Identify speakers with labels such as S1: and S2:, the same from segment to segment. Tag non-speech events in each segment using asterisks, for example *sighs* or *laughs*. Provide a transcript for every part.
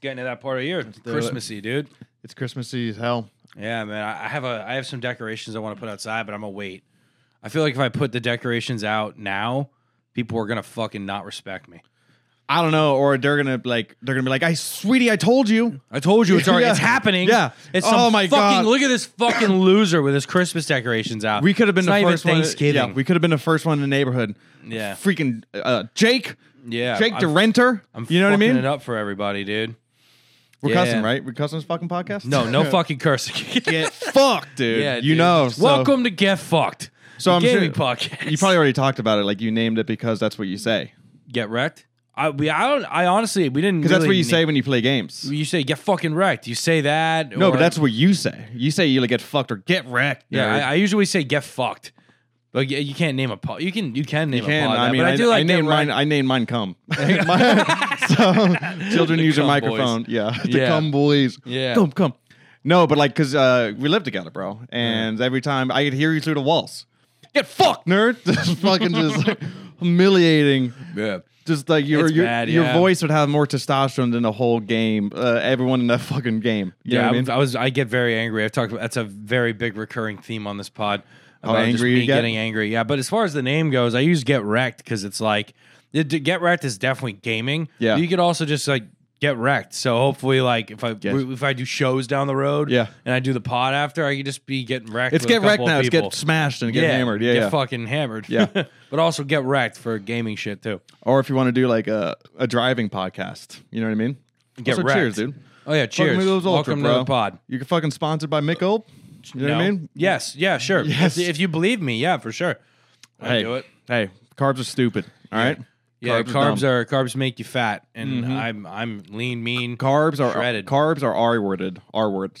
S1: getting to that part of the year. It's
S2: do it.
S1: Christmassy, dude.
S2: It's Christmassy as hell.
S1: Yeah, man. I I have a I have some decorations I want to put outside, but I'm gonna wait. I feel like if I put the decorations out now, people are gonna fucking not respect me.
S2: I don't know, or they're gonna like they're gonna be like, "I sweetie, I told you."
S1: I told you it's already *laughs*
S2: Yeah.
S1: it's happening.
S2: Yeah.
S1: It's some
S2: Oh my
S1: fucking
S2: God.
S1: look at this *clears throat* fucking loser with his Christmas decorations out.
S2: We could have been
S1: It's
S2: the
S1: not
S2: first
S1: even
S2: one.
S1: Thanksgiving.
S2: Yeah, we could have been the first one in the neighborhood.
S1: Yeah.
S2: freaking uh, Jake.
S1: Yeah,
S2: Jake the
S1: I'm-
S2: renter.
S1: I'm
S2: you know what I
S1: fucking
S2: mean?
S1: It up for everybody, dude.
S2: We're
S1: Yeah.
S2: cussing, right? We're cussing this fucking podcast.
S1: No, *laughs* no fucking cursing.
S2: *laughs* Get fucked, dude.
S1: yeah,
S2: you
S1: dude.
S2: know. So,
S1: Welcome to Get Fucked.
S2: So
S1: the
S2: I'm
S1: gaming
S2: sure-
S1: podcast.
S2: You probably already talked about it. Like you named it because that's what you say.
S1: get wrecked. I we I don't I honestly we didn't
S2: Because that's what
S1: really
S2: you say
S1: name-
S2: when you play games.
S1: You say get fucking wrecked. You say that.
S2: No,
S1: or-
S2: but that's what you say. You say you like get fucked or get wrecked.
S1: yeah.
S2: nerd.
S1: I, I usually say get fucked. Like yeah, you can't name a pod. You can you can name
S2: You can.
S1: a pod.
S2: I
S1: that,
S2: mean,
S1: but I, do like get
S2: named mine.
S1: wrecked.
S2: I named
S1: *laughs*
S2: mine cum. My- *laughs* so children
S1: The
S2: use your
S1: cum boys.
S2: microphone. Yeah, *laughs* to
S1: Yeah.
S2: cum boys.
S1: Yeah.
S2: come come. No, but like, cause uh, we live together, bro, and every time I could hear you through the walls. Get fucked, nerd. *laughs* Just fucking just like, humiliating.
S1: Yeah.
S2: Just like your
S1: It's
S2: your,
S1: bad,
S2: your
S1: yeah.
S2: voice would have more testosterone than the whole game. Uh, everyone in that fucking game. You
S1: Yeah,
S2: know what
S1: I,
S2: I mean?
S1: I was. I get very angry. I've talked about that's a very big recurring theme on this pod. About just
S2: angry you
S1: me
S2: get?
S1: getting angry. Yeah, but as far as the name goes, I use get wrecked because it's like it, to get wrecked is definitely gaming.
S2: Yeah.
S1: you could also just like get wrecked. So hopefully, like if I if I do shows down the road,
S2: Yeah.
S1: and I do the pod after, I could just be getting wrecked.
S2: It's
S1: with a
S2: get wrecked
S1: couple of
S2: now. It's
S1: people.
S2: get smashed and get hammered. Yeah,
S1: get
S2: yeah.
S1: fucking hammered.
S2: Yeah.
S1: *laughs* but also get wrecked for gaming shit too.
S2: Or if you want to do like a, a driving podcast, you know what I mean?
S1: Get
S2: Also,
S1: wrecked,
S2: cheers, dude.
S1: Oh yeah, cheers.
S2: Fucking Migos Ultra,
S1: Welcome
S2: bro.
S1: to the pod.
S2: You can fucking sponsored by Mick Old. You know what I
S1: No.
S2: mean?
S1: Yes. Yeah. Sure.
S2: Yes.
S1: If, if you believe me, yeah, for sure. I'd
S2: Hey,
S1: do it.
S2: hey, carbs are stupid. All right.
S1: Yeah,
S2: dumb. Mm-hmm.
S1: carbs, are carbs make you fat, and I'm I'm lean, mean.
S2: carbs are
S1: shredded.
S2: carbs are R worded. R word.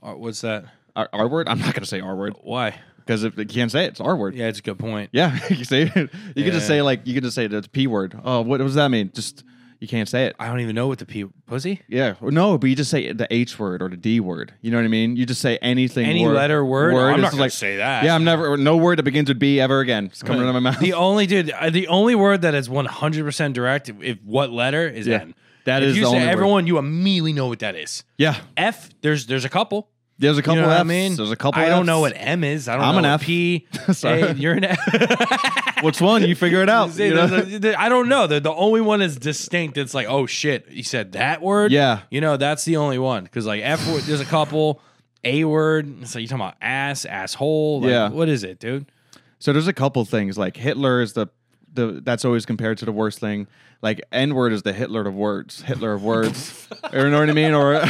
S1: Uh, What's that?
S2: R R word. I'm not gonna say R word
S1: Why?
S2: because if you can't say it, it's R word.
S1: Yeah, it's a good point.
S2: *laughs* Yeah, you see, you can
S1: Yeah.
S2: just say like you can just say the P word. Oh, what, what does that mean? Just you can't say it.
S1: I don't even know what the p pussy.
S2: Yeah, Or no, but you just say the H word or the D word. You know what I mean? You just say anything.
S1: Any letter word? I'm
S2: It's
S1: not gonna
S2: like-
S1: say that.
S2: Yeah, I'm never. or No word that begins with B ever again. It's coming out of my mouth.
S1: *laughs* The only dude, uh, the only word that is 100 percent direct. If, if what letter is
S2: Yeah.
S1: N?
S2: That
S1: That is
S2: is
S1: if you
S2: the
S1: say
S2: only word.
S1: everyone, you immediately know what that is.
S2: yeah,
S1: F. There's there's a couple.
S2: There's a
S1: You
S2: couple
S1: know
S2: of
S1: what I
S2: Fs.
S1: mean?
S2: There's a couple.
S1: I don't
S2: Fs.
S1: know what M is. I don't
S2: I'm
S1: know
S2: an
S1: what
S2: F. *laughs*
S1: P.
S2: Sorry.
S1: Hey, you're an F.
S2: *laughs*
S1: *laughs*
S2: Which one? You figure it out.
S1: See,
S2: you know?
S1: there's a- there- I don't know. The, the only one is distinct. It's like, oh shit, you said that word.
S2: Yeah.
S1: you know that's the only one because like F word, there's a couple. A word. So you talking about ass, asshole? Like,
S2: Yeah.
S1: What is it, dude?
S2: so there's a couple things like Hitler is the the that's always compared to the worst thing. Like N word is the Hitler of words. Hitler of
S1: *laughs*
S2: words. you know what I mean? Or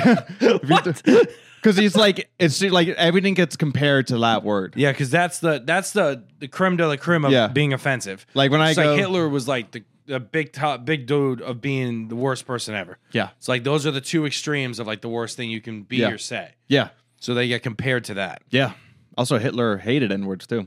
S2: *laughs* because he's like it's like everything gets compared to that word.
S1: Yeah, because that's the that's the the creme de la creme of
S2: Yeah.
S1: being offensive.
S2: Like when I
S1: it's
S2: go-
S1: like Hitler was like the, the big top big dude of being the worst person ever.
S2: Yeah.
S1: It's like those are the two extremes of like the worst thing you can be
S2: Yeah.
S1: or say.
S2: Yeah.
S1: So they get compared to that.
S2: Yeah. Also, Hitler hated N
S1: *laughs*
S2: words too.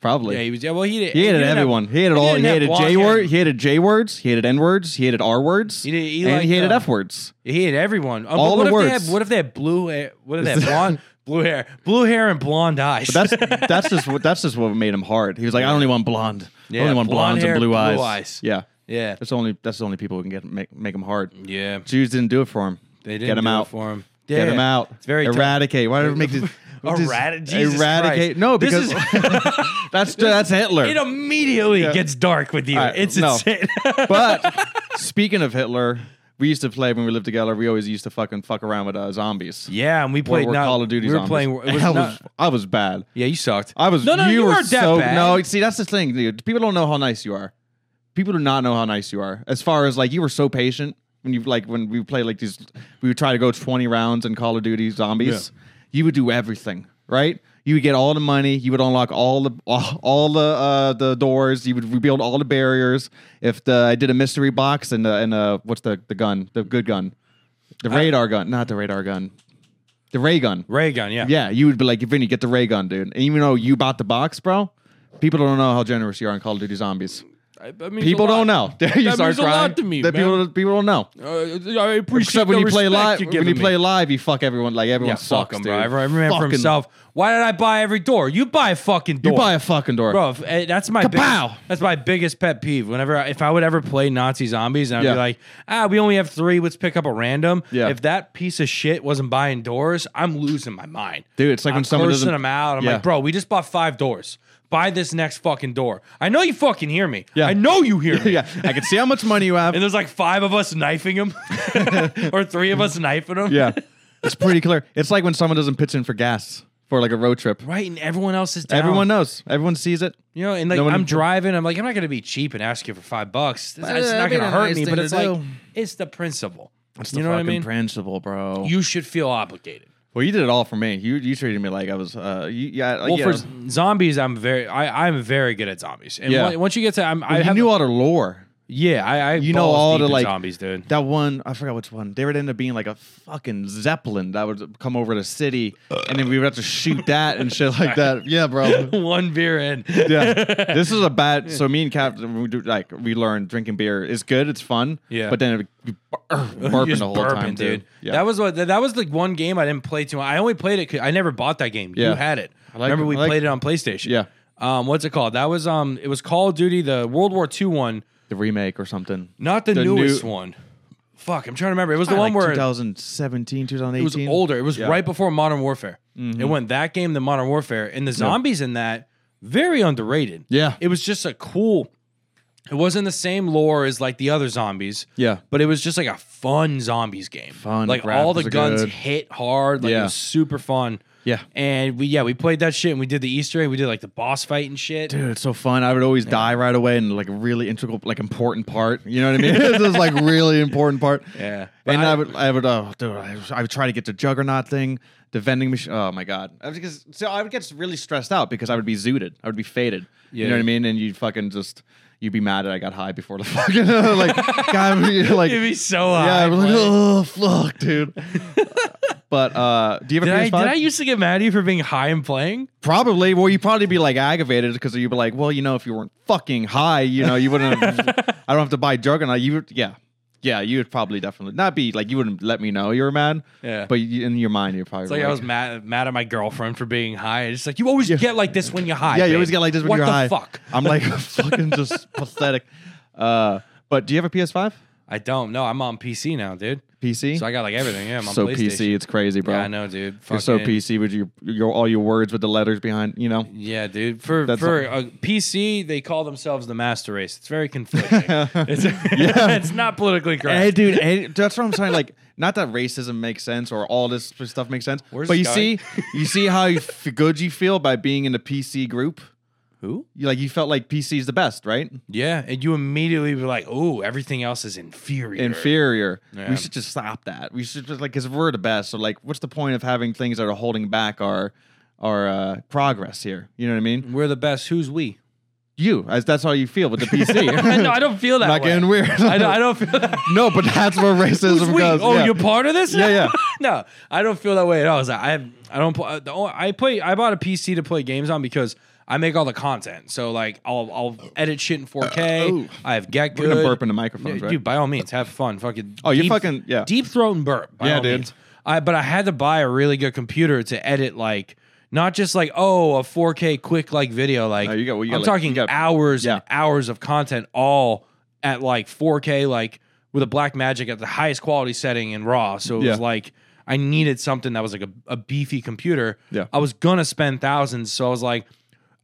S2: Probably.
S1: Yeah, he was. Yeah, well, he did.
S2: He hated
S1: didn't have-
S2: everyone. he hated all.
S1: didn't
S2: He
S1: have
S2: hated
S1: blonde
S2: J
S1: hair.
S2: word. He hated J words. He hated N words. He hated R words.
S1: He did- he
S2: and
S1: liked,
S2: he hated
S1: uh,
S2: F words.
S1: He hated everyone. Oh, but what
S2: All the
S1: if They
S2: words.
S1: had, what if they had blue hair? What if they
S2: *laughs*
S1: had blonde, blue hair, blue hair and blonde eyes?
S2: But that's that's just what that's just what made him hard. He was like, I only want blonde.
S1: Yeah,
S2: I only want
S1: blonde
S2: blondes
S1: hair,
S2: and blue,
S1: blue
S2: eyes.
S1: eyes.
S2: Yeah,
S1: *laughs* yeah,
S2: that's the only that's the only people who can get make make him hard.
S1: yeah.
S2: Jews didn't do it for him.
S1: They didn't
S2: get him
S1: do it
S2: out
S1: for him.
S2: Get
S1: Yeah.
S2: him out.
S1: It's very tough.
S2: eradicate.
S1: *laughs*
S2: Why did it make this?
S1: Eradi-
S2: this-
S1: Jesus
S2: eradicate?
S1: Christ.
S2: No,
S1: This
S2: because *laughs*
S1: *laughs*
S2: that's that's Hitler.
S1: It
S2: *laughs*
S1: immediately gets dark with you.
S2: All right,
S1: it's
S2: no.
S1: insane. *laughs*
S2: But speaking of Hitler, we used to play when we lived together. We always used to fucking fuck around with uh, zombies.
S1: yeah, and we
S2: We're-
S1: played
S2: we're
S1: not,
S2: Call of Duty.
S1: We were
S2: zombies.
S1: playing. It was
S2: *laughs* I
S1: not,
S2: was I was bad.
S1: yeah, you sucked.
S2: I was.
S1: No, no, you
S2: were
S1: weren't that
S2: so,
S1: bad.
S2: No, see, that's the thing, dude. People don't know how nice you are. People do not know how nice you are. As far as like, you were so patient when you like when we play like these. We would try to go twenty rounds in Call of Duty Zombies. You would do everything right. You would get all the money. You would unlock all the *laughs* all, all the uh, the doors. You would rebuild all the barriers. If the I did a mystery box and the and uh what's the the gun the good gun, the radar gun, not the radar gun, the ray gun.
S1: Ray gun. Yeah.
S2: Yeah, you would be like, Vinny, get the ray gun, dude. And even though you bought the box, bro, people don't know how generous you are in Call of Duty Zombies.
S3: I, that means
S2: People
S3: a lot.
S2: don't know. *laughs* you
S3: that
S2: start
S3: means
S2: crying.
S3: a lot to me,
S2: That
S3: man.
S2: people people don't know.
S3: Uh, I appreciate
S2: Except when
S3: the
S2: you play
S3: respect
S2: live,
S3: you're
S2: when you
S3: giving
S2: play
S3: me.
S2: live, you fuck everyone. Like everyone
S1: Yeah,
S2: sucks,
S1: fuck him,
S2: dude.
S1: bro. Every man for
S2: Fucking-
S1: himself. Why did I buy every door? You buy a fucking door.
S2: You buy a fucking door.
S1: Bro, if, eh, that's my
S2: Kapow!
S1: biggest, that's my biggest pet peeve. Whenever I, if I would ever play Nazi zombies, and I'd
S2: Yeah.
S1: be like, ah, we only have three. Let's pick up a random.
S2: Yeah.
S1: If that piece of shit wasn't buying doors, I'm losing my mind,
S2: Dude, it's like
S1: I'm
S2: when someone
S1: cursing
S2: doesn't-
S1: them out. I'm
S2: Yeah.
S1: like, bro, we just bought five doors. Buy this next fucking door. I know you fucking hear me.
S2: Yeah.
S1: I know you hear me.
S2: *laughs* *laughs* yeah, I can see how much money you have.
S1: And there's like five of us knifing him, *laughs* or three of us knifing him.
S2: *laughs* yeah, it's pretty clear. It's like when someone doesn't pitch in for gas for like a road trip.
S1: Right, and everyone else is down.
S2: Everyone knows. Everyone sees it.
S1: You know, and like
S2: No one-
S1: I'm driving, I'm like, I'm not gonna be cheap and ask you for five bucks. It's,
S2: Well,
S1: it's not
S2: that'd be
S1: gonna
S2: a
S1: hurt
S2: nice
S1: me,
S2: thing
S1: but
S2: to
S1: it's like
S2: do.
S1: it's the principle.
S2: It's
S1: you know what I mean?
S2: principle, bro.
S1: you should feel obligated.
S2: well, you did it all for me. You you treated me like I was. Uh, you, yeah.
S1: Well,
S2: yeah.
S1: for z- zombies, I'm very, I, I'm very good at zombies. And
S2: Yeah.
S1: on- once you get to, I'm, I
S2: you
S1: have,
S2: knew all the lore.
S1: yeah, I, I
S2: You know
S1: balls
S2: all
S1: deep
S2: the
S1: in
S2: like
S1: zombies, dude. *laughs*
S2: That one, I forgot which one. They would end up being like a fucking zeppelin that would come over the city, and then we would have to shoot that and shit like
S1: *laughs*
S2: that. Yeah, bro.
S1: One beer in, *laughs*
S2: yeah, this is a bad. So me and Cap, we do like we learned drinking beer is good, it's fun.
S1: Yeah.
S2: but then it, you
S1: *laughs*
S2: bur- burping the whole time, dude. Yeah.
S1: That was what that was the one game I didn't play too. much. I only played it. 'cause I never bought that game. You
S2: Yeah.
S1: had it.
S2: I like
S1: Remember
S2: it.
S1: we
S2: I like-
S1: played it on PlayStation.
S2: Yeah.
S1: Um, what's it called? That was um, it was Call of Duty, the World War II one.
S2: the remake or something.
S1: Not the,
S2: The new-
S1: newest one. Fuck, I'm trying to remember. It was the
S2: Like
S1: one where it
S2: 2017, 2018.
S1: was older. It was
S2: Yeah. Mm-hmm.
S1: right before Modern Warfare. It went that game, the Modern Warfare, and the zombies in that very underrated.
S2: Yeah.
S1: it was just a cool. It wasn't the same lore as like the other zombies.
S2: Yeah.
S1: but it was just like a fun zombies game.
S2: Fun,
S1: like all
S2: graphics
S1: the
S2: are
S1: guns
S2: good.
S1: hit hard. Like it
S2: Yeah.
S1: was super fun.
S2: Yeah.
S1: and we yeah we played that shit and we did the Easter egg. We did like the boss fight and shit.
S2: Dude, it's so fun. I would always die right away in like a really integral, like important part. You know what I mean? *laughs* this is like really important part.
S1: Yeah. But
S2: And
S1: I-
S2: I, would, I would, oh, dude, I, I would try to get the juggernaut thing, the vending machine. Oh my god! I was because so I would get really stressed out because I would be zooted, I would be faded. You
S1: Yeah.
S2: know what I mean? And you'd fucking just, you'd be mad that I got high before the *laughs*
S1: *laughs*
S2: fucking like, God,
S1: *laughs*
S2: like,
S1: It'd be so
S2: yeah,
S1: high.
S2: I'd be like,
S1: playing.
S2: oh fuck, dude. *laughs* but uh, do you have a
S1: Did I,
S2: PS5?
S1: did I used to get mad at you for being high and playing?
S2: Probably. Well, you'd probably be like aggravated because you'd be like, well, you know, if you weren't fucking high, you know, you wouldn't. Have,
S1: *laughs*
S2: I don't have to buy juggernaut. You, would- yeah, yeah, you would probably definitely not be like you wouldn't let me know you were mad.
S1: Yeah.
S2: but you, in your mind, you're probably
S1: It's like, I was mad mad at my girlfriend for being high. It's like you always get like this when you're high.
S2: Yeah, you
S1: babe.
S2: always get like this when
S1: what
S2: you're
S1: the
S2: high.
S1: Fuck. *laughs*
S2: I'm like fucking just pathetic. Uh, but do you have a PS5,
S1: I don't know. I'm on PC now, dude.
S2: PC?
S1: So I got like everything. Yeah, I'm on
S2: so
S1: PlayStation.
S2: PC, it's crazy, bro.
S1: Yeah, I know, dude.
S2: You're so
S1: Fucking-
S2: PC with your, your all your words with the letters behind. You know,
S1: Yeah, dude. For
S2: That's-
S1: for a PC, they call themselves the master race. It's very
S2: *laughs*
S1: conflicting. it's, *laughs* it's not politically correct. *laughs*
S2: Hey, dude, hey, that's what I'm saying. Like, not that racism makes sense or all this stuff makes sense,
S1: Where's
S2: but you
S1: Sky? *laughs*
S2: see, you see how you f- good you feel by being in the PC group.
S1: Who?
S2: You like you felt like PC is the best, right?
S1: Yeah, and you immediately were like, "Oh, everything else is inferior."
S2: Inferior.
S1: Yeah.
S2: We should just stop that. We should just like because we're the best. So like, what's the point of having things that are holding back our our uh, progress here? You know what I mean?
S1: We're the best. Who's
S2: *laughs*
S1: we? *laughs*
S2: You as that's how you feel with the PC.
S1: no, *laughs* I don't feel that
S2: Not
S1: way.
S2: getting weird.
S1: I don't, I don't feel that.
S2: *laughs* no, but that's where
S1: *laughs*
S2: racism
S1: Who's we?
S2: goes.
S1: Oh,
S2: yeah.
S1: you're part of this?
S2: Yeah, yeah.
S1: *laughs* no, I don't feel that way at all. It's like, I I don't pl- uh, the only- I play I bought a PC to play games on because I make all the content. So like I'll I'll edit shit in 4K.
S2: Oh.
S1: I have get
S2: We're gonna
S1: Good.
S2: burp into microphones, right?
S1: Dude, by all means, have fun. Fucking
S2: Oh, you're
S1: deep-
S2: fucking- yeah.
S1: Deep throat and burp. By
S2: Yeah,
S1: all
S2: dude.
S1: Means. I but I had to buy a really good computer to edit like not just like oh a 4K quick like video like
S2: No, you got- well, you got,
S1: I'm
S2: like-
S1: talking
S2: you got-
S1: hours and
S2: Yeah.
S1: hours of content all at like 4K like with a black magic at the highest quality setting in raw so it
S2: Yeah.
S1: was like I needed something that was like a, a beefy computer
S2: Yeah.
S1: I was gonna spend thousands so I was like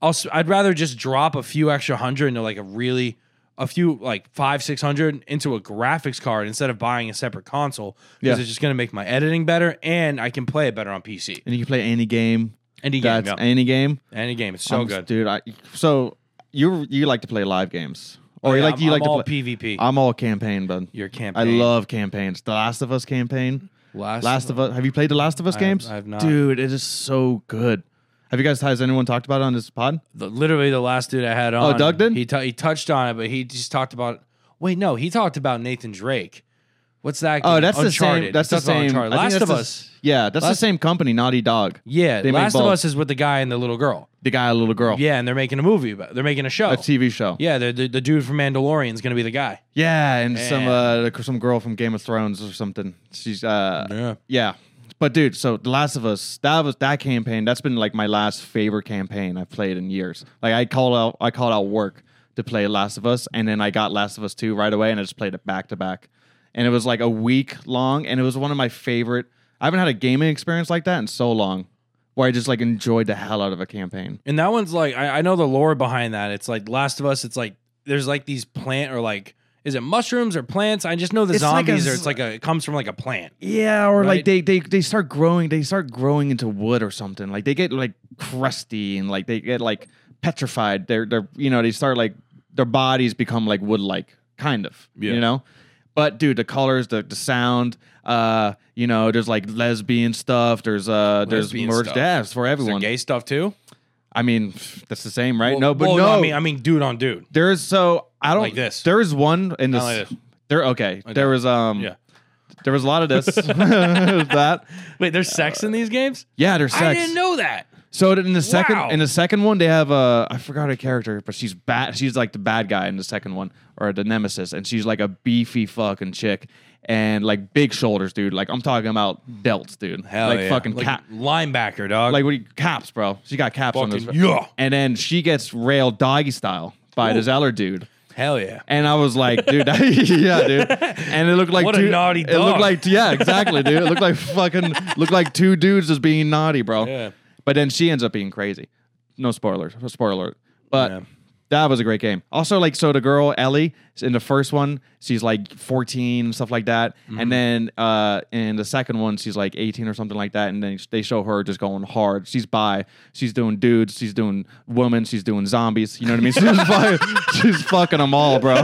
S1: I'll, s- I'd rather just drop a few extra hundred into like a really a few like five six hundred into a graphics card instead of buying a separate console because
S2: Yeah.
S1: it's just gonna make my editing better and I can play it better on PC.
S2: and you can play any game.
S1: Any game,
S2: That's
S1: yeah.
S2: any game.
S1: Any game, it's so
S2: I'm-
S1: good.
S2: dude. I so you you like to play live games, or you
S1: Oh, Yeah,
S2: like
S1: I'm,
S2: you like
S1: I'm
S2: to
S1: all
S2: play?
S1: PvP.
S2: I'm all campaign, bud.
S1: Your
S2: I
S1: campaign.
S2: love campaigns. The Last of Us campaign.
S1: Last,
S2: Last of Us. Have you played the Last of Us
S1: I have-
S2: games?
S1: I have not.
S2: Dude, it is so good. Have you guys? Has anyone talked about it on this pod?
S1: the, literally the last dude I had on.
S2: Oh, Doug did?
S1: He tou- he touched on it, but he just talked about. Wait, no, he talked about Nathan Drake. what's that?
S2: Oh,
S1: game?
S2: that's the same.
S1: Uncharted.
S2: That's the
S1: That's not
S2: same.
S1: Uncharted.
S2: I think
S1: Last
S2: that's
S1: of
S2: the-
S1: Us.
S2: Yeah, that's the
S1: Last-
S2: same company, Naughty Dog.
S1: Yeah,
S2: They make
S1: Last of
S2: both.
S1: Us is with the guy and the little girl.
S2: The guy, a little girl.
S1: Yeah, and they're making a movie. About, they're making a show.
S2: a TV show.
S1: Yeah, the, the the dude from Mandalorian is gonna be the guy.
S2: Yeah, and some
S1: Man.
S2: uh like, some girl from Game of Thrones or something. She's uh
S1: Yeah.
S2: yeah. But dude, so The Last of Us, that was that campaign, that's been like my last favorite campaign I've played in years. Like I called out I called out work to play Last of Us and then I got Last of Us 2 right away and I just played it back to back. And it was like a week long and it was one of my favorite I haven't had a gaming experience like that in so long where I just like enjoyed the hell out of a campaign.
S1: And that one's like I, I know the lore behind that. It's like Last of Us. It's like there's like these plant or like is it mushrooms or plants? I just know the
S2: It's like
S1: zombies
S2: a
S1: or
S2: z-
S1: it's like a it comes from like a plant.
S2: Yeah, or like
S1: Right?
S2: they, they they start growing, they start growing into wood or something. Like they get like crusty and like they get like petrified. They're they're you know, they start like their bodies become like wood like, kind of.
S1: Yeah.
S2: You know? But dude, the colors, the the sound, uh, you know, there's like lesbian stuff, there's uh there's
S1: Lesbian
S2: merged
S1: stuff.
S2: deaths
S1: Is
S2: for
S1: there
S2: everyone.
S1: gay stuff too?
S2: I mean, that's the same, right?
S1: Well-
S2: no, but
S1: well,
S2: no,
S1: I mean I mean dude on dude.
S2: there is so I don't
S1: Like this.
S2: There is one in this.
S1: Not like this.
S2: There okay. There was um
S1: Yeah.
S2: there was a lot
S1: *laughs*
S2: of this *laughs* that.
S1: Wait, there's sex in these games?
S2: Yeah, there's sex.
S1: Uh, I didn't know that.
S2: So in the second
S1: Wow.
S2: in the second one, they have uh, I forgot her character, but she's bad. She's like the bad guy in the second one, or the nemesis, and she's like a beefy fucking chick, and like big shoulders, dude. Like I'm talking about delts, dude. like fucking
S1: like
S2: cap,
S1: linebacker dog.
S2: like what? do you- Caps, bro. She got caps on
S1: Fucking-
S2: those.
S1: yeah.
S2: And then she gets railed doggy style by this other dude.
S1: hell yeah.
S2: And I was like, dude, *laughs* yeah, dude. And it looked like
S1: What a
S2: two,
S1: naughty
S2: It looked
S1: dog.
S2: like yeah, exactly, dude. It looked like fucking looked like two dudes just being naughty, bro.
S1: Yeah.
S2: But then she ends up being crazy. No spoilers. No spoiler alert. But
S1: Yeah.
S2: that was a great game. Also, like so the girl Ellie in the first one, she's like 14 and stuff like that.
S1: Mm-hmm.
S2: And then uh in the second one, she's like 18 or something like that. And then they show her just going hard. She's by, she's doing dudes, she's doing women, she's doing zombies. You know what I mean? *laughs* She's bi, she's fucking them all, bro. *laughs*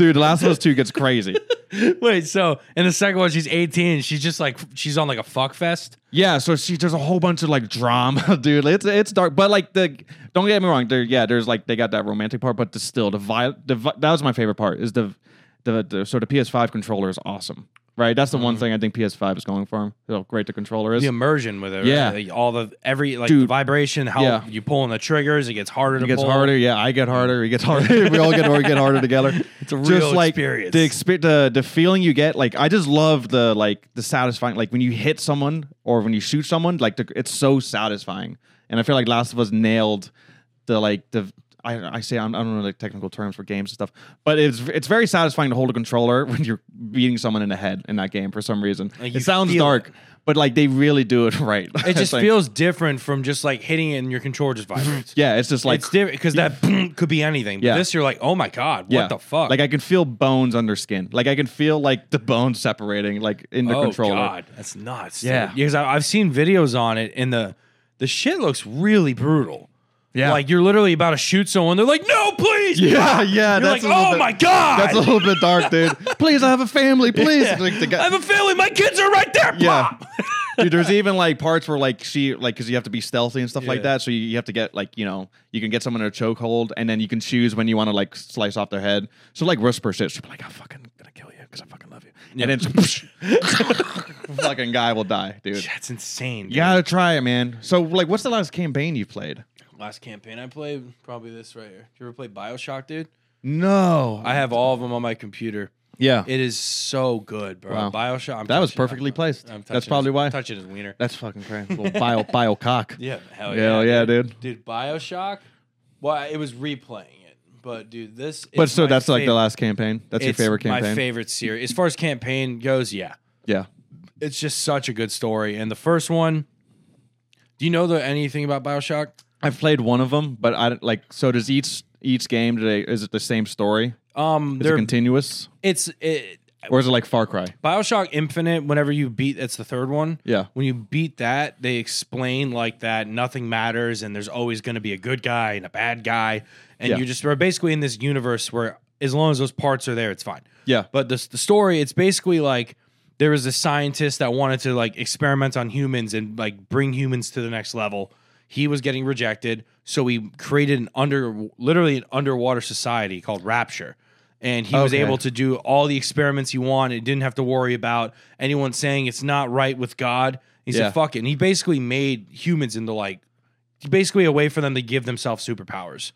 S2: Dude, The Last of Us 2 gets crazy.
S1: *laughs* Wait, so in the second one she's 18, she's just like she's on like a fuck fest.
S2: Yeah, so she there's a whole bunch of like drama, *laughs* dude. It's it's dark, but like the don't get me wrong, there yeah, there's like they got that romantic part, but the, still the, vi- the vi- that was my favorite part is the the, the so the PS5 controller is awesome, right? That's the one thing I think PS5 is going for. How great the controller is.
S1: The immersion with it. right?
S2: Yeah.
S1: Like, all the every like
S2: Dude.
S1: the vibration, how
S2: Yeah.
S1: you pull on the triggers, it gets harder to
S2: It gets
S1: pull.
S2: harder. Yeah, I get harder. It gets harder. *laughs* we all get or get
S1: *laughs*
S2: harder together. It's
S1: a real experience.
S2: The, expe- the the feeling you get, like I just love the like the satisfying, like when you hit someone or when you shoot someone, like the, it's so satisfying. And I feel like Last of Us nailed the like the. I, I say I'm, I don't know the technical terms for games and stuff, but it's it's very satisfying to hold a controller *laughs* when you're beating someone in the head in that game for some reason.
S1: Like,
S2: it
S1: you
S2: sounds
S1: feel
S2: dark, but like they really do it *laughs* right.
S1: It just
S2: Like, Mhm.
S1: feels different from just like hitting it and your controller just vibrates.
S2: yeah, it's just like
S1: it's different because that boom could be anything.
S2: Yeah.
S1: But this you're like, oh my god, what the fuck?
S2: Like I can feel bones under skin. Like I can feel like the bones separating, like in the
S1: oh
S2: controller.
S1: god, that's nuts.
S2: Yeah.
S1: dude. because I, I've seen videos on it, and the the shit looks really brutal.
S2: Yeah.
S1: like you're literally about to shoot someone. They're like, no, please.
S2: Yeah, yeah.
S1: You're like,
S2: that's a little
S1: oh
S2: bit-
S1: my god.
S2: That's a little bit
S1: *laughs*
S2: dark, dude. please, I have a family. Please, Like, the guy-
S1: I have a feeling my kids are right there.
S2: yeah.
S1: Pop!
S2: Dude, there's even like parts where like she like because you have to be stealthy and stuff like
S1: Yeah.
S2: that. So you, you have to get like you know you can get someone in a chokehold and then you can choose when you want to like slice off their head. So like whisper shit. She'll be like, I'm fucking gonna kill you because I fucking love you. And then *laughs* fucking guy will die,
S1: *laughs*
S2: dude.
S1: That's insane. dude.
S2: You gotta try it, man. So, like, what's the last campaign you played?
S1: Last campaign I played, probably this right here. You ever play Bioshock, dude?
S2: No,
S1: I have all of them on my computer.
S2: yeah,
S1: It is so good, bro.
S2: Wow.
S1: Bioshock. I'm
S2: that was
S1: touching-
S2: perfectly placed.
S1: I'm touching
S2: That's probably
S1: his,
S2: why.
S1: Touching his wiener.
S2: That's fucking crazy. Little bio bio *laughs* cock.
S1: Yeah, hell yeah.
S2: Hell yeah, dude.
S1: Dude, Bioshock. Well, it was replaying it, but dude, this.
S2: But
S1: is
S2: so
S1: my
S2: that's like the
S1: favorite-
S2: last campaign. That's your
S1: it's
S2: favorite campaign.
S1: My favorite series, as far as campaign goes, yeah.
S2: yeah.
S1: It's just such a good story, and the first one. Do you know the, anything about Bioshock?
S2: I've played one of them, but I don't- like. So does each each game today? Is it the same story?
S1: Um,
S2: Is it
S1: there
S2: continuous,
S1: it's it,
S2: or is it like Far Cry?
S1: Bioshock Infinite, whenever you beat, that's the third one.
S2: Yeah.
S1: When you beat that, they explain like that nothing matters and there's always going to be a good guy and a bad guy. And
S2: Yeah.
S1: you just are basically in this universe where as long as those parts are there, it's fine.
S2: Yeah.
S1: But the, the story, it's basically like there was a scientist that wanted to like experiment on humans and like bring humans to the next level. He was getting rejected. So he created an under, literally an underwater society called Rapture. and he was
S2: Okay.
S1: able to do all the experiments he wanted. He didn't have to worry about anyone saying it's not right with God. He
S2: Yeah.
S1: said, "Fuck it." And he basically made humans into like basically a way for them to give themselves superpowers,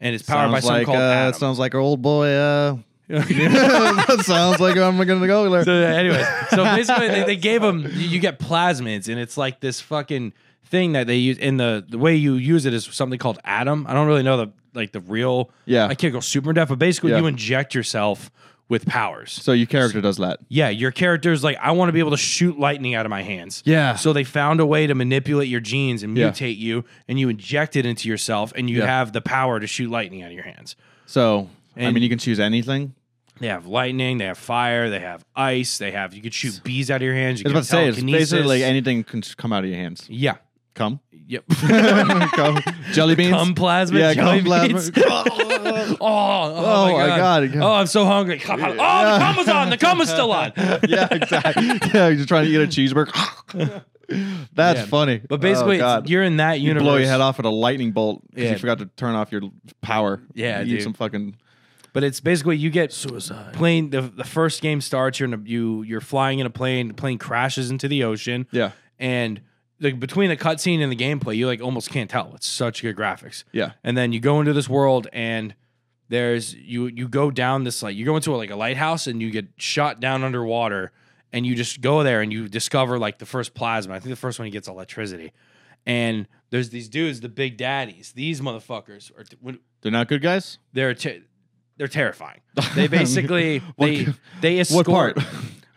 S1: and it's powered by
S2: sounds
S1: something
S2: like
S1: called
S2: uh,
S1: Adam.
S2: sounds like our old boy. Uh, that *laughs* sounds like I'm gonna go there.
S1: So anyway, Uh,
S2: *laughs*
S1: so basically they, they gave him you, you get plasmids and it's like this fucking thing that they use in the the way you use it is something called atom. I don't really know the like the real
S2: Yeah.
S1: I can't go super in depth, but basically
S2: Yeah.
S1: you inject yourself with powers.
S2: So your character does that.
S1: Yeah, your character's like, I want to be able to shoot lightning out of my hands.
S2: Yeah.
S1: So they found a way to manipulate your genes and
S2: Yeah.
S1: mutate you, and you inject it into yourself, and you
S2: Yeah.
S1: have the power to shoot lightning out of your hands.
S2: So I
S1: And-
S2: mean, you can choose anything.
S1: They have lightning, they have fire, they have ice, they have you could shoot bees out of your hands. You
S2: I
S1: can
S2: was about to say it's
S1: telekinesis.
S2: basically like anything can s- come out of your hands.
S1: yeah,
S2: Come, *laughs*
S1: yep,
S2: come, jelly beans.
S1: cum plasma,
S2: yeah,
S1: jelly
S2: come, plasma.
S1: beans. *laughs* oh, oh, my,
S2: my
S1: god.
S2: God.
S1: oh I'm so hungry. *laughs* Oh, the cum was on, the cum was still
S2: *laughs*
S1: on.
S2: yeah, exactly. Yeah, you're just trying to eat a cheeseburger. *laughs* That's
S1: Yeah.
S2: funny.
S1: But basically,
S2: oh,
S1: it's-
S2: God.
S1: you're in that
S2: you
S1: universe.
S2: blow your head off with a lightning bolt because
S1: Yeah.
S2: you forgot to turn off your l- power.
S1: Yeah,
S2: you need
S1: dude.
S2: some fucking
S1: But it's basically you get
S2: suicide.
S1: plane the, the first game starts you're in a, you you're flying in a plane the plane crashes into the ocean
S2: Yeah,
S1: and the, between the cutscene and the gameplay you like almost can't tell it's such good graphics
S2: yeah,
S1: and then you go into this world and there's you you go down this like you go into like a lighthouse and you get shot down underwater and you just go there and you discover like the first plasma i think the first one he gets electricity and there's these dudes the big daddies these motherfuckers are when-
S2: they're not good guys.
S1: they're te- they're
S2: *laughs*
S1: terrifying. They basically
S2: What-
S1: they they
S2: What
S1: escort *laughs*
S2: part?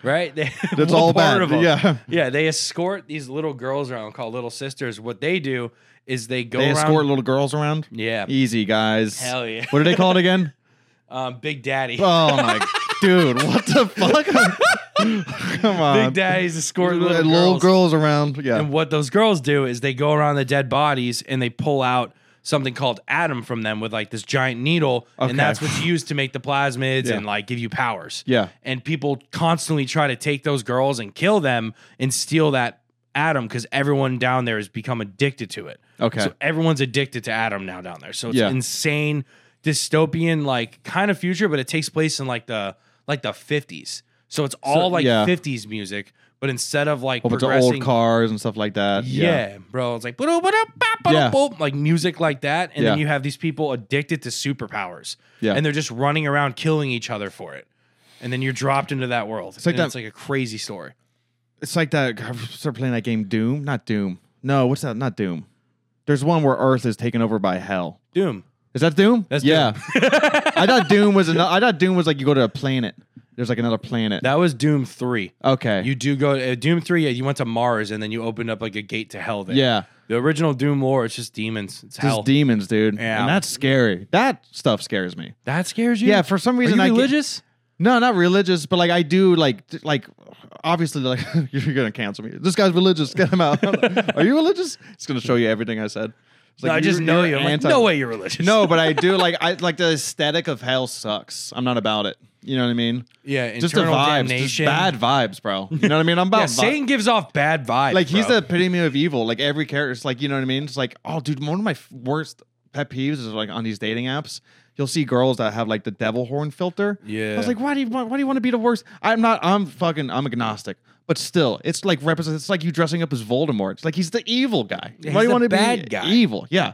S1: right. They,
S2: *laughs* That's
S1: *laughs* what
S2: all
S1: part
S2: bad.
S1: of 'em?
S2: Yeah,
S1: yeah. They escort these little girls around called little sisters. What they do is they go
S2: they
S1: around.
S2: escort little girls around.
S1: yeah,
S2: Easy guys.
S1: hell yeah.
S2: What are they
S1: *laughs*
S2: called again?
S1: Um, Big Daddy.
S2: Oh my dude, what
S1: *laughs*
S2: the fuck? Come on.
S1: Big Daddy's escort
S2: Little,
S1: little, girls.
S2: girls around. Yeah.
S1: And what those girls do is they go around the dead bodies and they pull out something called atom from them with like this giant needle,
S2: Okay.
S1: and that's what's used to make the plasmids
S2: Yeah.
S1: and like give you powers.
S2: yeah.
S1: and people constantly try to take those girls and kill them and steal that atom because everyone down there has become addicted to it.
S2: Okay.
S1: So everyone's addicted to atom now down there. So it's
S2: Yeah.
S1: insane dystopian like kind of future, but it takes place in like the like the fifties. So it's all like
S2: yeah.
S1: fifties music, but instead of like
S2: a bunch of
S1: progressing
S2: old cars and stuff like that.
S1: yeah, bro. It's like "Ba-do, ba-do, ba, ba-do,
S2: Yeah.
S1: boop," like music like that, and then
S2: Yeah.
S1: you have these people addicted to superpowers.
S2: Yeah.
S1: and they're just running around killing each other for it. And then you're dropped into that world. It's
S2: like
S1: like
S2: that-
S1: It's like a crazy story.
S2: It's like that I started playing that game Doom. Not Doom. No, what's that? Not Doom. There's one where Earth is taken over by hell.
S1: Doom.
S2: Is that Doom?
S1: That's
S2: yeah. *laughs* I thought Doom was another I thought Doom was like you go to a planet. There's like another planet.
S1: That was Doom
S2: *laughs*
S1: three.
S2: okay.
S1: You do go uh, Doom three. Yeah, you went to Mars, and then you opened up like a gate to hell. There.
S2: yeah.
S1: The original Doom lore, it's just demons. It's hell.
S2: Just demons, dude.
S1: Yeah.
S2: And that's scary. That stuff scares me.
S1: that scares you.
S2: Yeah, for some
S1: Are
S2: reason
S1: you
S2: I get-
S1: religious?
S2: No, not religious, but like I do like t- like obviously like *laughs* you're gonna cancel me. This guy's religious. Get him out. *laughs* Are you religious? It's gonna show you everything I said. It's
S1: No, I
S2: you're-
S1: just know
S2: you're
S1: you. I'm like,
S2: anti-
S1: no way you're religious.
S2: *laughs* No, but I do like I like the aesthetic of hell sucks. I'm not about it. You know what I mean?
S1: Yeah.
S2: Just the
S1: Internal
S2: vibes, just
S1: damnation.
S2: bad vibes, bro. You know what I mean? I'm about
S1: Yeah.
S2: vi-
S1: Satan gives off bad vibes.
S2: like he's
S1: bro.
S2: the epitome of evil. Like every character, it's like you know what I mean. It's like oh, dude, one of my f- worst pet peeves is like on these dating apps. You'll see girls that have like the devil horn filter. I
S1: Yeah.
S2: was like, why do you want? Why do you want to be the worst? I'm not. I'm fucking. I'm agnostic. But still, it's like represents. It's like you dressing up as Voldemort. It's like he's the evil guy.
S1: Yeah,
S2: why do
S1: he's
S2: you want to
S1: the
S2: be
S1: bad guy.
S2: evil? Yeah,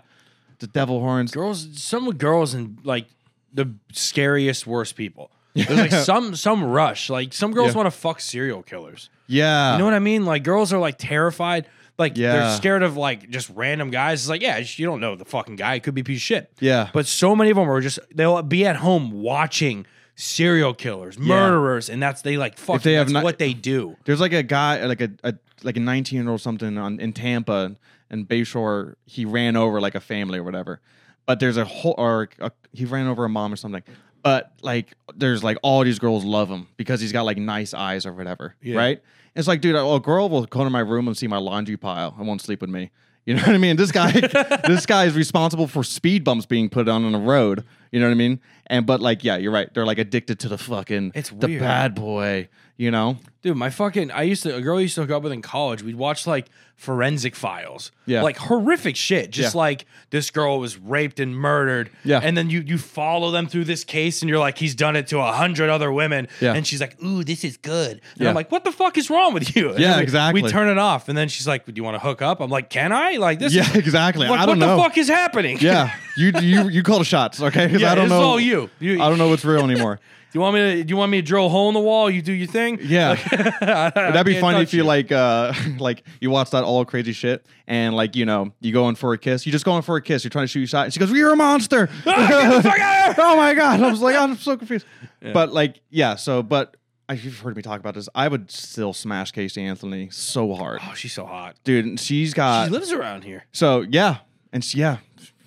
S2: the devil horns.
S1: girls some girls and like the scariest worst people there's
S2: *laughs*
S1: like some some rush like some girls
S2: Yeah.
S1: want to fuck serial killers
S2: Yeah,
S1: you know what i mean like girls are like terrified like
S2: Yeah.
S1: they're scared of like just random guys it's like yeah you don't know the fucking guy it could be a piece of shit
S2: Yeah.
S1: but so many of them are just they'll be at home watching serial killers murderers and that's they like fuck
S2: they have
S1: that's
S2: not-
S1: what they do
S2: There's like a guy, like a, a like a 19 year old something on in Tampa and Bayshore. He ran over like a family or whatever. But there's a whole, or a, he ran over a mom or something. But like, there's like all these girls love him because he's got like nice eyes or whatever,
S1: Yeah.
S2: right? It's like, dude, a girl will go to my room and see my laundry pile and won't sleep
S1: *laughs*
S2: with me. You know what I mean? This guy, this guy is responsible for speed bumps being put on on the road. You know what I mean? And but like, yeah, you're right. They're like addicted to the fucking
S1: It's
S2: the
S1: weird.
S2: bad boy. You know?
S1: Dude, my fucking I used to a girl I used to hook up with in college. We'd watch like forensic files.
S2: Yeah.
S1: Like horrific shit. Just
S2: Yeah.
S1: like this girl was raped and murdered.
S2: Yeah.
S1: And then you you follow them through this case and you're like, he's done it to a hundred other women.
S2: Yeah.
S1: And she's like, ooh, this is good. And
S2: Yeah.
S1: I'm like, what the fuck is wrong with you? And
S2: Yeah,
S1: we-
S2: exactly.
S1: We turn it off. And then she's like, Do you want to hook up? I'm like, Can I? Like *laughs* this
S2: Yeah, exactly.
S1: like,
S2: I don't
S1: what
S2: know.
S1: the fuck is happening?
S2: *laughs* Yeah, you you you call the shots, okay? 'Cause
S1: Yeah,
S2: I don't
S1: it's
S2: know.
S1: all you. You-
S2: I don't know
S1: *laughs*
S2: what's real anymore.
S1: Do you want me to do you want me to drill a hole in the wall? You do your thing? *laughs*
S2: Yeah, that'd be
S1: can't
S2: funny
S1: touch
S2: if you
S1: you.
S2: like uh *laughs* like you watch that all crazy shit and like you know you go in for a kiss, you just go in for a kiss, you're trying to shoot your shot, and she goes, "You're a monster."
S1: *laughs* Ah, *laughs* get the fuck out of here!
S2: *laughs* oh my god! I was like, I'm so confused. But like, yeah. So, but I- you've heard me talk about this. I would still smash Casey Anthony so hard,
S1: Oh, she's so hot.
S2: dude. and She's got
S1: She lives around here.
S2: So yeah, and she, yeah,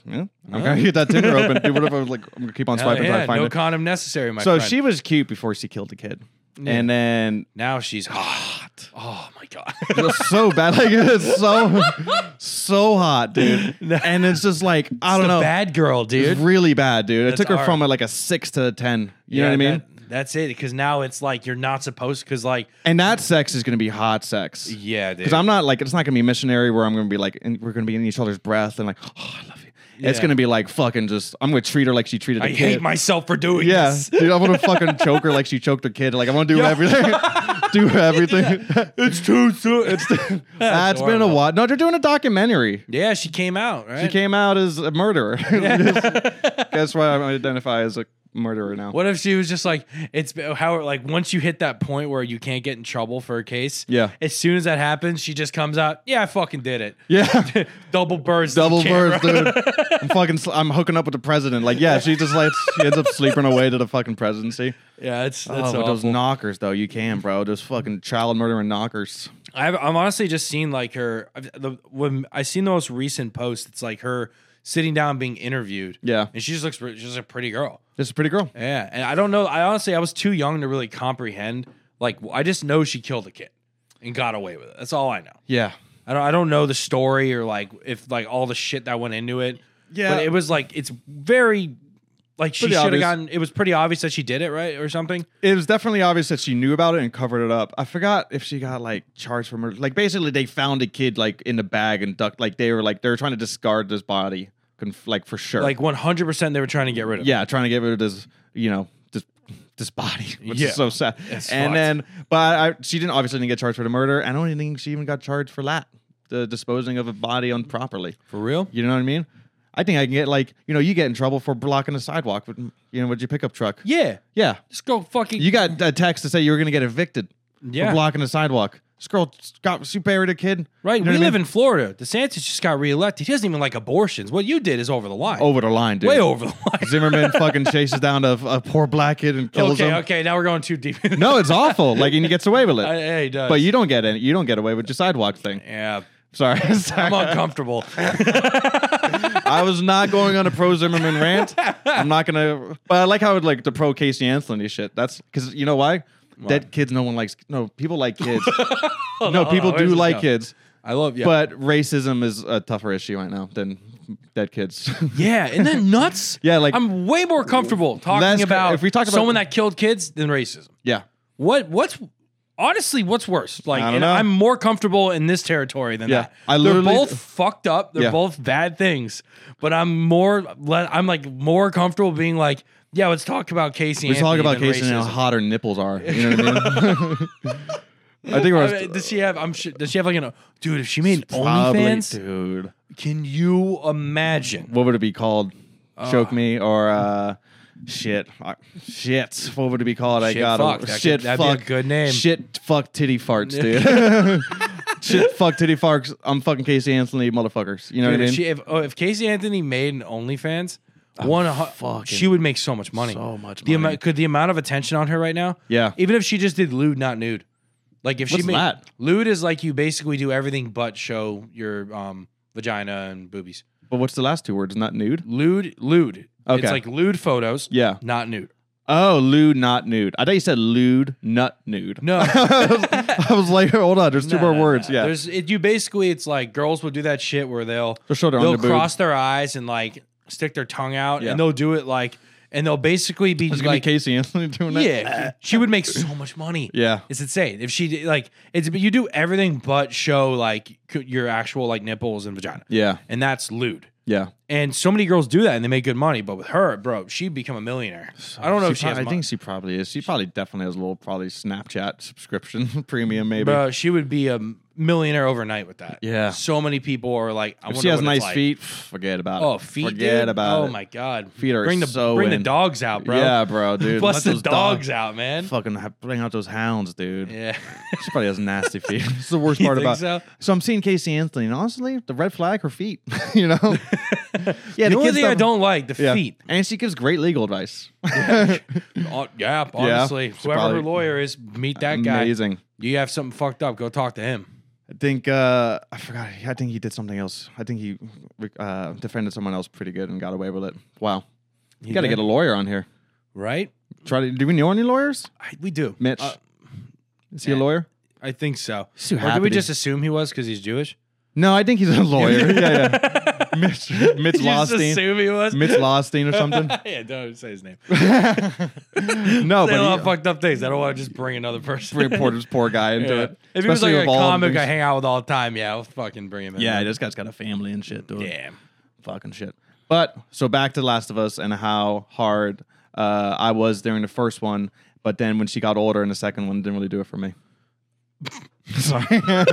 S2: yeah. I'm gonna get that Tinder open. Dude, whatever. Like I'm gonna keep on
S1: Hell
S2: swiping until
S1: yeah,
S2: I find
S1: no
S2: it.
S1: condom necessary, my
S2: so
S1: friend.
S2: she was cute before she killed the kid, and then
S1: now she's hot. Oh my
S2: *laughs*
S1: god.
S2: it was so bad, like it's so so hot,
S1: *laughs*
S2: dude. And it's just like I don't
S1: the
S2: know,
S1: bad girl, dude.
S2: it's really bad, dude. it
S1: That's
S2: took her
S1: art.
S2: from a, like a six to a ten. You
S1: Yeah,
S2: know what I mean?
S1: that- that's it. Because now it's like you're not supposed. Because like,
S2: and that sex is gonna be hot sex.
S1: yeah, dude.
S2: Because I'm not like it's not gonna be missionary where I'm gonna be like and we're gonna be in each other's breath and like oh I love you. It's
S1: Yeah. gonna
S2: gonna be like fucking just I'm gonna treat her like she treated. a
S1: I
S2: kid.
S1: hate myself for doing
S2: Yeah,
S1: this.
S2: *laughs* dude, I want to fucking choke her like she choked her kid. Like I want to
S1: *laughs*
S2: do everything, *laughs* do everything.
S1: It's too soon. It's
S2: *laughs* That's been a while. No, they're doing a documentary.
S1: *laughs* yeah. She came out. Right.
S2: She came out as a murderer. *laughs*
S1: *laughs*
S2: That's why I identify as a murderer now.
S1: What if she was just like it's how like once you hit that point where you can't get in trouble for a case?
S2: Yeah.
S1: As soon as that happens, she just comes out. Yeah, I fucking did it.
S2: Yeah,
S1: *laughs* Double burst.
S2: *laughs* double
S1: camera.
S2: birth, dude.
S1: *laughs*
S2: I'm fucking. Sl- I'm hooking up with the president. Like, yeah, she just like she ends up sleeping away to the fucking presidency.
S1: Yeah, it's that's
S2: Oh,
S1: awful.
S2: but those knockers though, you can, bro. Those fucking child murdering knockers.
S1: I've I'm honestly just seen like her I've- the when I seen the most recent post. It's like her sitting down being interviewed.
S2: Yeah.
S1: and she just looks re- she's just a pretty girl.
S2: This is a pretty girl.
S1: Yeah, and I don't know. I honestly I was too young to really comprehend. Like I just know she killed a kid and got away with it. That's all I know.
S2: Yeah,
S1: I don't I don't know the story or like if like all the shit that went into it.
S2: Yeah.
S1: but it was like it's very. Like she
S2: Pretty
S1: should have
S2: obvious.
S1: gotten. It was pretty obvious that she did it, right, or something.
S2: it was definitely obvious that she knew about it and covered it up. I forgot if she got like charged for murder. Like basically, they found a kid like in the bag and ducked. Like they were like they were trying to discard this body, conf- like for sure.
S1: Like one hundred percent, they were trying to get rid of.
S2: yeah, trying to give her this, you know, this this body, which
S1: Yeah.
S2: is so sad.
S1: It's
S2: and
S1: fucked.
S2: then, but I, she didn't obviously didn't get charged for the murder. I don't think she even got charged for that, the disposing of a body improperly.
S1: for real.
S2: You know what I mean? I think I can get like you know you get in trouble for blocking the sidewalk with you know with your pickup truck.
S1: Yeah,
S2: Yeah,
S1: just go fucking.
S2: You got a text to say you were going to get evicted
S1: Yeah.
S2: for blocking the sidewalk. Scroll, got she buried a kid.
S1: Right,
S2: You know
S1: we
S2: what I
S1: live
S2: mean?
S1: in Florida. DeSantis just got reelected. He doesn't even like abortions. What you did is over the line.
S2: over the line, dude.
S1: way over the line. *laughs*
S2: *laughs* Zimmerman fucking chases down a, a poor black kid and kills
S1: okay,
S2: him.
S1: okay. Now we're going too deep. *laughs*
S2: No, it's awful. Like and he gets away with it.
S1: I, yeah, he does.
S2: but you don't get it. You don't get away with your sidewalk thing.
S1: yeah,
S2: Sorry, *laughs*
S1: I'm
S2: sorry.
S1: uncomfortable.
S2: I was not going on a pro Zimmerman rant. I'm not gonna. But I like how it, like the pro Casey Anthony shit. That's because you know why? Dead kids. No one likes. No people
S1: *laughs*
S2: like kids. no,
S1: on,
S2: people
S1: where's
S2: do
S1: this
S2: like
S1: going?
S2: kids.
S1: I love yeah.
S2: but racism is a tougher issue right now than dead kids. *laughs*
S1: yeah, and then nuts.
S2: Yeah, like-
S1: I'm way more comfortable talking
S2: That's cr-
S1: about
S2: if we talk about-
S1: someone that killed kids than racism.
S2: yeah.
S1: What what's honestly what's worse? Like,
S2: I don't
S1: and
S2: know.
S1: I'm more comfortable in this territory than
S2: Yeah,
S1: that.
S2: I
S1: They're
S2: literally-
S1: both fucked up. They're
S2: Yeah.
S1: both bad things. But I'm more le- I'm like more comfortable being like, yeah, let's talk about Casey.
S2: We talk
S1: Anthony
S2: about
S1: than
S2: Casey and how
S1: racism.
S2: hot her nipples are. You know what I mean? *laughs* I think we're
S1: I mean, does she have? I'm sure. Does she have like an? Dude, if she made
S2: probably,
S1: OnlyFans,
S2: dude.
S1: can you imagine?
S2: What would it be called? Choke me or uh, shit, I- shit. What would it be called? I
S1: Shit
S2: got
S1: fuck. That could-
S2: shit.
S1: that'd be a
S2: fuck.
S1: good name.
S2: Shit. Fuck titty farts, dude.
S1: *laughs*
S2: *laughs* shit. Fuck titty farts. I'm fucking Casey Anthony, motherfuckers. You know
S1: Dude,
S2: what I
S1: if,
S2: mean?
S1: she, if, oh, if Casey Anthony made an OnlyFans, one hu-
S2: Oh, fucking-
S1: she would make so much money.
S2: So much
S1: The
S2: money.
S1: amount, could the amount of attention on her right now?
S2: Yeah.
S1: Even if she just did lewd, not nude. Like if she
S2: What's
S1: made
S2: that?
S1: lewd is like you basically do everything but show your um vagina and boobies.
S2: but what's the last two words? Not nude.
S1: Lewd, lewd.
S2: Okay.
S1: It's like lewd photos.
S2: Yeah.
S1: Not
S2: *laughs*
S1: nude.
S2: Oh, lewd, not nude. I thought you said lewd, nut nude.
S1: No.
S2: *laughs* I, was, I was like, hold on, there's two
S1: No,
S2: more
S1: no, no.
S2: words. Yeah.
S1: There's it, you basically it's like girls will do that shit where they'll
S2: They'll show their
S1: they'll
S2: underboob.
S1: cross their eyes and like stick their tongue out,
S2: Yeah.
S1: and they'll do it like, and they'll basically be
S2: It's gonna
S1: like,
S2: be Casey Anthony doing that.
S1: yeah, *laughs* she would make so much money.
S2: uh, Yeah.
S1: It's insane if she did- like it's but you do everything but show like c- your actual like nipples and vagina,
S2: Yeah.
S1: and that's lewd.
S2: Yeah.
S1: And so many girls do that and they make good money, but with her, bro, she'd become a millionaire. I don't know
S2: She
S1: if she
S2: prob-
S1: has.
S2: I
S1: money.
S2: think she probably is. She probably definitely has a little probably Snapchat subscription *laughs* premium maybe.
S1: Bro, she would be a millionaire overnight with that.
S2: Yeah.
S1: So many people are like, I
S2: if
S1: wonder
S2: she has
S1: what it's
S2: nice
S1: like.
S2: feet, pff, forget about it.
S1: Oh, feet.
S2: Forget
S1: dude?
S2: about
S1: oh
S2: it.
S1: my god.
S2: Feet are
S1: bring the
S2: so
S1: bring
S2: in.
S1: the dogs out, bro. *laughs*
S2: Yeah, bro, dude.
S1: Bust
S2: Let
S1: the
S2: those
S1: dogs, out, man.
S2: Fucking ha- bring out those hounds, dude.
S1: Yeah.
S2: She probably
S1: *laughs*
S2: has nasty feet. It's the worst
S1: You
S2: part
S1: think
S2: about.
S1: so?
S2: I'm seeing Casey Anthony, and honestly, the red flag her feet. *laughs*
S1: *laughs*
S2: you know. yeah,
S1: the only
S2: kids
S1: thing I
S2: don't-
S1: don't like the
S2: Yeah.
S1: feet.
S2: And she gives great legal *laughs* advice.
S1: Uh, yeah, honestly,
S2: It's
S1: whoever
S2: probably-
S1: her lawyer is, meet that guy.
S2: Amazing.
S1: You have something fucked up. Go talk to him.
S2: I think uh, I forgot. I think he did something else. I think he uh, defended someone else pretty good and got away with it. Wow. You got to
S1: did?
S2: get a lawyer on here.
S1: Right?
S2: Try to. Do we know any lawyers?
S1: I, we do.
S2: Mitch.
S1: Uh,
S2: Is he a lawyer?
S1: I think so.
S2: Sue
S1: Or did we
S2: Happity.
S1: just assume he was because he's Jewish?
S2: No, I think he's a *laughs* lawyer. *laughs* yeah, yeah.
S1: *laughs*
S2: Mitch, Mitch
S1: You just
S2: Lostein.
S1: assume he was. *laughs*
S2: Mitch Lostein or *laughs* something.
S1: yeah, don't say
S2: *laughs*
S1: his name.
S2: no,
S1: they love
S2: but
S1: fucked up things. I don't want to just bring another person.
S2: he reported this poor guy into
S1: Yeah.
S2: it.
S1: *laughs* If he was like
S2: Especially
S1: a
S2: with all the
S1: comic I
S2: things-
S1: hang out with all the time, yeah, I'll fucking bring him in.
S2: Yeah, this guy's got a family and shit, dude.
S1: Damn.
S2: fucking shit. But so back to Last of Us and how hard uh, I was during the first one, but then when she got older in the second one, it didn't really do it for me. *laughs* Sorry, I'm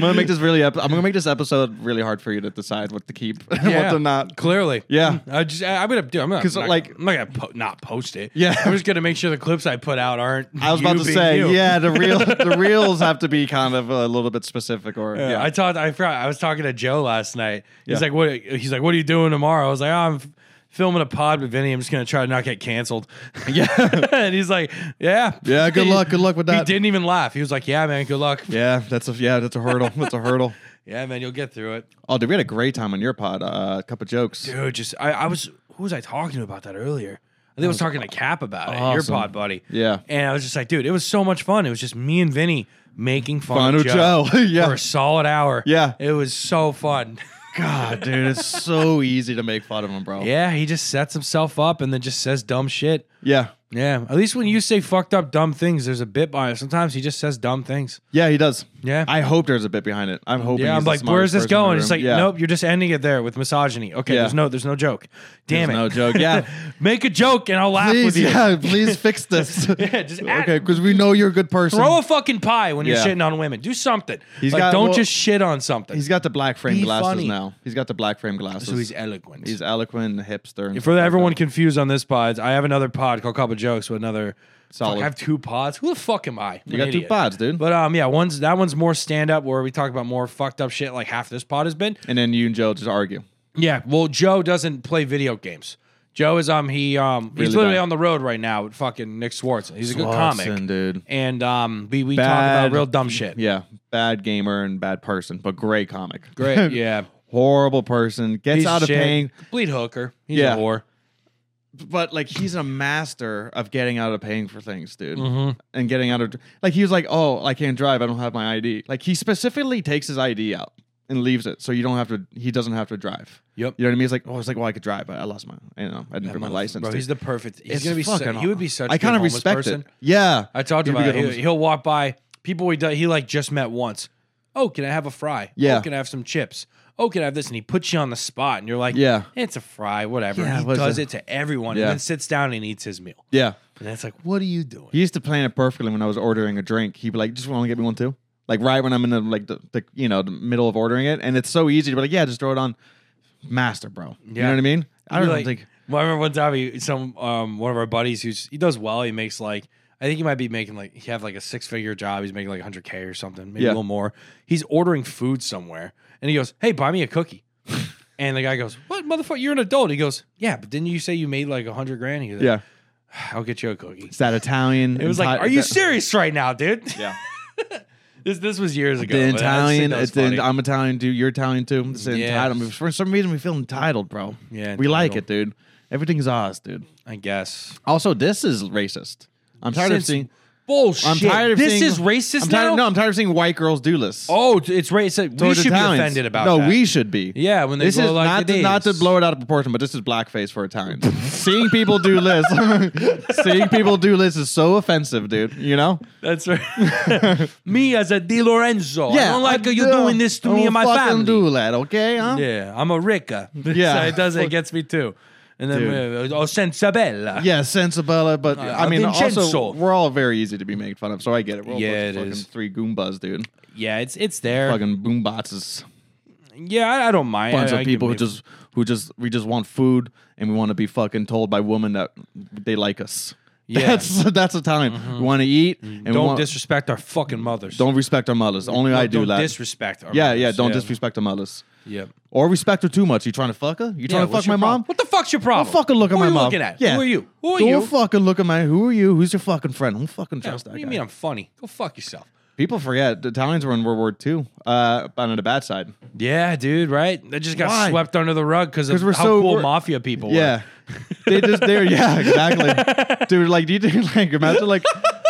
S2: gonna make this really. Ep- I'm gonna make this episode really hard for you to decide what to keep and *laughs* what
S1: Yeah.
S2: to not.
S1: Clearly.
S2: Yeah.
S1: I just I, I'm gonna do. I'm gonna
S2: 'Cause,
S1: I'm not
S2: like-
S1: gonna- I'm not gonna po- not post it.
S2: Yeah.
S1: I'm just gonna make sure the clips I put out aren't.
S2: I was
S1: you
S2: about to
S1: being
S2: say,
S1: you.
S2: yeah,
S1: *laughs*
S2: the real the reels have to be kind of a little bit specific, or
S1: Yeah,
S2: yeah,
S1: I talked. I forgot. I was talking to Joe last night. He's
S2: Yeah.
S1: like, "What?" He's like, "What are you doing tomorrow?" I was like, oh, "I'm f- filming a pod with Vinny. I'm just gonna try to not get canceled."
S2: *laughs* yeah,
S1: *laughs* and he's like, "Yeah,
S2: yeah. Good luck, good luck with
S1: He
S2: that.
S1: didn't even laugh. He was like, "Yeah, man, good luck. *laughs* Yeah,
S2: Yeah, that's a yeah, that's a hurdle. That's a hurdle.
S1: man, you'll get through it,
S2: Oh, dude, we had a great time on your pod. Uh, cup of jokes.
S1: dude." Just I, I was who was I talking to about that earlier? I think I was talking to Cap about it, your
S2: awesome.
S1: pod buddy.
S2: Yeah.
S1: and I was just like, dude, it was so much fun. It was just me and Vinny making fun,
S2: Fun
S1: of
S2: of
S1: Joe,
S2: Joe. *laughs* Yeah.
S1: for a solid hour.
S2: Yeah.
S1: it was so fun. *laughs*
S2: God, dude, it's so easy to make fun of him, bro.
S1: yeah, he just sets himself up and then just says dumb shit.
S2: yeah,
S1: Yeah, at least when you say fucked up dumb things, there's a bit behind it. Sometimes he just says dumb things.
S2: Yeah, he does.
S1: Yeah.
S2: I hope there's a bit behind it. I'm hoping.
S1: yeah,
S2: he's
S1: I'm
S2: the
S1: like,
S2: smartest
S1: where's this
S2: person in the
S1: going? It's
S2: room.
S1: like,
S2: Yeah.
S1: nope, you're just ending it there with misogyny. Okay,
S2: Yeah.
S1: there's no, there's no joke. Damn
S2: There's
S1: it, *laughs*
S2: no joke. Yeah.
S1: Make a joke and I'll laugh with
S2: please,
S1: you.
S2: yeah,
S1: *laughs*
S2: please fix this.
S1: Yeah, just add-
S2: okay, because we know you're a good person.
S1: Throw a fucking pie when you're
S2: Yeah.
S1: shitting on women. Do something.
S2: He's
S1: like,
S2: got-
S1: don't
S2: well,
S1: just shit on something.
S2: he's got the black frame
S1: Be
S2: glasses
S1: funny.
S2: now. He's got the black frame glasses.
S1: so he's eloquent.
S2: He's eloquent, and hipster. and
S1: For
S2: stuff like
S1: everyone
S2: that.
S1: confused on this pod, I have another pod called Couple Jokes with another.
S2: Solid.
S1: Fuck, I have two pods. Who the fuck am I?
S2: you got two pods, dude.
S1: But um, yeah, one's that one's more stand up where we talk about more fucked up shit like half this pod has been.
S2: and then you and Joe just argue.
S1: Yeah, well, Joe doesn't play video games. Joe is um he um
S2: Really
S1: he's literally
S2: bad.
S1: on the road right now with fucking Nick Swartzen. He's a good
S2: Watson,
S1: comic,
S2: dude.
S1: and um we we talk
S2: Bad.
S1: about real dumb shit.
S2: *laughs* Yeah, bad gamer and bad person, but great comic. *laughs*
S1: Great, yeah,
S2: Horrible person. Gets
S1: Piece
S2: out of
S1: shit.
S2: pain,
S1: Bleed hooker. He's
S2: Yeah.
S1: a whore.
S2: but like he's a master of getting out of paying for things, dude,
S1: Mm-hmm.
S2: and getting out of like he was like, oh, I can't drive, I don't have my ID. Like he specifically takes his ID out and leaves it, so you don't have to. He doesn't have to drive.
S1: Yep.
S2: You know what I mean? He's like, oh, it's like, well, I could drive, but I lost my, you know, I didn't bring my license.
S1: Bro,
S2: dude.
S1: he's the perfect. He's
S2: It's
S1: gonna be. Su-
S2: fucking
S1: he would be such.
S2: I
S1: kind of
S2: respect
S1: person.
S2: it. Yeah,
S1: I talked
S2: He'd be
S1: about
S2: good
S1: it.
S2: homeless-
S1: He, will walk by people he do, he like just met once. Oh, can I have a fry?
S2: Yeah.
S1: Oh, can I have some chips? Oh, can I have this? And he puts you on the spot, and you're like,
S2: Yeah.
S1: it's a fry, whatever.
S2: Yeah,
S1: he
S2: what is
S1: does
S2: it?
S1: it to everyone,
S2: Yeah.
S1: and then sits down and eats his meal.
S2: yeah.
S1: And it's like, what are you doing?
S2: He used to plan it perfectly when I was ordering a drink. He'd be like, just want to get me one too. Like right when I'm in the like the, the you know the middle of ordering it, and it's so easy to be like, yeah, just throw it on, master, bro. You know
S1: Yeah.
S2: what I mean? I don't
S1: You're
S2: think.
S1: Well, I remember one time he, some um one of our buddies who's he does well. He makes like I think he might be making like he have like a six figure job. He's making like 100k or something, maybe a
S2: Yeah.
S1: little more. He's ordering food somewhere, and he goes, "Hey, buy me a
S2: *laughs*
S1: cookie." and the guy goes, "What motherfucker? You're an adult." He goes, "Yeah, but didn't you say you made like 100 grand?" He goes,
S2: Yeah.
S1: I'll get you a cookie."
S2: It's that Italian.
S1: It was like,
S2: Ita-
S1: "Are you
S2: that-
S1: serious right now, dude?"
S2: Yeah.
S1: *laughs* this this was years ago.
S2: The
S1: but I just think
S2: Italian.
S1: that was
S2: It's in,
S1: funny.
S2: I'm Italian too. You're Italian too. It's
S1: Yeah.
S2: entitlement. For some reason, we feel entitled, bro.
S1: Yeah,
S2: We like it,
S1: entitled.
S2: dude. Everything's ours, dude.
S1: I guess.
S2: Also, this is racist. I'm tired of
S1: Since-
S2: seeing.
S1: Bullshit.
S2: I'm tired of
S1: this
S2: seeing,
S1: is racist
S2: I'm tired,
S1: now.
S2: No, I'm tired of seeing white girls do this.
S1: Oh, it's racist. we
S2: towards
S1: should
S2: Italians.
S1: be offended about
S2: no,
S1: that.
S2: we should be.
S1: Yeah, when they
S2: this
S1: blow
S2: is
S1: like
S2: not
S1: the
S2: to, not to
S1: days.
S2: blow it out of proportion, but this is blackface for Italians. *laughs* seeing people do this, *laughs* seeing people do this is so offensive, dude. You know?
S1: That's right.
S2: *laughs*
S1: me as a Di Lorenzo. I don't like you doing this to
S2: I
S1: me
S2: don't
S1: and my
S2: fucking
S1: family.
S2: Do that, okay? Huh?
S1: Yeah, I'm a Ricca. *laughs*
S2: Yeah.
S1: so it does. It gets me too. And then uh, oh, senza bella.
S2: Yeah, Sensabella, but I mean,
S1: Vincenzo.
S2: also we're all very easy to be made fun of, so I get it. We're all a
S1: Yeah,
S2: bunch of
S1: it
S2: fucking
S1: is.
S2: Three Goombas, dude.
S1: yeah, it's it's there.
S2: Fucking boombots is
S1: Yeah, I, I don't mind.
S2: bunch
S1: I- I
S2: of
S1: can
S2: people who
S1: be-
S2: just who just we just want food and we want to be fucking told by women that they like us.
S1: *laughs* Yeah. Mm-hmm.
S2: That's that's the time we want to eat and we
S1: don't
S2: want,
S1: disrespect our fucking mothers.
S2: don't respect our mothers. Only I do
S1: don't
S2: that.
S1: disrespect. Our
S2: yeah,
S1: mothers.
S2: yeah. Don't disrespect our mothers
S1: Yep.
S2: or respect her too much. You trying to fuck her? You trying to
S1: what's
S2: fuck my
S1: your problem?
S2: mom?
S1: What the fuck's your problem?
S2: Don't fucking look at
S1: Who
S2: my
S1: are you
S2: mom.
S1: Looking at?
S2: Yeah.
S1: Who are you? Who are
S2: Don't
S1: you?
S2: fucking look at my. Who are you? Who's your fucking friend? Don't fucking
S1: Yeah,
S2: trust
S1: what
S2: that
S1: do you
S2: guy.
S1: mean I'm funny? Go fuck yourself.
S2: People forget the Italians were in World War II. Uh, on the bad side.
S1: Yeah, dude. Right? They just got
S2: Why?
S1: swept under the rug because of
S2: 'Cause we're
S1: how
S2: so-
S1: cool
S2: we're-
S1: mafia people were. *laughs*
S2: Yeah. *laughs* they just they're yeah, exactly. Dude, like do you think like imagine like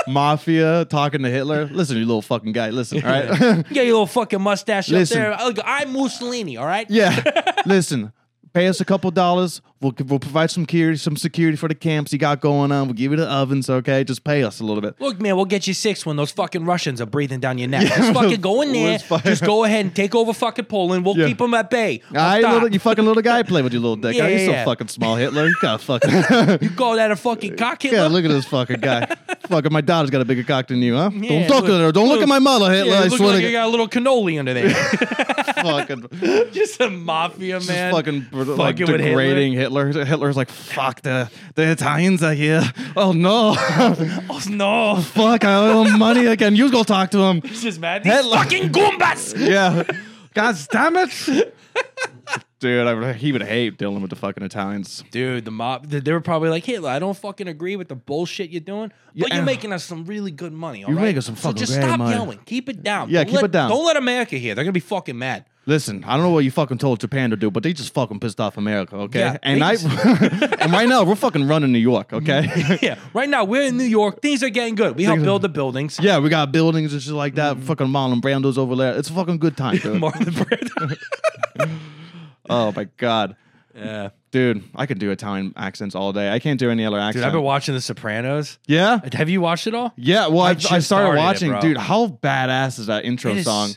S2: mafia talking to Hitler? Listen, you little fucking guy, listen, all right?
S1: Yeah, your little fucking mustache
S2: Listen.
S1: up there. I'll go- I'm Mussolini, all right?
S2: *laughs* yeah. Listen, pay us a couple dollars. We'll we'll provide some security, some security for the camps you got going on. We'll give you the ovens, okay? Just pay us a little bit.
S1: Look, man, we'll get you six when those fucking Russians are breathing down your neck. Just fucking go
S2: *laughs*
S1: in there.
S2: Let's fuck-
S1: Just go ahead and take over fucking Poland. We'll
S2: Yeah.
S1: keep them at bay.
S2: All right,
S1: Stop.
S2: little, you fucking little guy, play with your
S1: *laughs*
S2: little dick.
S1: Yeah,
S2: Yeah, you
S1: yeah,
S2: so
S1: yeah.
S2: fucking small, Hitler. You got a fucking *laughs*
S1: you call that a fucking cock
S2: yeah.
S1: Hitler?
S2: Look at this fucking
S1: *laughs*
S2: guy. fucking my daughter's got a bigger cock than you, huh?
S1: Yeah,
S2: don't talk
S1: look-
S2: at her. Don't look,
S1: look-
S2: at my mother,
S1: Yeah,
S2: Hitler. I
S1: it looks
S2: swear
S1: like you
S2: to
S1: got a little cannoli under
S2: *laughs*
S1: there. *laughs*
S2: God, fucking.
S1: just a mafia
S2: just
S1: man.
S2: fucking, br- like
S1: Fucking with
S2: degrading Hitler. Hitler's like, fuck the the Italians are here. Oh no, *laughs*
S1: Oh, no. *laughs*
S2: fuck! I owe him money again. You go talk to him.
S1: He's just mad. These
S2: Hitler.
S1: fucking Goombas.
S2: Yeah, *laughs* god
S1: *laughs*
S2: damn it, dude. I, would- he would hate dealing with the fucking Italians.
S1: Dude, the mob, they they were probably like, Hitler, I don't fucking agree with the bullshit you're doing, but
S2: Yeah.
S1: you're making us some really good money, all
S2: You're
S1: right?
S2: making some fucking
S1: So just
S2: great
S1: stop
S2: money."
S1: yelling. Keep it down.
S2: Yeah,
S1: Don't
S2: keep
S1: let-
S2: it down.
S1: Don't let America hear. They're going to be fucking
S2: *laughs*
S1: mad.
S2: Listen, I don't know what you fucking told Japan to do, but they just fucking pissed off America, okay?
S1: Yeah,
S2: and
S1: they
S2: I
S1: just-
S2: *laughs* and right now we're fucking running New York, okay?
S1: *laughs* yeah, right now we're in New York. Things are getting good. We help build the buildings.
S2: *laughs*
S1: *laughs*
S2: yeah, we got buildings and shit like that.
S1: Mm-hmm.
S2: Fucking Marlon Brando's over there. It's a fucking good
S1: *laughs*
S2: time, dude.
S1: Marlon Brando.
S2: oh my god.
S1: yeah.
S2: Dude, I could do Italian accents all day. I can't do any other accent.
S1: Dude, I've been watching The Sopranos.
S2: yeah,
S1: Have you watched it all?
S2: yeah. Well, I, I
S1: just
S2: started,
S1: started it,
S2: watching,
S1: bro.
S2: dude. How badass is that intro
S1: It is-
S2: song?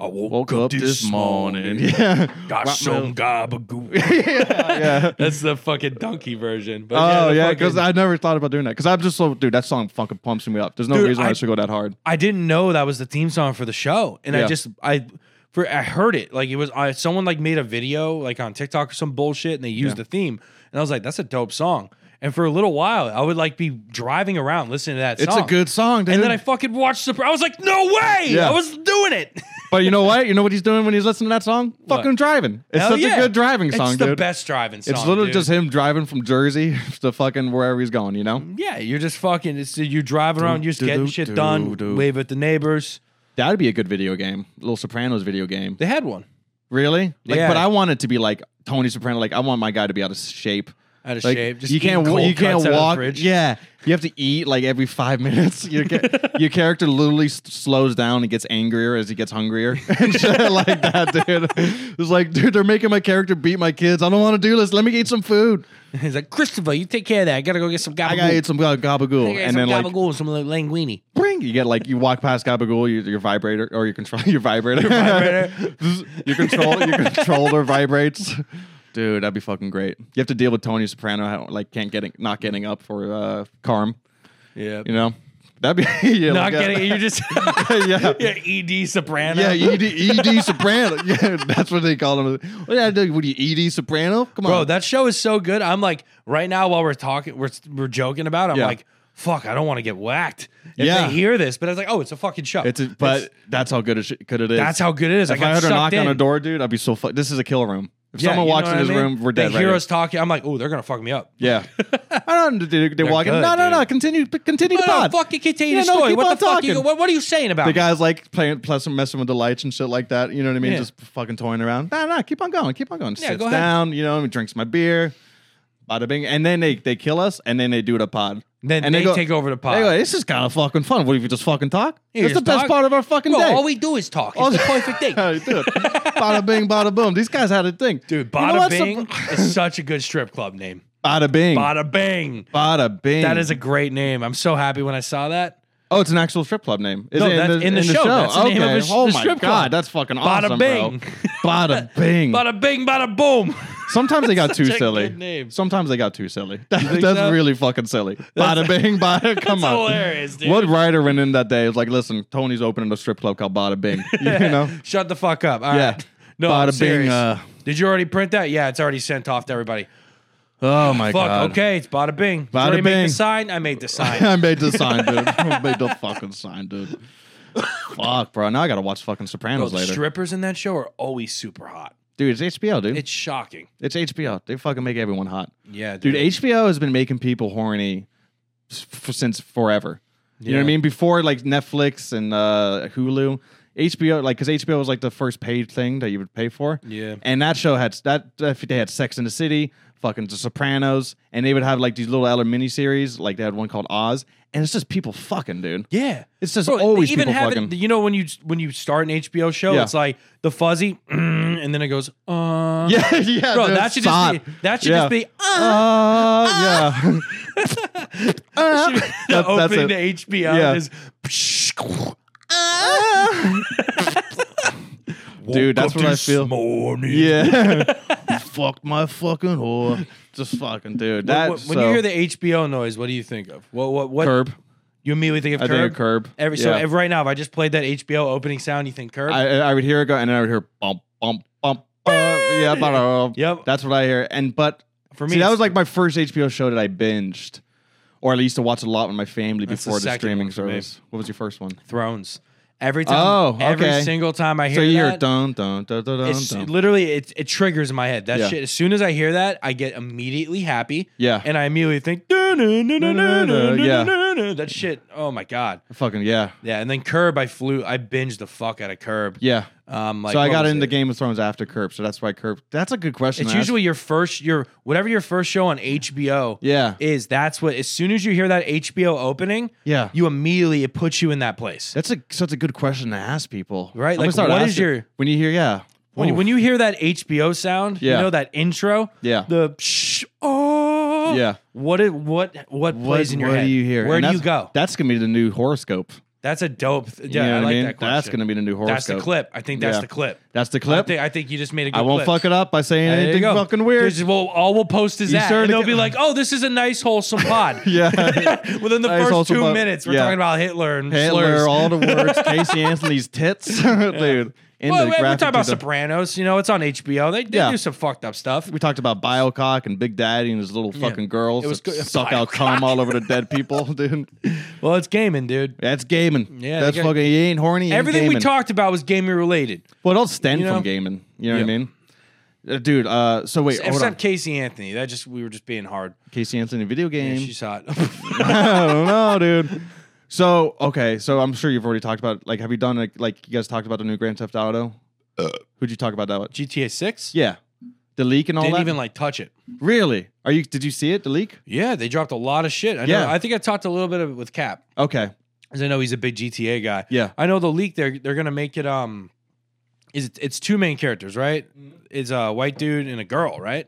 S1: I woke,
S2: Woke up this morning. *laughs* Yeah.
S1: *laughs* Got
S2: What
S1: some
S2: milk?
S1: gabagool.
S2: *laughs* yeah.
S1: *laughs* That's the fucking donkey version. But
S2: Oh
S1: the
S2: yeah,
S1: fucking-
S2: because I never thought about doing that. Because I'm just so, dude. That song fucking pumps me up. There's no
S1: Dude,
S2: reason why I,
S1: I-
S2: should go that hard.
S1: I didn't know that was the theme song for the show, and
S2: Yeah.
S1: I just I for I heard it like it was I, someone like made a video like on TikTok or some bullshit, and they used the theme, and I was like, that's a dope song. And for a little while, I would like be driving around listening to that.
S2: It's
S1: song.
S2: a good song, dude.
S1: And then I fucking watched the. I was like, no way!
S2: Yeah.
S1: I was doing it.
S2: but you know what? You know what he's doing when he's listening to that song? Fucking driving.
S1: *laughs*
S2: It's
S1: Hell
S2: such
S1: yeah.
S2: a good driving song,
S1: It's
S2: dude.
S1: the best driving song.
S2: It's literally
S1: dude.
S2: just him driving from Jersey *laughs* to fucking wherever he's going. You know.
S1: Yeah, you're just fucking. It's you driving around, you're just
S2: do,
S1: getting
S2: do,
S1: shit
S2: do,
S1: done.
S2: do.
S1: Wave at the neighbors.
S2: That'd be a good video game. Little Sopranos video game.
S1: They had one.
S2: Really? Like,
S1: Yeah.
S2: But I want it to be like Tony Soprano. Like I want my guy to be out of shape.
S1: Out of
S2: Like,
S1: shape. Just
S2: you can't.
S1: eating
S2: wa- You
S1: cold cuts
S2: can't
S1: out of the
S2: walk.
S1: fridge.
S2: Yeah. You have to eat like every five *laughs* minutes. Your
S1: *laughs*
S2: ca- your character literally s- slows down and gets angrier as he gets hungrier *laughs* and shit like that, dude. It's like, dude, they're making my character beat my kids. I don't want to do this. Let me eat some food.
S1: *laughs* He's like, Christopher, you take care of that. I gotta go get some gabagool.
S2: I gotta eat some uh, gabagool, and then like,
S1: gabagool and some like languini.
S2: bring. You get like you walk past Gabagool, you, your vibrator or your control, *laughs* your vibrator, your, *laughs*
S1: vibrator.
S2: control, your controller vibrates. Dude, that'd be fucking great. You have to deal with Tony Soprano, how, like can't getting not getting up for uh, Carm.
S1: Yeah,
S2: You know, that'd be *laughs* yeah,
S1: not
S2: like, uh,
S1: getting. *laughs* You
S2: *laughs*
S1: just
S2: yeah.
S1: *laughs* yeah, Ed Soprano.
S2: Yeah, E ED, ED Soprano. *laughs* Yeah, that's what they call him. What, yeah, dude, what are you, ED Soprano? Come on.
S1: bro, that show is so good. I'm like, right now while we're talking, we're we're joking about. It, I'm
S2: Yeah.
S1: like, fuck, I don't want to get whacked. If
S2: Yeah.
S1: they hear this, but I was like, oh, it's a fucking show.
S2: it's a, but that's how good a sh- good it is.
S1: that's how good it is.
S2: If
S1: I got
S2: I heard a
S1: sucked
S2: knock
S1: in.
S2: on a door, dude, I'd be so fucked. This is a kill room. If
S1: Yeah,
S2: someone
S1: you know
S2: walks
S1: what
S2: in
S1: I
S2: this
S1: mean?
S2: room, we're dead.
S1: They
S2: right
S1: hear
S2: here.
S1: us talking. I'm like, oh, they're gonna fuck me up. *laughs*
S2: Yeah. I don't. They, they walk in.
S1: good,
S2: No, no, no.
S1: dude.
S2: Continue. p- Continue
S1: No,
S2: the
S1: no,
S2: pod.
S1: fucking continue
S2: Yeah,
S1: the
S2: no,
S1: story.
S2: keep on
S1: what the fuck? You,
S2: talking.
S1: what, what are you saying about
S2: The
S1: me?
S2: guy's like playing, plus messing with the lights and shit like that. You know what I mean?
S1: Yeah.
S2: Just fucking toying around. No, no. Keep on going. Keep on going.
S1: Yeah,
S2: Sits
S1: go ahead.
S2: down. You know, and drinks my beer. Bada bing. And then they they kill us, and then they do the pod.
S1: Then
S2: And
S1: they,
S2: they go-
S1: take over the pod.
S2: Hey, like, this is kind of fucking fun. What if you just fucking talk?
S1: Yeah,
S2: That's the
S1: just
S2: best
S1: talk.
S2: part of our fucking
S1: Bro,
S2: day. *laughs*
S1: all we do is talk. It's
S2: All-
S1: the perfect
S2: *laughs*
S1: thing.
S2: How
S1: *laughs*
S2: you do it? Bada bing, bada boom. These guys had a thing,
S1: Dude,
S2: You know
S1: Bada
S2: what's the-
S1: Bing is such a good strip club name.
S2: bada bing,
S1: Bada Bing.
S2: bada bing.
S1: That is a great name. I'm so happy when I saw that.
S2: Oh, it's an actual strip club name. Is
S1: No,
S2: it
S1: that's in the show. That's the
S2: okay.
S1: name of the sh-
S2: oh
S1: the
S2: my
S1: strip
S2: god,
S1: club.
S2: that's fucking
S1: Bada
S2: awesome,
S1: bing.
S2: bro.
S1: *laughs*
S2: Bada bing.
S1: Bada Bing, bada boom. *laughs*
S2: Sometimes they got too
S1: Such a
S2: silly.
S1: good name.
S2: Sometimes they got too silly.
S1: think
S2: *laughs* that's
S1: so?
S2: really
S1: *laughs*
S2: fucking silly. Bada bing, bada. Come
S1: That's
S2: on.
S1: hilarious, dude.
S2: What writer went in that day was like, listen, Tony's opening a strip club called
S1: *laughs*
S2: Bada Bing. You know?
S1: Shut the fuck up. All right.
S2: Yeah.
S1: No,
S2: Bada
S1: I'm
S2: bing,
S1: serious.
S2: uh,
S1: Did you already print that? Yeah, it's already sent off to everybody.
S2: Oh my
S1: Fuck,
S2: god.
S1: okay, it's bada bing. Did you
S2: Bada
S1: already make
S2: bing.
S1: the sign? I made the sign.
S2: *laughs* I made the sign, dude. *laughs* I made the fucking sign, dude. Fuck, bro. Now I gotta watch fucking
S1: Bro,
S2: Sopranos
S1: the
S2: later.
S1: strippers in that show are always super hot.
S2: dude, it's HBO, dude.
S1: It's shocking.
S2: It's HBO. They fucking make everyone hot.
S1: Yeah,
S2: Dude, HBO has been making people horny s- f- since forever. You know what
S1: Yeah.
S2: I mean? Before like Netflix and uh, Hulu, HBO like because HBO was like the first paid thing that you would pay for.
S1: Yeah.
S2: and that show had that that- they had Sex in the City, fucking The Sopranos, and they would have like these little other miniseries. Like they had one called Oz, and it's just people fucking, dude.
S1: Yeah,
S2: It's just always people
S1: have
S2: fucking.
S1: It, you know when you when you start an HBO show,
S2: Yeah.
S1: it's like the fuzzy, *clears throat* mm, and then it goes, uh,
S2: *laughs* yeah, yeah,
S1: bro,
S2: dude,
S1: that should
S2: sod.
S1: just be that should *laughs*
S2: Yeah.
S1: just be uh,
S2: Uh,
S1: *laughs*
S2: yeah. *laughs* Uh,
S1: the
S2: *laughs* that- that's
S1: opening
S2: it.
S1: to HBO
S2: Yeah.
S1: is. *laughs*
S2: Dude, that's
S1: Woke
S2: what
S1: up
S2: I
S1: this *laughs*
S2: feel.
S1: Morning.
S2: Yeah. Fuck my fucking whore. Just fucking dude. That
S1: When, when you hear the HBO noise, what do you think of? What what what?
S2: curb,
S1: You immediately think of
S2: I
S1: curb.
S2: think of Curb.
S1: Every so
S2: Yeah.
S1: every, right now, if I just played that HBO opening sound, you think curb.
S2: I, I would hear it go, and then I would hear bump, bump, bump. Uh, yeah, ba-da-da.
S1: Yep.
S2: That's what I hear. And but
S1: For
S2: for
S1: me,
S2: me, that
S1: it's-
S2: was like my first HBO show that I binged, or at least to watch a lot with my family
S1: That's the
S2: before the,
S1: second
S2: streaming
S1: one for me.
S2: service. What was your first one?
S1: Thrones. Every time.
S2: Oh,
S1: Every
S2: okay.
S1: single time I hear
S2: so you hear
S1: that,
S2: dun dun dun dun dun.
S1: it's
S2: dun.
S1: literally it, it triggers in my head. That
S2: Yeah.
S1: shit. As soon as I hear that, I get immediately happy.
S2: Yeah.
S1: And I immediately think. Yeah.
S2: Yeah.
S1: That shit. Oh my god.
S2: Fucking yeah,
S1: Yeah. And then curb, I flew. I binged the fuck out of curb.
S2: yeah.
S1: Um. Like,
S2: so I
S1: what
S2: got
S1: was
S2: into
S1: it?
S2: Game of Thrones after Curb, so that's why Curb. That's a good question.
S1: It's
S2: to ask.
S1: usually your first your whatever your first show on HBO.
S2: yeah,
S1: Is that's what as soon as you hear that HBO opening,
S2: yeah.
S1: you immediately it puts you in that place.
S2: That's a such a good question to ask people,
S1: Right?
S2: I'm gonna
S1: Like,
S2: start
S1: what is
S2: asking-
S1: your-
S2: when you hear yeah
S1: When,
S2: Oof.
S1: when you hear that HBO sound,
S2: Yeah.
S1: you know that intro,
S2: Yeah.
S1: the psh, oh,
S2: Yeah.
S1: What it what what
S2: what,
S1: plays in your
S2: what
S1: head?
S2: do you hear?
S1: Where
S2: And
S1: do you
S2: that's-
S1: go?
S2: That's gonna be the new horoscope.
S1: That's a dope. Th-
S2: You
S1: yeah,
S2: know
S1: I
S2: what
S1: like
S2: mean?
S1: that question.
S2: That's gonna be the new horoscope.
S1: That's the clip. I think that's
S2: Yeah.
S1: the clip.
S2: That's the
S1: I
S2: clip.
S1: think, I think you just made a good.
S2: I won't
S1: clip.
S2: fuck it up by saying
S1: There you
S2: anything
S1: go.
S2: fucking weird.
S1: Just- well, all we'll post is
S2: You
S1: that,
S2: sure
S1: and
S2: to
S1: they'll
S2: get-
S1: be like, "Oh, this is a nice, wholesome pod."
S2: *laughs* *laughs* yeah,
S1: *laughs* Within the
S2: Nice,
S1: first
S2: wholesome
S1: two
S2: pod.
S1: minutes, we're
S2: Yeah.
S1: talking about Hitler and slurs.
S2: Hitler, all
S1: *laughs*
S2: the words. Casey Anthony's tits, *laughs* dude. In
S1: well,
S2: the
S1: we- we're
S2: graphic
S1: talking about
S2: design.
S1: Sopranos. You know, it's on HBO. They, they
S2: Yeah.
S1: do some fucked up stuff.
S2: We talked about Biocock and Big Daddy and his little fucking girls
S1: It was
S2: that
S1: good-
S2: suck out cum all over the dead people, *laughs* dude.
S1: Well, it's gaming, dude.
S2: That's gaming.
S1: Yeah, they
S2: that's
S1: got-
S2: fucking. You ain't horny. you ain't
S1: Everything we
S2: gaming.
S1: talked about was gaming related,
S2: Well, it all stemmed
S1: You know?
S2: from gaming. You know what
S1: Yeah.
S2: I mean? Uh, dude, uh, so wait, hold on.
S1: except Casey Anthony. That just we were just being hard.
S2: Casey Anthony video
S1: Yeah,
S2: game.
S1: she saw it.
S2: *laughs*
S1: *laughs*
S2: I don't know, dude. So okay, so I'm sure you've already talked about like, have you done like, like you guys talked about the new Grand Theft Auto? Who'd you talk about that? With?
S1: GTA Six
S2: Yeah, the leak and all
S1: didn't
S2: that.
S1: even like touch it.
S2: really? Are you? Did you see it? The leak?
S1: Yeah, they dropped a lot of shit. I know,
S2: Yeah.
S1: I think I talked a little bit of it with Cap,
S2: Okay.
S1: because I know he's a big GTA guy.
S2: Yeah.
S1: I know the leak. They're they're gonna make it. Um, is it, it's two main characters, right?
S2: Mm-hmm.
S1: It's a white dude and a girl, right?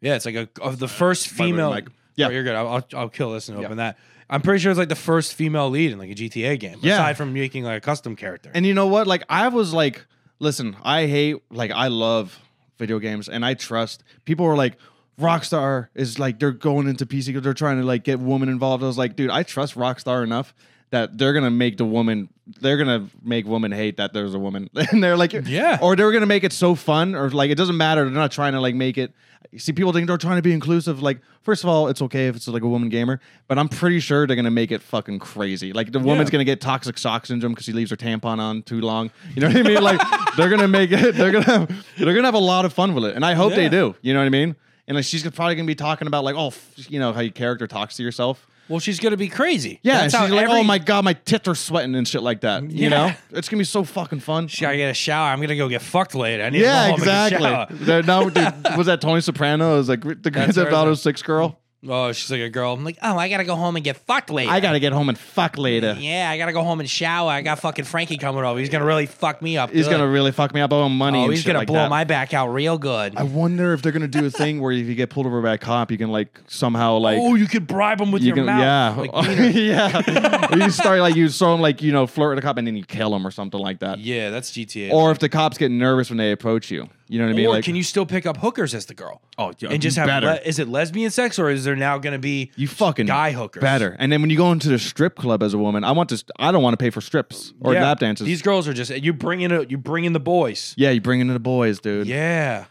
S1: Yeah, it's like a of the first
S2: by the way,
S1: female.
S2: Uh, Mike. Yeah.
S1: Oh, you're good. I'll, I'll, I'll kill this and open that. I'm pretty sure it's like the first female lead in like a GTA game.
S2: Yeah.
S1: Aside from making like a custom character.
S2: And you know what? Like I was like, listen, I hate like I love video games and I trust people were like Rockstar is like they're going into PC because they're trying to like get women involved. I was like, dude, I trust Rockstar enough that they're gonna make the woman they're gonna make women hate that there's a woman. *laughs* and they're like
S1: Yeah.
S2: Or they're gonna make it so fun or like it doesn't matter. They're not trying to like make it you see people think they're trying to be inclusive. Like, first of all, it's okay if it's like a woman gamer, but I'm pretty sure they're gonna make it fucking crazy. Like the woman's
S1: Yeah.
S2: gonna gonna get toxic sock syndrome because she leaves her tampon on too long. You know what I mean? Like *laughs* they're gonna make it. They're gonna have, they're gonna have a lot of fun with it, and I hope
S1: Yeah.
S2: they do. You know what I mean? And like she's probably gonna be talking about like, oh, f- you know how your character talks to yourself.
S1: well, she's gonna be crazy.
S2: Yeah,
S1: That's
S2: and
S1: how
S2: she's like,
S1: every-
S2: oh my god, my tits are sweating and shit like that.
S1: Yeah.
S2: You know, it's gonna be so fucking fun.
S1: Gotta get a shower. I'm gonna go get fucked later. I need
S2: yeah,
S1: to go home and get a shower. *laughs*
S2: exactly. They're now, dude, was that Tony Soprano? It was like the Grand
S1: That's her,
S2: Theft Auto
S1: isn't
S2: Six girl.
S1: Oh, she's like a girl. I'm like, oh, I gotta go home and get fucked later.
S2: I gotta get home and fuck later.
S1: Yeah, I gotta go home and shower. I got fucking Frankie coming over. He's gonna really fuck me up.
S2: He's
S1: good.
S2: gonna really fuck me up. I owe him money.
S1: Oh,
S2: and
S1: he's
S2: shit
S1: gonna
S2: like
S1: blow
S2: that.
S1: my back out real good.
S2: I wonder if they're gonna do a thing where if you get pulled over by a cop, you can like somehow like
S1: oh, you could bribe him with
S2: you
S1: your
S2: can
S1: mouth.
S2: *laughs* yeah
S1: Like, *laughs*
S2: yeah. you start like you show him like you know flirt with a cop and then you kill him or something like that.
S1: yeah, that's GTA.
S2: Or if the cops get nervous when they approach you, you know what I mean?
S1: Or
S2: like
S1: can you still pick up hookers as the girl?
S2: Oh, yeah,
S1: and just have
S2: better.
S1: le- is it lesbian sex or is there now going to be
S2: you fucking
S1: guy hookers?
S2: better. And then when you go into the strip club as a woman, I want to. st- I don't want to pay for strips or
S1: Yeah.
S2: lap dances.
S1: These girls are just you bring in a, you bring in the boys.
S2: yeah, you bring in the boys, dude.
S1: Yeah,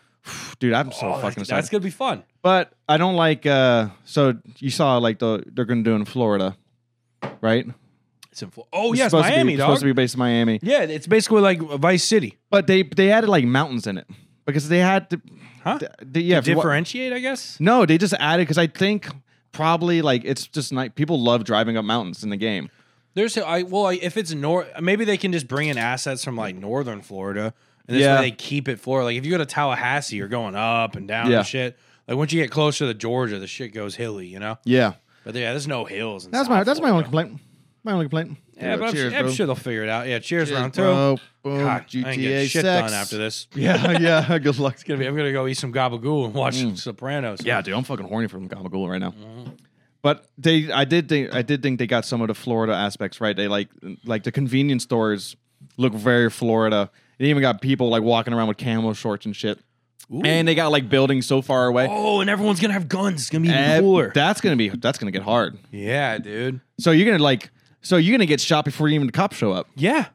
S2: dude, I'm so
S1: Oh,
S2: fucking
S1: that's,
S2: excited.
S1: that's gonna be fun.
S2: But I don't like. uh So you saw like the they're gonna do in Florida, right?
S1: It's in Florida. Oh
S2: It's
S1: yes,
S2: supposed
S1: Miami,
S2: To be,
S1: dog.
S2: Supposed to be based in Miami,
S1: yeah, it's basically like Vice City.
S2: but they they added like mountains in it because they had to.
S1: Huh?
S2: th- th- yeah. if you wa-
S1: Differentiate, I guess.
S2: no, they just added because I think probably like it's just night. People love driving up mountains in the game.
S1: There's I well I, if it's north, maybe they can just bring in assets from like northern Florida, and this
S2: Yeah.
S1: way they keep it Florida. Like if you go to Tallahassee, you're going up and down
S2: Yeah.
S1: and shit. Like once you get closer to Georgia, the shit goes hilly, you know.
S2: Yeah.
S1: But yeah, there's no hills. In
S2: That's
S1: South
S2: my that's my
S1: Florida.
S2: only complaint. My only complaint.
S1: Yeah, but I'm,
S2: Cheers,
S1: I'm
S2: bro.
S1: sure they'll figure it out. Yeah, cheers,
S2: Cheers,
S1: round two.
S2: bro. Boom.
S1: God, I ain't getting
S2: GTA
S1: shit
S2: sex.
S1: done after this.
S2: *laughs* Yeah, yeah. *laughs* Good luck.
S1: Gonna be- I'm gonna go eat some gabagool and watch Sopranos.
S2: Mm. Yeah, dude, I'm fucking horny for Gabagool right now.
S1: Mm-hmm.
S2: But they, I did, think, I did think they got some of the Florida aspects right. They like, like the convenience stores look very Florida. They even got people like walking around with camo shorts and shit.
S1: Ooh.
S2: And they got like buildings so far away.
S1: Oh, and everyone's gonna have guns. It's gonna be even
S2: And
S1: cooler.
S2: That's gonna be, that's gonna get hard.
S1: yeah, dude.
S2: So you're gonna like, so you're gonna get shot before even the cops show up.
S1: Yeah,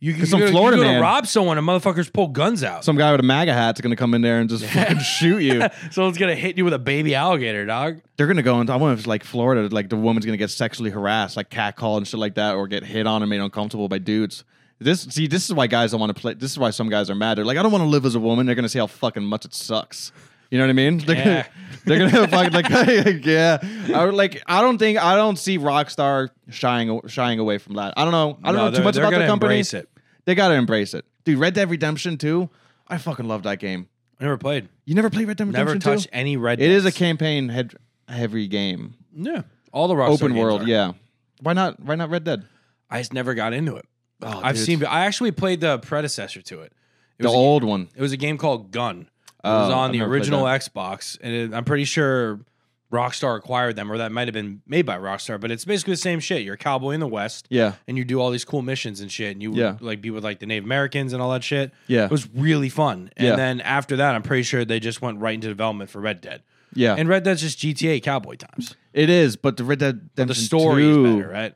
S1: you can
S2: some Florida
S1: you go to
S2: man-
S1: rob someone and motherfuckers pull guns out.
S2: Some guy with a MAGA hat's gonna come in there and
S1: *laughs*
S2: just fucking shoot you.
S1: Someone's gonna hit you with a baby alligator, dog.
S2: They're gonna go into. I wonder if it's like Florida, like the woman's gonna get sexually harassed, like catcalled and shit like that, or get hit on and made uncomfortable by dudes. This see, this is why guys don't want to play. This is why some guys are mad. They're like, I don't want to live as a woman. They're gonna see how fucking much it sucks. You know what I mean? They're
S1: Yeah.
S2: gonna, *laughs* they're gonna fucking like, *laughs* like, yeah. I would, like I don't think I don't see Rockstar shying shying away from that. I don't know. I don't
S1: No,
S2: know
S1: they're-
S2: too much
S1: they're
S2: about the
S1: gonna
S2: company.
S1: embrace it.
S2: They gotta embrace it, dude. Red Dead Redemption 2, I fucking love that game.
S1: I never played.
S2: You never played Red Dead Redemption
S1: Never
S2: 2?
S1: touched any red.
S2: It is a
S1: Deads.
S2: campaign head heavy game.
S1: yeah. All the Rockstar
S2: Open
S1: games
S2: world,
S1: are.
S2: yeah. Why not why not Red Dead?
S1: I just never got into it.
S2: Oh,
S1: I've
S2: dude.
S1: seen. I actually played the predecessor to it. It
S2: The
S1: was a-
S2: old one.
S1: It was a game called Gun. It
S2: Oh,
S1: was on
S2: I've
S1: the
S2: never played
S1: original Xbox, and it, I'm pretty sure Rockstar acquired them, or that might have been made by Rockstar. But it's basically the same shit. You're a cowboy in the West,
S2: Yeah.
S1: and you do all these cool missions and shit, and you would,
S2: Yeah.
S1: like be with like the Native Americans and all that shit.
S2: Yeah.
S1: it was really fun. And
S2: Yeah.
S1: then after that, I'm pretty sure they just went right into development for Red Dead.
S2: Yeah.
S1: And Red Dead's just GTA cowboy times.
S2: it is, but the Red Dead Redemption
S1: The story
S2: 2,
S1: is better, right?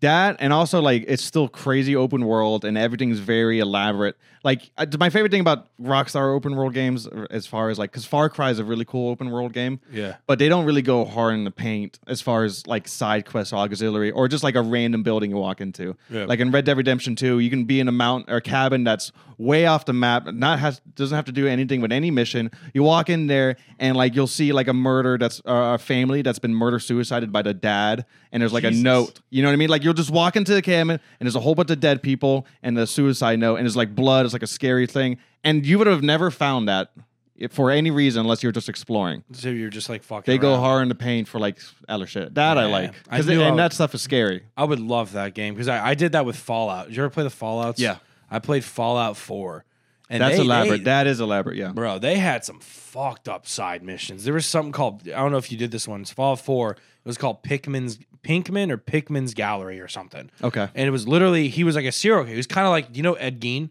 S2: That and also like it's still crazy open world and everything's very elaborate. Like I, my favorite thing about Rockstar open world games uh, as far as like cuz Far Cry is a really cool open world game.
S1: Yeah.
S2: But they don't really go hard in the paint as far as like side quests or auxiliary or just like a random building you walk into.
S1: Yeah.
S2: Like in Red Dead Redemption 2, you can be in a mountain or a cabin that's way off the map, not has doesn't have to do anything with any mission. You walk in there and like you'll see like a murder that's uh, a family that's been murder suicided by the dad, and there's like
S1: Jesus.
S2: a note. You know what I mean? Like you'll just walk into the cabin and there's a whole bunch of dead people and the suicide note and it's like blood. It's like a scary thing, and you would have never found that. if- For any reason, unless you're just exploring,
S1: So you're just like fucking.
S2: they go
S1: around.
S2: hard in the paint for like other shit. That
S1: Yeah.
S2: I like,
S1: I
S2: 'Cause
S1: knew
S2: it-
S1: I
S2: and
S1: would-
S2: that stuff is scary.
S1: I would love that game because I, I did that with Fallout. Did you ever play the Fallouts?
S2: Yeah.
S1: I played Fallout 4. And
S2: That's
S1: they-
S2: elaborate.
S1: they-
S2: that is elaborate. Yeah.
S1: bro, they had some fucked up side missions. There was something called, I don't know if you did this one. It's Fallout 4. It was called Pikmin's, Pinkman or Pikmin's Gallery or something.
S2: Okay.
S1: And it was literally, he was like a serial killer. He was kind of like, you know, Ed Gein?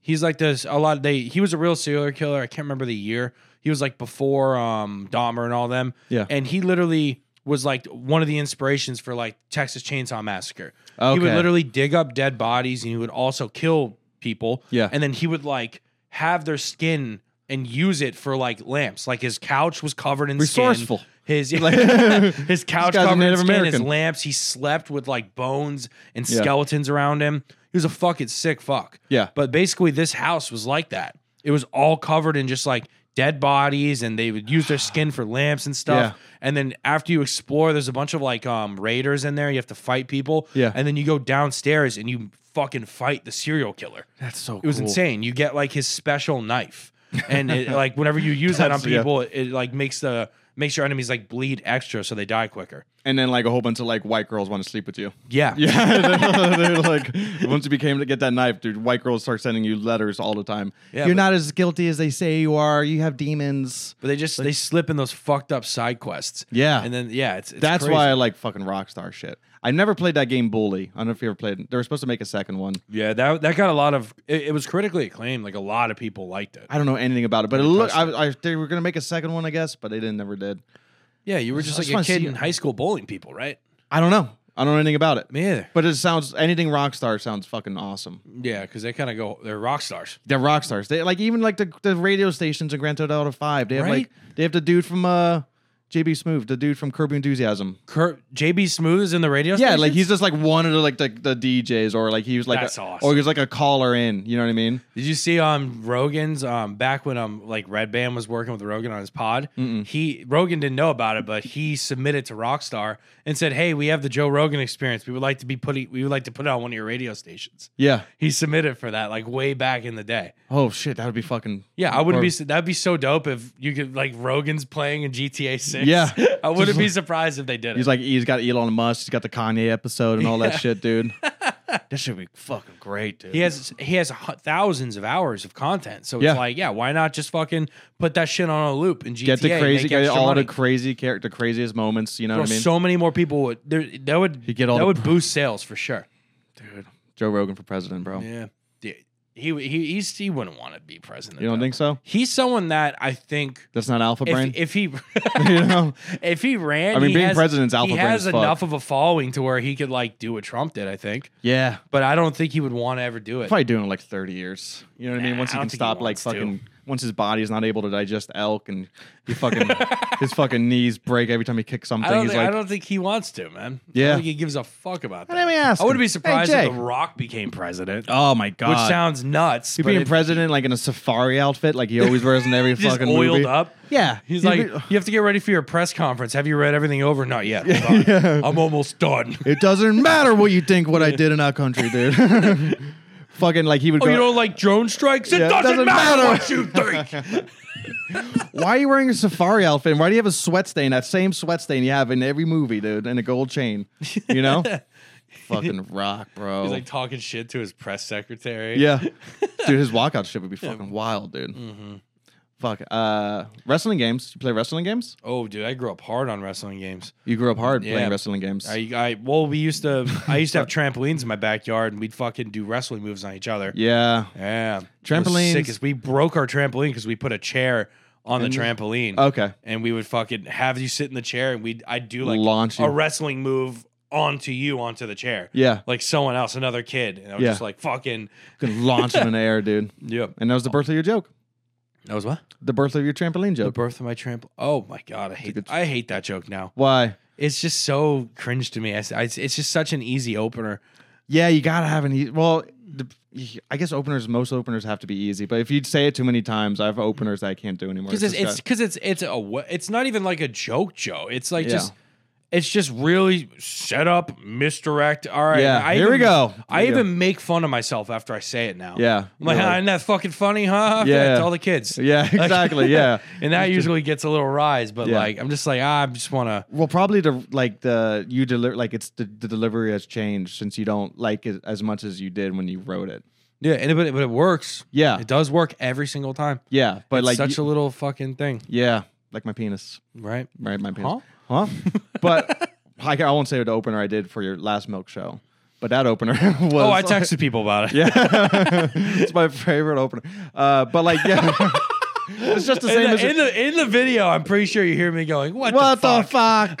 S1: He's like this, a lot, they, he was a real serial killer. I can't remember the year. He was like before um, Dahmer and all them.
S2: Yeah.
S1: And he literally was like one of the inspirations for like Texas Chainsaw Massacre. He would
S2: Okay.
S1: literally dig up dead bodies and he would also kill people.
S2: Yeah.
S1: And then he would like have their skin and use it for like lamps. Like his couch was covered in
S2: Resourceful.
S1: Skin.
S2: *laughs*
S1: *laughs* His his couch
S2: guy's a
S1: covered in
S2: Native
S1: skin, his
S2: American.
S1: lamps. He slept with like bones and
S2: Yeah.
S1: skeletons around him. He was a fucking sick fuck.
S2: Yeah.
S1: But basically, this house was like that. It was all covered in just like dead bodies, and they would use their skin for lamps and stuff.
S2: Yeah.
S1: And then after you explore, there's a bunch of like um raiders in there. You have to fight people.
S2: Yeah.
S1: And then you go downstairs and you fucking fight the serial killer.
S2: That's so.
S1: It was insane. You
S2: *laughs*
S1: get like his special knife, and it, like whenever you use that on
S2: That's- yeah.
S1: people, it, it, like makes the makes your enemies like bleed extra so they die quicker.
S2: and then like a whole bunch of like white girls want to sleep with you. *laughs*
S1: Yeah.
S2: Yeah, they're like once you became to get that knife, dude, white girls start sending you letters all the time.
S1: Yeah,
S2: You're
S1: but-
S2: not as guilty as they say you are. You have demons.
S1: But they just they slip in those fucked up side quests.
S2: Yeah.
S1: And then yeah, it's, it's
S2: That's
S1: crazy.
S2: why I like fucking Rockstar shit. I never played that game Bully. I don't know if you ever played. it. They were supposed to make a second one.
S1: Yeah, that that got a lot of it, it was critically acclaimed. Like a lot of people liked it.
S2: I don't know anything about it, but it looked.
S1: touched
S2: I, I, they were gonna make a second one, I guess, but they didn't. Never did.
S1: Yeah, you were just
S2: I just
S1: like a
S2: wanna
S1: kid
S2: see
S1: in
S2: it.
S1: high school bullying people, right?
S2: I don't know. I don't know anything about it.
S1: Me either.
S2: But it sounds anything Rockstar sounds fucking awesome.
S1: Yeah, because they kind of go they're rock stars.
S2: They're rock stars. They like even like the, the radio stations in Grand Theft Auto Five. They have
S1: Right?
S2: like they have the dude from uh JB Smoove, the dude from Curb Your Enthusiasm.
S1: Kurt JB Smooth is in the radio.
S2: Yeah, like
S1: stations?
S2: he's just like one of the like the, the DJs, or like he was like
S1: That's
S2: a,
S1: awesome.
S2: or he was like a caller in. You know what I mean?
S1: Did you see um Rogan's um back when um like Red Band was working with Rogan on his pod? He Rogan didn't know about it, but he submitted to Rockstar and said, "Hey, we have the Joe Rogan Experience. We would like to be putting we would like to put it on one of your radio stations."
S2: Yeah.
S1: He submitted for that like way back in the day.
S2: Oh shit, that would be fucking.
S1: Yeah, I wouldn't
S2: Or-
S1: be su- that'd be so dope if you could like Rogan's playing in GTA Six.
S2: Yeah.
S1: *laughs* I wouldn't be surprised if they did it.
S2: He's like he's got Elon Musk, he's got the Kanye episode and all that shit, dude. *laughs* that should be fucking great, dude.
S1: He has he has hu- thousands of hours of content, so it's
S2: Yeah.
S1: like, yeah, why not just fucking put that shit on a loop and GTA?
S2: Get the
S1: and
S2: crazy,
S1: make
S2: get
S1: extra
S2: all
S1: money.
S2: the crazy character, craziest moments. You know
S1: Bro,
S2: what I mean?
S1: so many more people would there, that would
S2: You get all
S1: that
S2: the-
S1: would boost sales for sure.
S2: dude, Joe Rogan for president, bro.
S1: Yeah, Dude, he he he's, he wouldn't want to be president.
S2: You don't
S1: though.
S2: think so?
S1: he's someone that I think
S2: That's not alpha brain.
S1: if, if he
S2: *laughs*
S1: *laughs*
S2: you know,
S1: if he ran,
S2: I mean,
S1: he
S2: being
S1: has,
S2: president's alpha
S1: he
S2: brain
S1: has
S2: as fuck.
S1: enough of a following to where he could like do what Trump did. I think,
S2: yeah,
S1: but I don't think he would want to ever do it.
S2: probably doing like thirty years. You know what I mean?
S1: Nah,
S2: Once
S1: I
S2: he
S1: don't
S2: can
S1: think he
S2: stop, like
S1: wants to.
S2: fucking, once his body is not able to digest elk and
S1: *laughs*
S2: he fucking his fucking knees break every time he kicks something.
S1: I don't,
S2: He's
S1: think,
S2: like,
S1: I don't think he wants to, man. I
S2: Yeah.
S1: don't think he gives a fuck about that.
S2: Let me ask
S1: I wouldn't
S2: him.
S1: be
S2: Hey,
S1: surprised
S2: Jake.
S1: if The Rock became president,
S2: oh my god,
S1: which sounds nuts.
S2: He'd
S1: but
S2: be a
S1: if
S2: president like in a safari outfit, like he always wears in every
S1: he's *laughs* just
S2: fucking
S1: oiled
S2: movie.
S1: up.
S2: Yeah,
S1: He's
S2: He'd
S1: like,
S2: be-
S1: you have to get ready for your press conference. Have you read everything over? Not yet. Hold on. I'm almost
S2: *laughs*
S1: done.
S2: *laughs* it doesn't matter what you think what I did in our country, dude. *laughs* fucking like he would
S1: Oh,
S2: go.
S1: you don't like drone strikes? It
S2: Yeah, it
S1: doesn't,
S2: doesn't
S1: matter,
S2: matter.
S1: what you
S2: *laughs*
S1: think.
S2: Why are you wearing a safari outfit? And why do you have a sweat stain? That same sweat stain you have in every movie, dude, and a gold chain.
S1: *laughs*
S2: You know, fucking rock, bro.
S1: He's like talking shit to his press secretary. *laughs*
S2: yeah, dude, his walkout shit would be fucking wild, dude.
S1: Mm-hmm.
S2: Fuck. Uh, wrestling games. You play wrestling games?
S1: Oh, dude, I grew up hard on wrestling games.
S2: You grew up hard
S1: Yeah.
S2: playing wrestling games.
S1: I, I, well, we used
S2: *laughs*
S1: to, I used to have trampolines in my backyard, and we'd fucking do wrestling moves on each other.
S2: yeah.
S1: Yeah, It was
S2: Trampolines.
S1: sick 'cause we broke our trampoline because we put a chair on the
S2: And- uh,
S1: trampoline.
S2: Okay.
S1: and we would fucking have you sit in the chair, and we'd I'd do like
S2: Launch you.
S1: a wrestling move onto you onto the chair.
S2: Yeah.
S1: like someone else, another kid, and I was
S2: Yeah.
S1: just like fucking.
S2: Can launch him in the air, dude.
S1: Yep,
S2: And
S1: *laughs*
S2: that was the birth of your joke.
S1: that was what
S2: The birth of your trampoline
S1: the
S2: joke.
S1: birth of my trampoline. Oh my god, I hate
S2: good-
S1: I hate that joke now.
S2: Why?
S1: It's just so cringe to me. I, I- it's just such an easy opener.
S2: Yeah, you gotta have an easy. Well, the, I guess openers, most openers have to be easy. But if you say it too many times, I have openers that I can't do anymore.
S1: because it's
S2: It's
S1: it's
S2: just
S1: because it's it's a wa- it's not even like a joke joke. It's like
S2: Yeah.
S1: just it's just really set up, misdirect. All right,
S2: Yeah,
S1: I
S2: here
S1: even,
S2: we go. Here
S1: I
S2: we go.
S1: even make fun of myself after I say it now.
S2: Yeah,
S1: I'm like,
S2: you're
S1: "Ah,
S2: like-
S1: isn't that fucking funny, huh? *laughs*
S2: Yeah.
S1: to all the kids. *laughs*
S2: got- yeah, exactly. yeah.
S1: and that usually gets a little rise, but
S2: Yeah.
S1: like I'm just like ah, I just want to.
S2: Well, probably the like the you deliver like it's the, the delivery has changed since you don't like it as much as you did when you wrote it.
S1: Yeah, and it, but it, but it works.
S2: Yeah,
S1: It does work every single time.
S2: yeah. But
S1: It's
S2: like
S1: such
S2: you-
S1: a little fucking thing,
S2: yeah, like my penis,
S1: right?
S2: right? My penis, huh?
S1: *laughs*
S2: but I, I won't say the opener I did for your last milk show, but that opener *laughs* was.
S1: Oh, I texted people about it.
S2: *laughs* Yeah, it's my favorite opener. Uh, but like, yeah, *laughs* it's just the
S1: In
S2: same
S1: the,
S2: as
S1: in the in the video, I'm pretty sure you hear me going, "What,
S2: *laughs* what
S1: the fuck?"
S2: the fuck.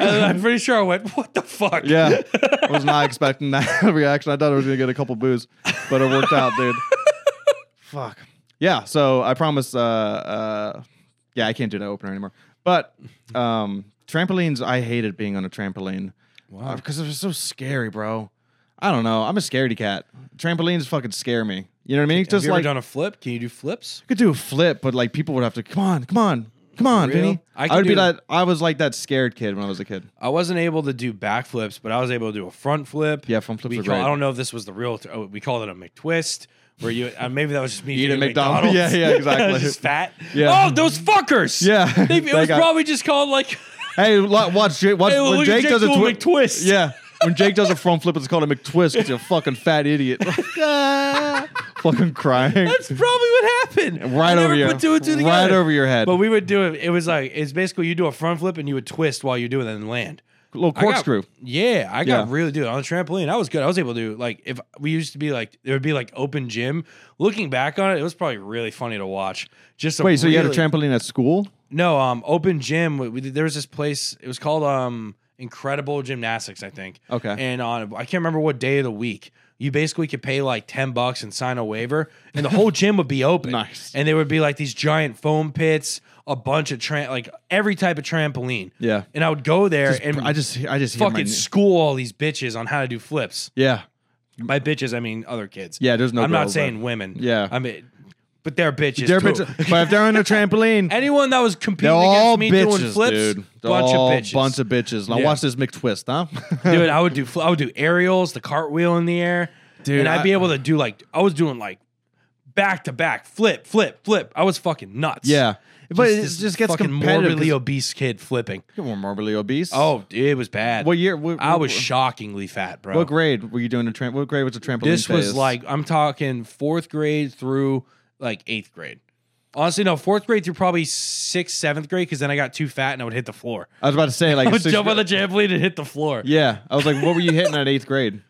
S1: *laughs* And then I'm pretty sure I went, "What the fuck?" *laughs*
S2: *laughs* yeah, I was not expecting that *laughs* reaction. I thought I was gonna get a couple boos, but it worked out,
S1: *laughs*
S2: dude. Fuck. Yeah. So I promise. Uh, uh, yeah, I can't do that opener anymore. But um, trampolines, I hated being on a trampoline
S1: Wow.
S2: because it was so scary, bro. I don't know. I'm a scaredy cat. Trampolines fucking scare me. You know what I mean? It's
S1: Have
S2: just
S1: you ever
S2: like
S1: done a flip? Can you do flips?
S2: could do a flip, but like people would have to come on, come on, come on,
S1: For real?
S2: Vinny.
S1: I
S2: I,
S1: could
S2: would
S1: do-
S2: be that. I was like that scared kid when I was a kid.
S1: I wasn't able to do back flips, but I was able to do a front flip.
S2: Yeah, front flips
S1: we
S2: are
S1: call,
S2: great.
S1: I don't know if this was the real. oh, we called it a McTwist. Where you uh, maybe that was just me
S2: You eat
S1: eating
S2: at McDonald's. Yeah, yeah,
S1: *laughs* I was
S2: exactly.
S1: just fat.
S2: Yeah.
S1: Oh, those fuckers.
S2: Yeah. *laughs*
S1: They, it
S2: They
S1: was
S2: got-
S1: probably just called like. *laughs*
S2: Hey, lo- watch Jake. Watch,
S1: Hey,
S2: when
S1: look at
S2: Jake,
S1: Jake
S2: does a
S1: doing
S2: twi-
S1: McTwist. *laughs*
S2: Yeah, when Jake does a front flip, it's called a McTwist. He's a fucking
S1: *laughs*
S2: fat idiot. *laughs* Ah, fucking crying
S1: That's probably what happened. I
S2: right
S1: never
S2: over your
S1: put two and two
S2: right
S1: together.
S2: over your head.
S1: But we would do it. It was like it's basically you do a front flip and you would twist while you do it and land.
S2: little
S1: I got-
S2: corkscrew.
S1: yeah, I got
S2: Yeah.
S1: really dude on the trampoline. I was good. I was able to do like if we used to be like there would be like open gym. Looking back on it, it was probably really funny to watch. Just a
S2: Wait, so you had a
S1: really-
S2: trampoline at school?
S1: No, um, open gym. We, we, there was this place. It was called um, Incredible Gymnastics, I think.
S2: Okay.
S1: And on, I can't remember what day of the week. You basically could pay like ten bucks and sign a waiver, and the
S2: *laughs*
S1: whole gym would be open.
S2: Nice.
S1: And there would be like these giant foam pits, a bunch of tram, like every type of trampoline.
S2: Yeah.
S1: And I would go there and
S2: I just, I just hit my
S1: fucking
S2: knee.
S1: school all these bitches on how to do flips.
S2: yeah,
S1: By bitches, I mean other kids.
S2: yeah. There's no.
S1: I'm
S2: girls
S1: not
S2: there.
S1: saying women.
S2: Yeah.
S1: I mean, but they're bitches.
S2: They're
S1: too.
S2: bitches- but if they're
S1: *laughs*
S2: on a trampoline,
S1: Anyone that was competing
S2: they're all
S1: against me doing
S2: bitches,
S1: flips,
S2: dude. They're
S1: bunch
S2: all
S1: of bitches.
S2: bunch of *laughs* bitches. Now
S1: Yeah.
S2: watch this McTwist, huh? *laughs*
S1: dude, I would do fl- I would do aerials, the cartwheel in the air,
S2: Dude,
S1: and I'd
S2: I-
S1: be able to do like I was doing like back to back, flip, flip, flip. I was fucking nuts.
S2: yeah, but it
S1: this
S2: just gets
S1: fucking
S2: competitive.
S1: morbidly
S2: 'cause-
S1: obese kid flipping.
S2: You were morbidly obese.
S1: Oh, it was bad.
S2: what year? What,
S1: I was
S2: what-
S1: shockingly fat, bro.
S2: What grade were you doing a tramp? What grade was the trampoline?
S1: this was
S2: phase?
S1: like I'm talking fourth grade through like eighth grade. Honestly, no, fourth grade through probably sixth, seventh grade, because then I got too fat and I would hit the floor.
S2: I was about to
S1: *laughs*
S2: say like
S1: I would
S2: sixth
S1: jump on the
S2: grade-
S1: trampoline and hit the floor.
S2: Yeah, I was like, what were you hitting at eighth grade?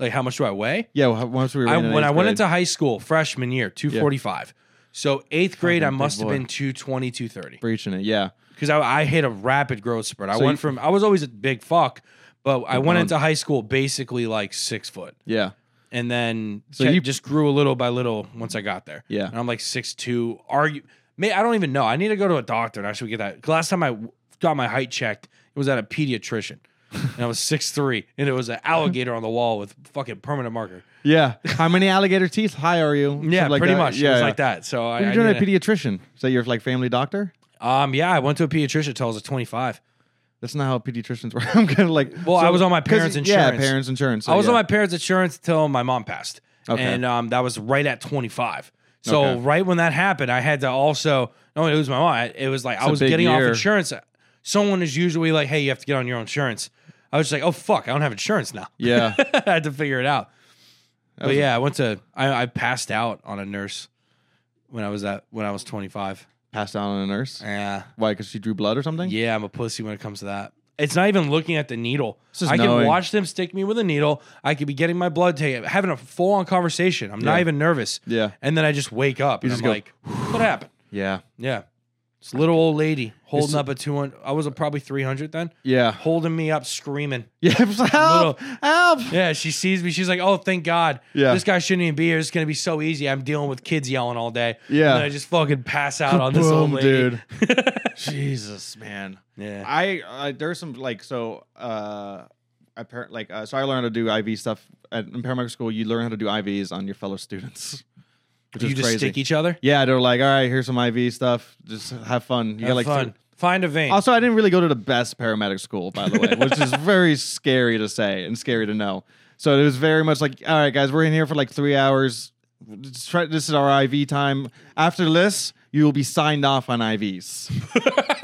S1: Like, how much do I weigh?
S2: Yeah, well, how- once we were
S1: I,
S2: in
S1: when I
S2: eighth
S1: went
S2: grade.
S1: into high school, freshman year, 245. So eighth grade, I
S2: Fucking big
S1: must have
S2: boy.
S1: been 220, 230.
S2: breaching it. Yeah,
S1: Because I, I hit a rapid growth spurt. I
S2: So
S1: went
S2: you-
S1: from, I was always a big fuck, but I went
S2: on.
S1: into high school basically like six foot.
S2: yeah,
S1: And then
S2: So
S1: so
S2: you-
S1: you just grew a little by little once I got there.
S2: Yeah.
S1: And I'm like six two. Argue, may I don't even know. I need to go to a doctor and I should get that. 'Cause Last time I w- got my height checked, it was at a
S2: *laughs*
S1: pediatrician. and I was six three, and it was an alligator on the wall with fucking permanent marker.
S2: yeah. How many alligator teeth high are you?
S1: Yeah,
S2: Something like
S1: pretty
S2: that.
S1: much.
S2: Yeah,
S1: it was
S2: yeah.
S1: like that. So I,
S2: What are
S1: I
S2: you doing
S1: need
S2: at
S1: to-
S2: a pediatrician? So you're like family doctor?
S1: Um, yeah, I went to a pediatrician till I was 25.
S2: That's not how pediatricians *laughs* work. I'm kind of like.
S1: Well, I was on my
S2: 'cause-
S1: parents'
S2: Yeah,
S1: insurance.
S2: parents insurance. so
S1: I was on
S2: yeah.
S1: my parents' insurance till my mom passed,
S2: Okay.
S1: and um, that was right at 25. So
S2: Okay.
S1: right when that happened, I had to also not only lose my mom. It was like I
S2: a
S1: was
S2: big
S1: getting off
S2: year.
S1: insurance. Someone is usually like, "Hey, you have to get on your own insurance." I was just like, "Oh fuck, I don't have insurance now."
S2: *laughs* Yeah.
S1: *laughs* I had to figure it out. But
S2: was a-
S1: yeah, I went to I, I passed out on a nurse when I was at when I was 25.
S2: passed out on a nurse.
S1: Yeah.
S2: Why? Because she drew blood or something?
S1: Yeah, I'm a pussy when it comes to that. It's not even looking at the needle.
S2: just
S1: I can
S2: knowing.
S1: watch them stick me with a needle. I could be getting my blood taken, having a full on conversation. I'm not
S2: Yeah.
S1: even nervous.
S2: Yeah.
S1: And then I just wake up and
S2: just
S1: I'm
S2: go,
S1: like, what happened?
S2: Yeah.
S1: Yeah. This little old lady holding
S2: It's-
S1: up a 200. I was a probably 300 then,
S2: Yeah. *laughs*
S1: holding me up, screaming.
S2: Yeah. *laughs* it was like, help! Help!
S1: Yeah, she sees me. She's like, oh, thank God.
S2: Yeah.
S1: This guy shouldn't even be here. It's going to be so easy. I'm dealing with kids yelling all day.
S2: Yeah.
S1: And then I just fucking pass out on this old
S2: Kaboom,
S1: lady.
S2: Jesus, man.
S1: *laughs* yeah.
S2: I uh, there's some like so uh apparent like uh, so I learned how to do IV stuff at in paramedical school. You learn how to do IVs on your fellow students, *laughs* which
S1: You
S2: is
S1: just
S2: crazy.
S1: stick each other?
S2: yeah, they're like, all right, here's some IV stuff. Just have fun. You got
S1: Have
S2: like
S1: fun.
S2: three-
S1: Find a
S2: *laughs*
S1: vein.
S2: Also, I didn't really go to the best paramedic school, by the way, which is very scary to say and scary to know. So it was very much like, all right, guys, we're in here for like three hours. Just try- This is our IV time. After this, you will be signed off on IVs.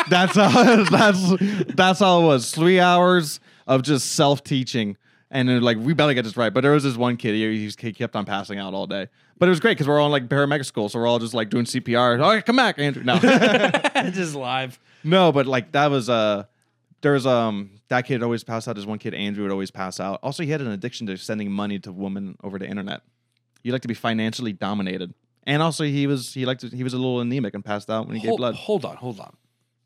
S2: that's how *laughs* that's that's how it was. Three hours of just self teaching, and then like we better get this right. But there was this one kid; he, he was- he kept on passing out all day. But it was great because we're all in like paramedic school, so we're all just like doing CPR. All right, Oh, come back, Andrew. No.
S1: just live.
S2: No, but like that was uh there was um that kid always passed out. This one kid Andrew would always pass out. Also, he had an addiction to sending money to women over the internet. He liked to be financially dominated, and also he was he liked to, he was a little anemic and passed out when he gave
S1: Hold,
S2: blood.
S1: hold on, hold on.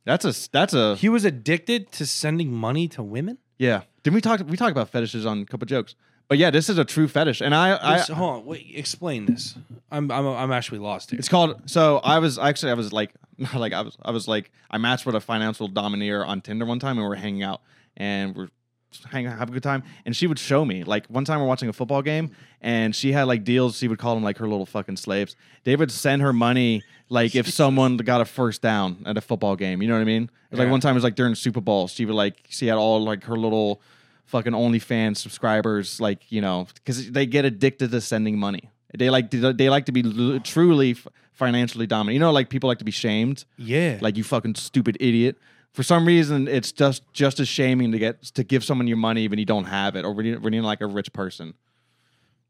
S2: That's a that's a
S1: He was addicted to sending money to women.
S2: yeah. Didn't we talk we talked about fetishes on a couple jokes? But yeah, this is a true fetish, and I I
S1: This- hold on, wait, explain this. I'm I'm I'm actually lost here.
S2: It's called. So I was actually I was like *laughs* not like I was I was like I matched with a financial domineer on Tinder one time and we were hanging out and we're just hanging out, have a good time and she would show me like one time we're watching a football game and she had like deals she would call them like her little fucking slaves they would send her money like if someone got a first down at a football game you know what I mean It was, like
S1: Yeah.
S2: one time it was like during Super Bowl she would like she had all like her little fucking OnlyFans subscribers like you know because they get addicted to sending money They like they like to be l- truly f- financially dominant. You know, like people like to be shamed,
S1: Yeah.
S2: like you fucking stupid idiot. For some reason, it's just just as shaming to get to give someone your money when you don't have it, or when you're, when you're like a rich person.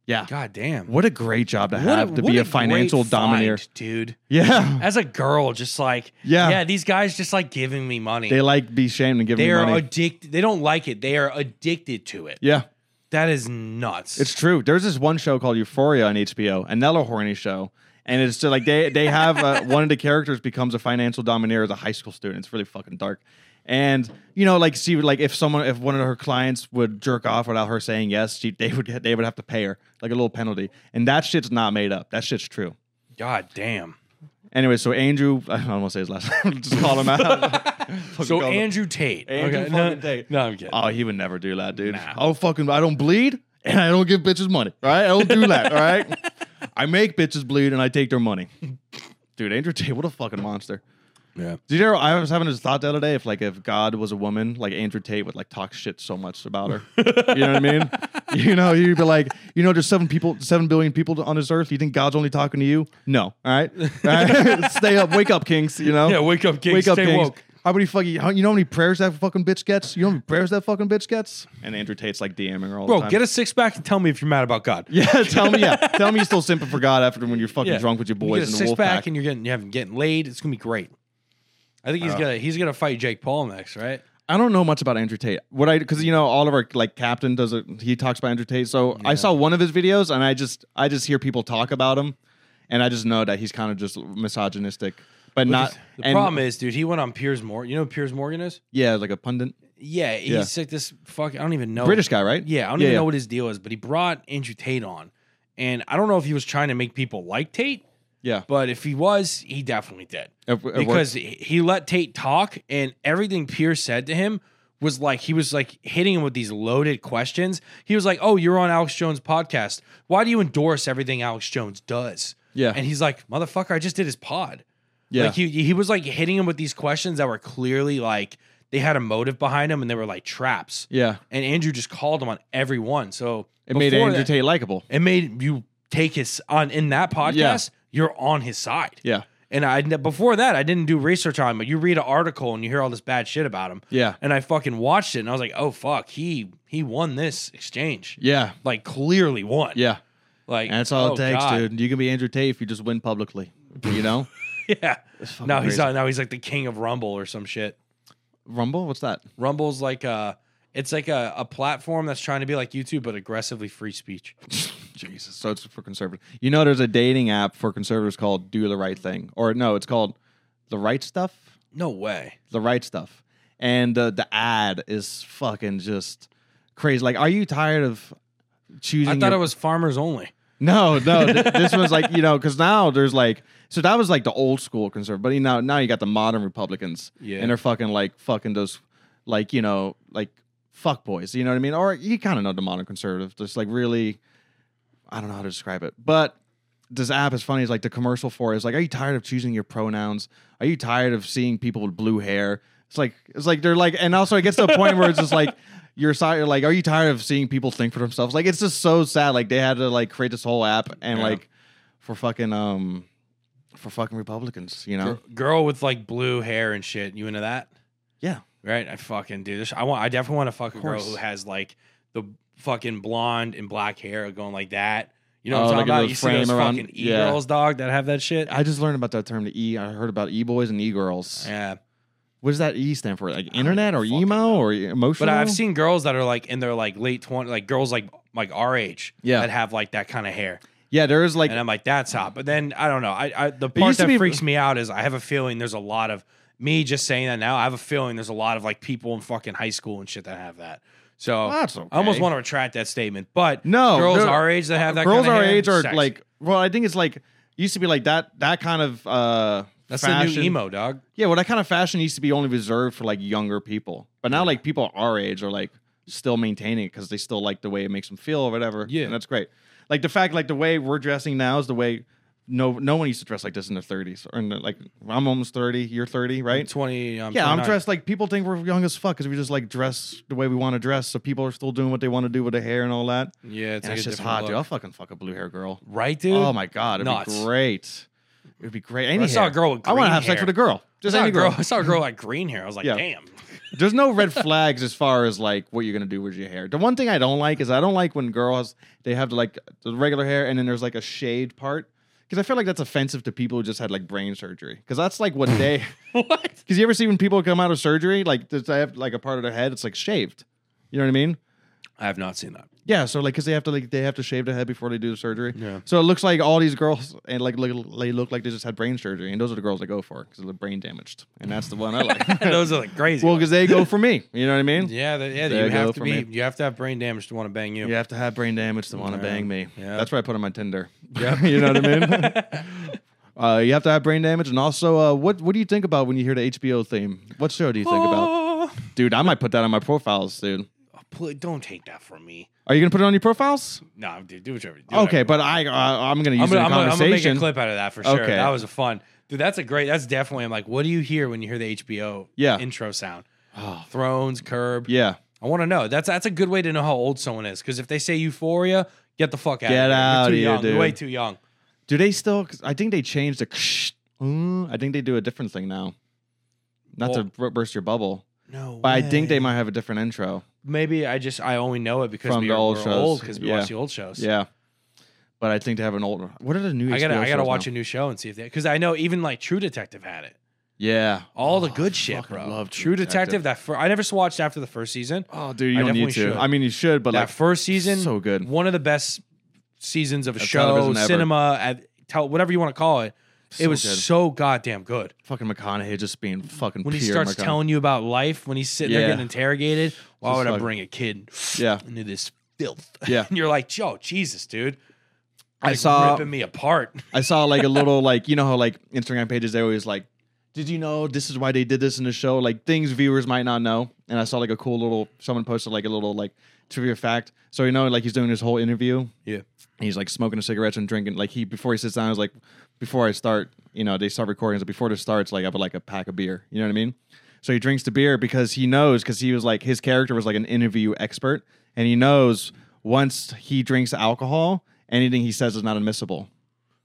S2: Yeah,
S1: God damn.
S2: what a great job to
S1: What
S2: have to
S1: what
S2: be a
S1: great
S2: financial domineer.
S1: find, dude.
S2: *laughs* Yeah,
S1: As a girl, just like
S2: Yeah.
S1: yeah, these guys just like giving me money.
S2: they like be shamed and give
S1: They
S2: you
S1: are
S2: money.
S1: addicted. They don't like it. They are addicted to it.
S2: yeah,
S1: That is nuts.
S2: It's true. There's this one show called Euphoria on HBO, another horny show, and it's just like they they have uh, one of the characters becomes a financial domineer as a high school student. It's really fucking dark, and you know, like she would like if someone if one of her clients would jerk off without her saying yes, she they would get they would have to pay her like a little penalty, and that shit's not made up. That shit's true.
S1: God damn.
S2: Anyway, so Andrew, *laughs* I don't want to say his last name. *laughs* just call him out. Fucking
S1: *laughs* So
S2: call him-
S1: Andrew Tate.
S2: Andrew
S1: no,
S2: fucking Tate.
S1: No, I'm kidding.
S2: Oh, he would never do that, dude.
S1: Nah.
S2: I'll fucking I don't bleed and I don't give bitches money. All right? I don't do that. All right. I make bitches bleed and I take their money. Dude, Andrew Tate, what a fucking monster.
S1: yeah.
S2: Did you ever, I was having this thought the other day if like if God was a woman, like Andrew Tate would like talk shit so much about her. you know what I *laughs* mean? You know, you'd be like, you know, there's seven people, seven billion people on this earth. You think God's only talking to you? No. All right. All right? *laughs* Stay up, wake up, kinks, you know?
S1: Yeah, wake up, kings. Stay woke.
S2: How many fucking how, you know how many prayers that fucking bitch gets? You know how many prayers that fucking bitch gets? And Andrew Tate's like DMing her all the
S1: Bro,
S2: time. *laughs*
S1: get a six pack and tell me if you're mad about God.
S2: yeah, tell me, yeah, tell me you're still simping for God after when you're fucking
S1: Yeah.
S2: drunk with your
S1: You get
S2: boys
S1: a
S2: in the
S1: six
S2: wolf
S1: pack
S2: pack.
S1: and you're getting you have getting laid. It's gonna be great. I think he's
S2: Uh,
S1: gonna he's gonna fight Jake Paul next, right?
S2: I don't know much about Andrew Tate. What I because you know all of our like captain does it. He talks about Andrew Tate. So I saw one of his videos and I just I just hear people talk about him, and I just know that he's kind of just misogynistic, but not.
S1: the
S2: and-
S1: problem is, dude, he went on Piers Morgan. You know who Piers Morgan is?
S2: yeah, like a pundit,
S1: Yeah, he's
S2: Yeah.
S1: like this fuck. I don't even know
S2: British guy, right?
S1: Yeah, I don't even know what his deal is, but he brought Andrew Tate on, and I don't know if he was trying to make people like Tate,
S2: Yeah,
S1: but if he was, he definitely did
S2: It- it worked.
S1: because he he let Tate talk, and everything Pierce said to him was like he was like hitting him with these loaded questions. He was like, "Oh, you're on Alex Jones' podcast. Why do you endorse everything Alex Jones does?"
S2: Yeah.
S1: and he's like, "Motherfucker, I just did his pod."
S2: yeah,
S1: Like he he was like hitting him with these questions that were clearly like they had a motive behind them and they were like traps.
S2: yeah.
S1: And Andrew just called him on every one. So
S2: It made
S1: before
S2: Andrew
S1: that-
S2: Tate likable.
S1: It made you take his on in that podcast.
S2: Yeah.
S1: You're on his side.
S2: Yeah.
S1: And I before that I didn't do research on him, but you read an article and you hear all this bad shit about him.
S2: Yeah.
S1: And I fucking watched it and I was like, oh fuck, he he won this exchange.
S2: Yeah.
S1: Like clearly won.
S2: Yeah.
S1: Like
S2: And that's all
S1: oh,
S2: it takes,
S1: God.
S2: dude. You can be Andrew Tate if you just win publicly. You know?
S1: *laughs* Yeah. Now he's
S2: crazy.
S1: on now he's like the king of Rumble or some shit.
S2: Rumble? What's that?
S1: Rumble's like a it's like a, a platform that's trying to be like YouTube but aggressively free speech.
S2: *laughs* Jesus. So it's for conservatives. You know there's a dating app for conservatives called Do the Right Thing. Or no, it's called The Right Stuff.
S1: No way.
S2: The Right Stuff. And uh, the ad is fucking just crazy. Like, are you tired of choosing
S1: I thought
S2: your-
S1: it was farmers only.
S2: No, no. th- this was like you know because now there's like so that was like the old school conservative, but you now now you got the modern Republicans,
S1: Yeah.
S2: and they're fucking like fucking those like you know like fuck boys, you know what I mean? Or you kind of know the modern conservative, just like really, I don't know how to describe it, but. This app is funny. It's like the commercial for it is like, are you tired of choosing your pronouns? Are you tired of seeing people with blue hair? It's like it's like they're like, and also it gets to a point where it's just like *laughs* you're sorry, like, are you tired of seeing people think for themselves? Like, it's just so sad. Like, they had to like create this whole app and
S1: Yeah.
S2: like for fucking um for fucking Republicans, you know?
S1: Girl with like blue hair and shit. You into that?
S2: Yeah.
S1: Right? I fucking do this. I want I definitely want to fuck a girl
S2: course.
S1: who has like the fucking blonde and black hair going like that. You know
S2: Oh,
S1: what I'm
S2: like
S1: talking
S2: a
S1: about?
S2: little
S1: You see those
S2: frame around-
S1: fucking e
S2: yeah.
S1: girls, dog, that have that shit.
S2: I just learned about that term. The E. I heard about E boys and E girls.
S1: yeah.
S2: What does that E stand for? Like internet or
S1: fucking
S2: emo
S1: know.
S2: or emotional?
S1: But I've seen girls that are like in their like late twenty, like girls like like our age,
S2: Yeah.
S1: that have like that kind of hair.
S2: Yeah, there is like
S1: and I'm like, that's hot. But then I don't know. I, I the part
S2: used to
S1: that
S2: be-
S1: freaks me out is I have a feeling there's a lot of me just saying that now. I have a feeling there's a lot of like people in fucking high school and shit that have that. So
S2: That's
S1: I almost
S2: okay.
S1: want to retract that statement. But
S2: No,
S1: girls
S2: there-
S1: our age that have that
S2: girls
S1: kinda
S2: our
S1: hair,
S2: age are
S1: sexy.
S2: like well, I think it's like used to be like that that kind of uh
S1: that's
S2: fashion.
S1: the new emo dog.
S2: Yeah, well, that kind of fashion used to be only reserved for like younger people, but now like people our age are like still maintaining it because they still like the way it makes them feel or whatever.
S1: Yeah.
S2: and that's great. Like the fact, like the way we're dressing now is the way no no one used to dress like this in their 30s or in the, like I'm almost 30, you're 30, right?
S1: 20. Um,
S2: Yeah, I'm
S1: 29.
S2: dressed like people think we're young as fuck because we just like dress the way we want to dress. So people are still doing what they want to do with their hair and all that.
S1: Yeah, it's,
S2: and
S1: like
S2: it's
S1: a
S2: just
S1: different
S2: hot, dude. I'll
S1: look.
S2: fucking fuck a blue hair girl.
S1: Right, dude.
S2: Oh my god, it'd
S1: Nuts.
S2: be great. It'd be great. Any
S1: I saw a
S2: hair.
S1: girl with
S2: I want to
S1: green
S2: have sex
S1: hair.
S2: with a girl.
S1: I
S2: Just
S1: saw,
S2: any
S1: a girl,
S2: girl.
S1: I saw a girl like green hair. I was like,
S2: Yeah.
S1: damn.
S2: There's
S1: *laughs*
S2: no red flags as far as like what you're gonna do with your hair. The one thing I don't like is I don't like when girls they have like the regular hair and then there's like a shade part because I feel like that's offensive to people who just had like brain surgery because that's like what
S1: *laughs*
S2: they. *laughs*
S1: what?
S2: Because you ever see when people come out of surgery like does they have like a part of their head it's like shaved, you know what I mean?
S1: I have not seen that.
S2: *laughs* Yeah, so like because they have to like they have to shave their head before they do the surgery.
S1: Yeah.
S2: So it looks like all these girls and like look, they look like they just had brain surgery, and those are the girls I go for because they're brain damaged, and that's the one I
S1: *laughs*
S2: like. *laughs*
S1: Those are like crazy.
S2: well,
S1: ones.
S2: because they go for me. You know what I mean?
S1: yeah, the, yeah.
S2: There
S1: You
S2: you go
S1: have to
S2: for
S1: be.
S2: me.
S1: You have to have brain damage to want to bang you.
S2: You have to have brain damage to want to
S1: Yeah.
S2: bang me.
S1: Yeah.
S2: That's what I put on my Tinder.
S1: Yep.
S2: *laughs* you know what I
S1: *laughs*
S2: mean? *laughs* uh, you have to have brain damage, and also, uh, what what do you think about when you hear the HBO theme? What show do you think about,
S1: Oh,
S2: dude? I might put that on my profiles, dude.
S1: pl- don't take that from me.
S2: Are you gonna put it on your profiles?
S1: No, dude, do whatever. do
S2: Okay,
S1: whatever.
S2: but I uh, I'm gonna use
S1: I'm gonna,
S2: it
S1: I'm, gonna, I'm
S2: in
S1: gonna make
S2: conversation.
S1: a clip out of that for sure.
S2: Okay.
S1: That was a fun, dude. That's a great. That's definitely. I'm like, what do you hear when you hear the HBO
S2: Yeah.
S1: intro sound?
S2: Oh.
S1: Thrones, Curb.
S2: *sighs* Yeah.
S1: I want to know. That's that's a good way to know how old someone is. Because if they say Euphoria, get the fuck out.
S2: Get
S1: of here.
S2: out
S1: You're
S2: of
S1: too
S2: here,
S1: young. You're
S2: dude.
S1: way too young.
S2: Do they still? 'cause I think they changed the. Mm, I think they do a different thing now. Not to
S1: Well-
S2: bur- burst your bubble,
S1: No,
S2: but I think they
S1: way.
S2: might have a different intro.
S1: Maybe I just I only know it because
S2: From
S1: we
S2: the
S1: are,
S2: old
S1: we're
S2: shows.
S1: old because we
S2: Yeah.
S1: watch the old shows.
S2: Yeah, but I think they have an older. What are the new?
S1: I gotta
S2: HBO
S1: I gotta
S2: shows
S1: watch
S2: now?
S1: a new show and see if they because I know even like True Detective had it.
S2: Yeah,
S1: All the
S2: Oh,
S1: good
S2: I
S1: shit,
S2: fucking
S1: bro.
S2: Love
S1: True Detective. that fir- I never watched after the first season.
S2: Oh, dude, you
S1: I
S2: don't need to.
S1: definitely should.
S2: I mean, you should, but
S1: that
S2: like
S1: first season,
S2: so good.
S1: one of the best seasons of a
S2: Of
S1: show,
S2: television ever.
S1: cinema, at, tell whatever you want to call it. it
S2: So
S1: was
S2: good.
S1: so goddamn good.
S2: fucking McConaughey just being fucking.
S1: When he
S2: pure
S1: starts
S2: McConaughey.
S1: telling you about life, when he's sitting there
S2: Yeah.
S1: getting interrogated, why
S2: Just
S1: would I
S2: like-
S1: bring a kid
S2: Yeah.
S1: into this filth?
S2: Yeah.
S1: *laughs* and you're like, yo, Jesus, dude.
S2: I
S1: Like,
S2: saw-
S1: ripping me apart.
S2: I saw like a little like you know how like Instagram pages they always like, did you know this is why they did this in the show? Like things viewers might not know. And I saw like a cool little someone posted like a little like trivia fact. So you know like he's doing his whole interview.
S1: Yeah.
S2: He's like smoking a cigarette and drinking. Like he before he sits down, is like, before I start, you know, they start recording. So before this starts, like I would like a pack of beer. You know what I mean? So he drinks the beer because he knows because he was like his character was like an interview expert, and he knows once he drinks alcohol, anything he says is not admissible.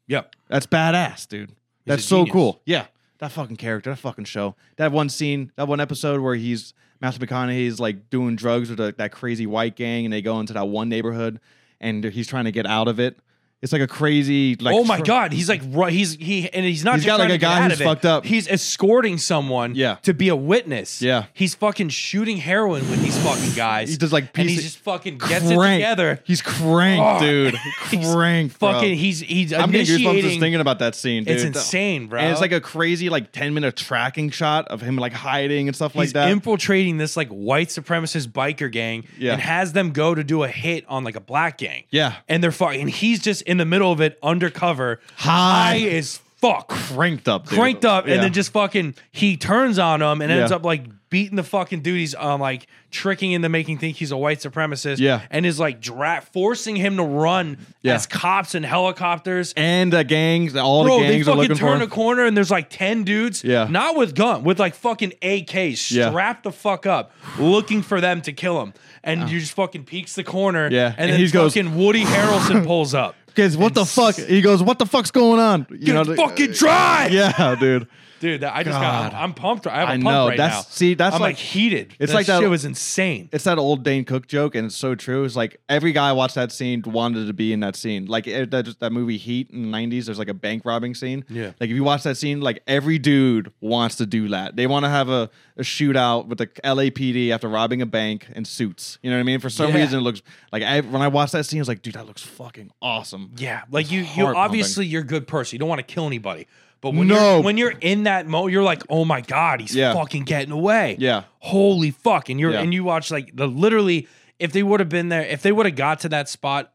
S1: Yep.
S2: That's badass, dude. That's
S1: a
S2: so
S1: genius.
S2: cool. Yeah. That fucking character, that fucking show. That one scene, that one episode where he's Master McConaughey's like doing drugs with a, that crazy white gang and they go into that one neighborhood and he's trying to get out of it. It's like a crazy like
S1: oh my
S2: tr-
S1: god, he's like ru- he's he and he's not
S2: He's
S1: just
S2: got,
S1: trying
S2: like,
S1: to
S2: a
S1: get
S2: guy
S1: out
S2: who's
S1: of it.
S2: fucked up.
S1: He's escorting someone
S2: Yeah.
S1: to be a witness.
S2: Yeah.
S1: He's fucking shooting heroin with these fucking guys.
S2: He does, like,
S1: and
S2: piece
S1: he
S2: it-
S1: just fucking gets it
S2: Crank.
S1: together.
S2: He's crank,
S1: Oh,
S2: dude.
S1: *laughs* he's
S2: crank. bro.
S1: Fucking he's he's
S2: I'm getting goosebumps
S1: initiating
S2: just thinking about that scene, dude.
S1: It's insane, bro.
S2: And it's like a crazy like 10 minute tracking shot of him like hiding and stuff like
S1: he's
S2: that.
S1: infiltrating this like white supremacist biker gang
S2: Yeah.
S1: and has them go to do a hit on like a black gang.
S2: Yeah.
S1: And they're fucking and he's just in the middle of it undercover.
S2: High.
S1: high as fuck.
S2: cranked up, dude.
S1: cranked up
S2: Yeah.
S1: and then just fucking he turns on him and ends
S2: Yeah.
S1: up like beating the fucking dude he's um like tricking into making think he's a white supremacist
S2: Yeah.
S1: and is like dra- forcing him to run
S2: Yeah.
S1: as cops and helicopters
S2: and the gangs, all
S1: Bro,
S2: the
S1: they
S2: gangs are
S1: fucking
S2: looking for
S1: turn
S2: him.
S1: a corner and there's like 10 dudes.
S2: Yeah.
S1: Not with gun, with like fucking AKs
S2: Yeah.
S1: strapped the fuck up, looking for them to kill him. And you just fucking peeks the corner.
S2: Yeah,
S1: And,
S2: and
S1: then
S2: he goes-
S1: fucking Woody
S2: *laughs*
S1: Harrelson pulls up.
S2: Because what the fuck? He goes, what the fuck's going on? You
S1: Dude,
S2: the-
S1: fucking drive!
S2: *laughs* Yeah, dude.
S1: Dude, that, I just got.
S2: God.
S1: I'm, I'm pumped. I have a
S2: I
S1: pump
S2: know.
S1: right
S2: That's-
S1: now.
S2: see, that's
S1: I'm like,
S2: like-
S1: heated.
S2: it's
S1: that
S2: like that-
S1: shit was insane.
S2: It's that old Dane Cook joke, and it's so true. It's like every guy who watched that scene wanted to be in that scene. Like eh, that, that movie Heat in the 90s, there's like a bank robbing scene.
S1: Yeah.
S2: Like if you watch that scene, like every dude wants to do that. They want to have a, a shootout with the LAPD after robbing a bank in suits. You know what I mean? For some
S1: Yeah.
S2: reason, it looks like I, when I watched that scene, I was like, dude, that looks fucking awesome.
S1: Yeah, like you, you
S2: heart-pumping.
S1: obviously you're a good person. You don't want to kill anybody, but when
S2: No.
S1: you're, when you're in that mode, you're like, oh my god, he's
S2: Yeah.
S1: fucking getting away.
S2: Yeah.
S1: holy fuck, and you're
S2: Yeah.
S1: and you watch like the literally if they would have been there, if they would have got to that spot,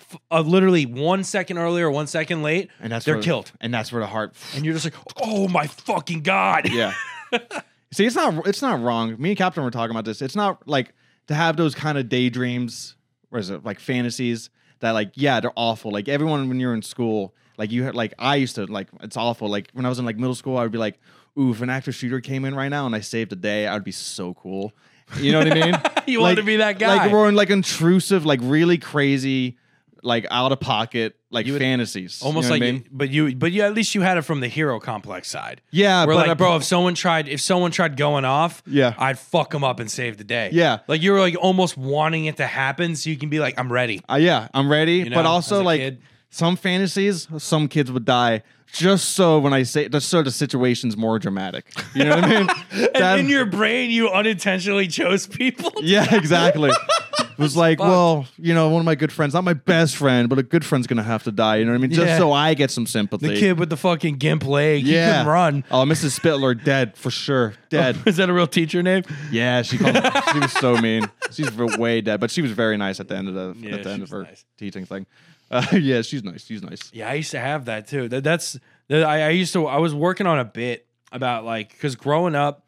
S1: f- uh, literally one second earlier, one second late,
S2: And that's
S1: they're
S2: where-
S1: killed,
S2: And that's where the heart
S1: and you're just like, oh my fucking god.
S2: Yeah. *laughs* See, it's not it's not wrong. Me and Captain were talking about this. It's not like to have those kind of daydreams, or is it like fantasies that like yeah they're awful. Like everyone when you're in school Like you had like I used to like it's awful. Like when I was in like middle school, I would be like, ooh, if an active shooter came in right now and I saved a day, I'd be so cool. You know what I mean?
S1: *laughs* You wanted to be that guy.
S2: Like we're in like intrusive, like really crazy, like out of pocket, like
S1: You would-
S2: fantasies. You
S1: Almost
S2: know
S1: like,
S2: what I
S1: you-
S2: mean?
S1: but you, but you at least you had it from the hero complex side.
S2: Yeah,
S1: we're
S2: but
S1: like,
S2: I-
S1: bro, if someone tried, if someone tried going off,
S2: Yeah.
S1: I'd fuck them up and save the day.
S2: Yeah.
S1: like you were like almost wanting it to happen so you can be like, I'm ready.
S2: Uh, yeah, I'm ready.
S1: know,
S2: but
S1: as a
S2: also like
S1: kid.
S2: some fantasies, some kids would die just so when I say just so the situation's more dramatic. You know what I mean? That-
S1: *laughs* And in your brain, you unintentionally chose people. *laughs*
S2: yeah, exactly. It was like, well, you know, one of my good friends, not my best friend, but a good friend's gonna have to die. You know what I mean? Just
S1: Yeah.
S2: so I get some sympathy.
S1: The kid with the fucking gimp leg,
S2: yeah,
S1: he can run. *laughs*
S2: Oh, Mrs. Spittler dead for sure, dead.
S1: Is that a real teacher name?
S2: yeah, she called, she was so mean. She's v- way dead, but she was very nice at the end of the
S1: Yeah,
S2: at the
S1: she
S2: end of
S1: was
S2: her
S1: nice.
S2: teaching thing. *laughs* Uh, yeah, she's nice. She's nice.
S1: Yeah, I used to have that too. That, that's that I, I used to. I was working on a bit about like because growing up,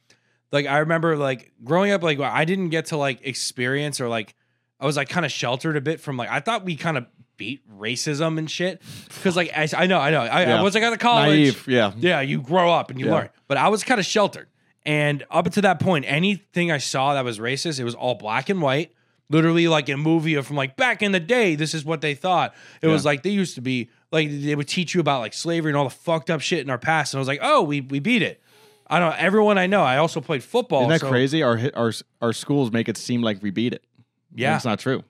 S1: like I remember like growing up, like I didn't get to like experience or like I was like kind of sheltered a bit from like I thought we kind of beat racism and shit because like I, I know I know I, I-
S2: Yeah.
S1: once I got to college,
S2: Naive, yeah.
S1: yeah, you grow up and you
S2: Yeah.
S1: learn. But I was kind of sheltered. And up to that point, anything I saw that was racist, it was all black and white. Literally like a movie from like back in the day, this is what they thought. It was
S2: Yeah.
S1: like they used to be like they would teach you about like slavery and all the fucked up shit in our past. And I was like, oh, we we beat it. I don't everyone I know. I also played football.
S2: Isn't that
S1: so-
S2: crazy? Our hi- our our schools make it seem like we beat it. And
S1: Yeah. Oh
S2: it's not true.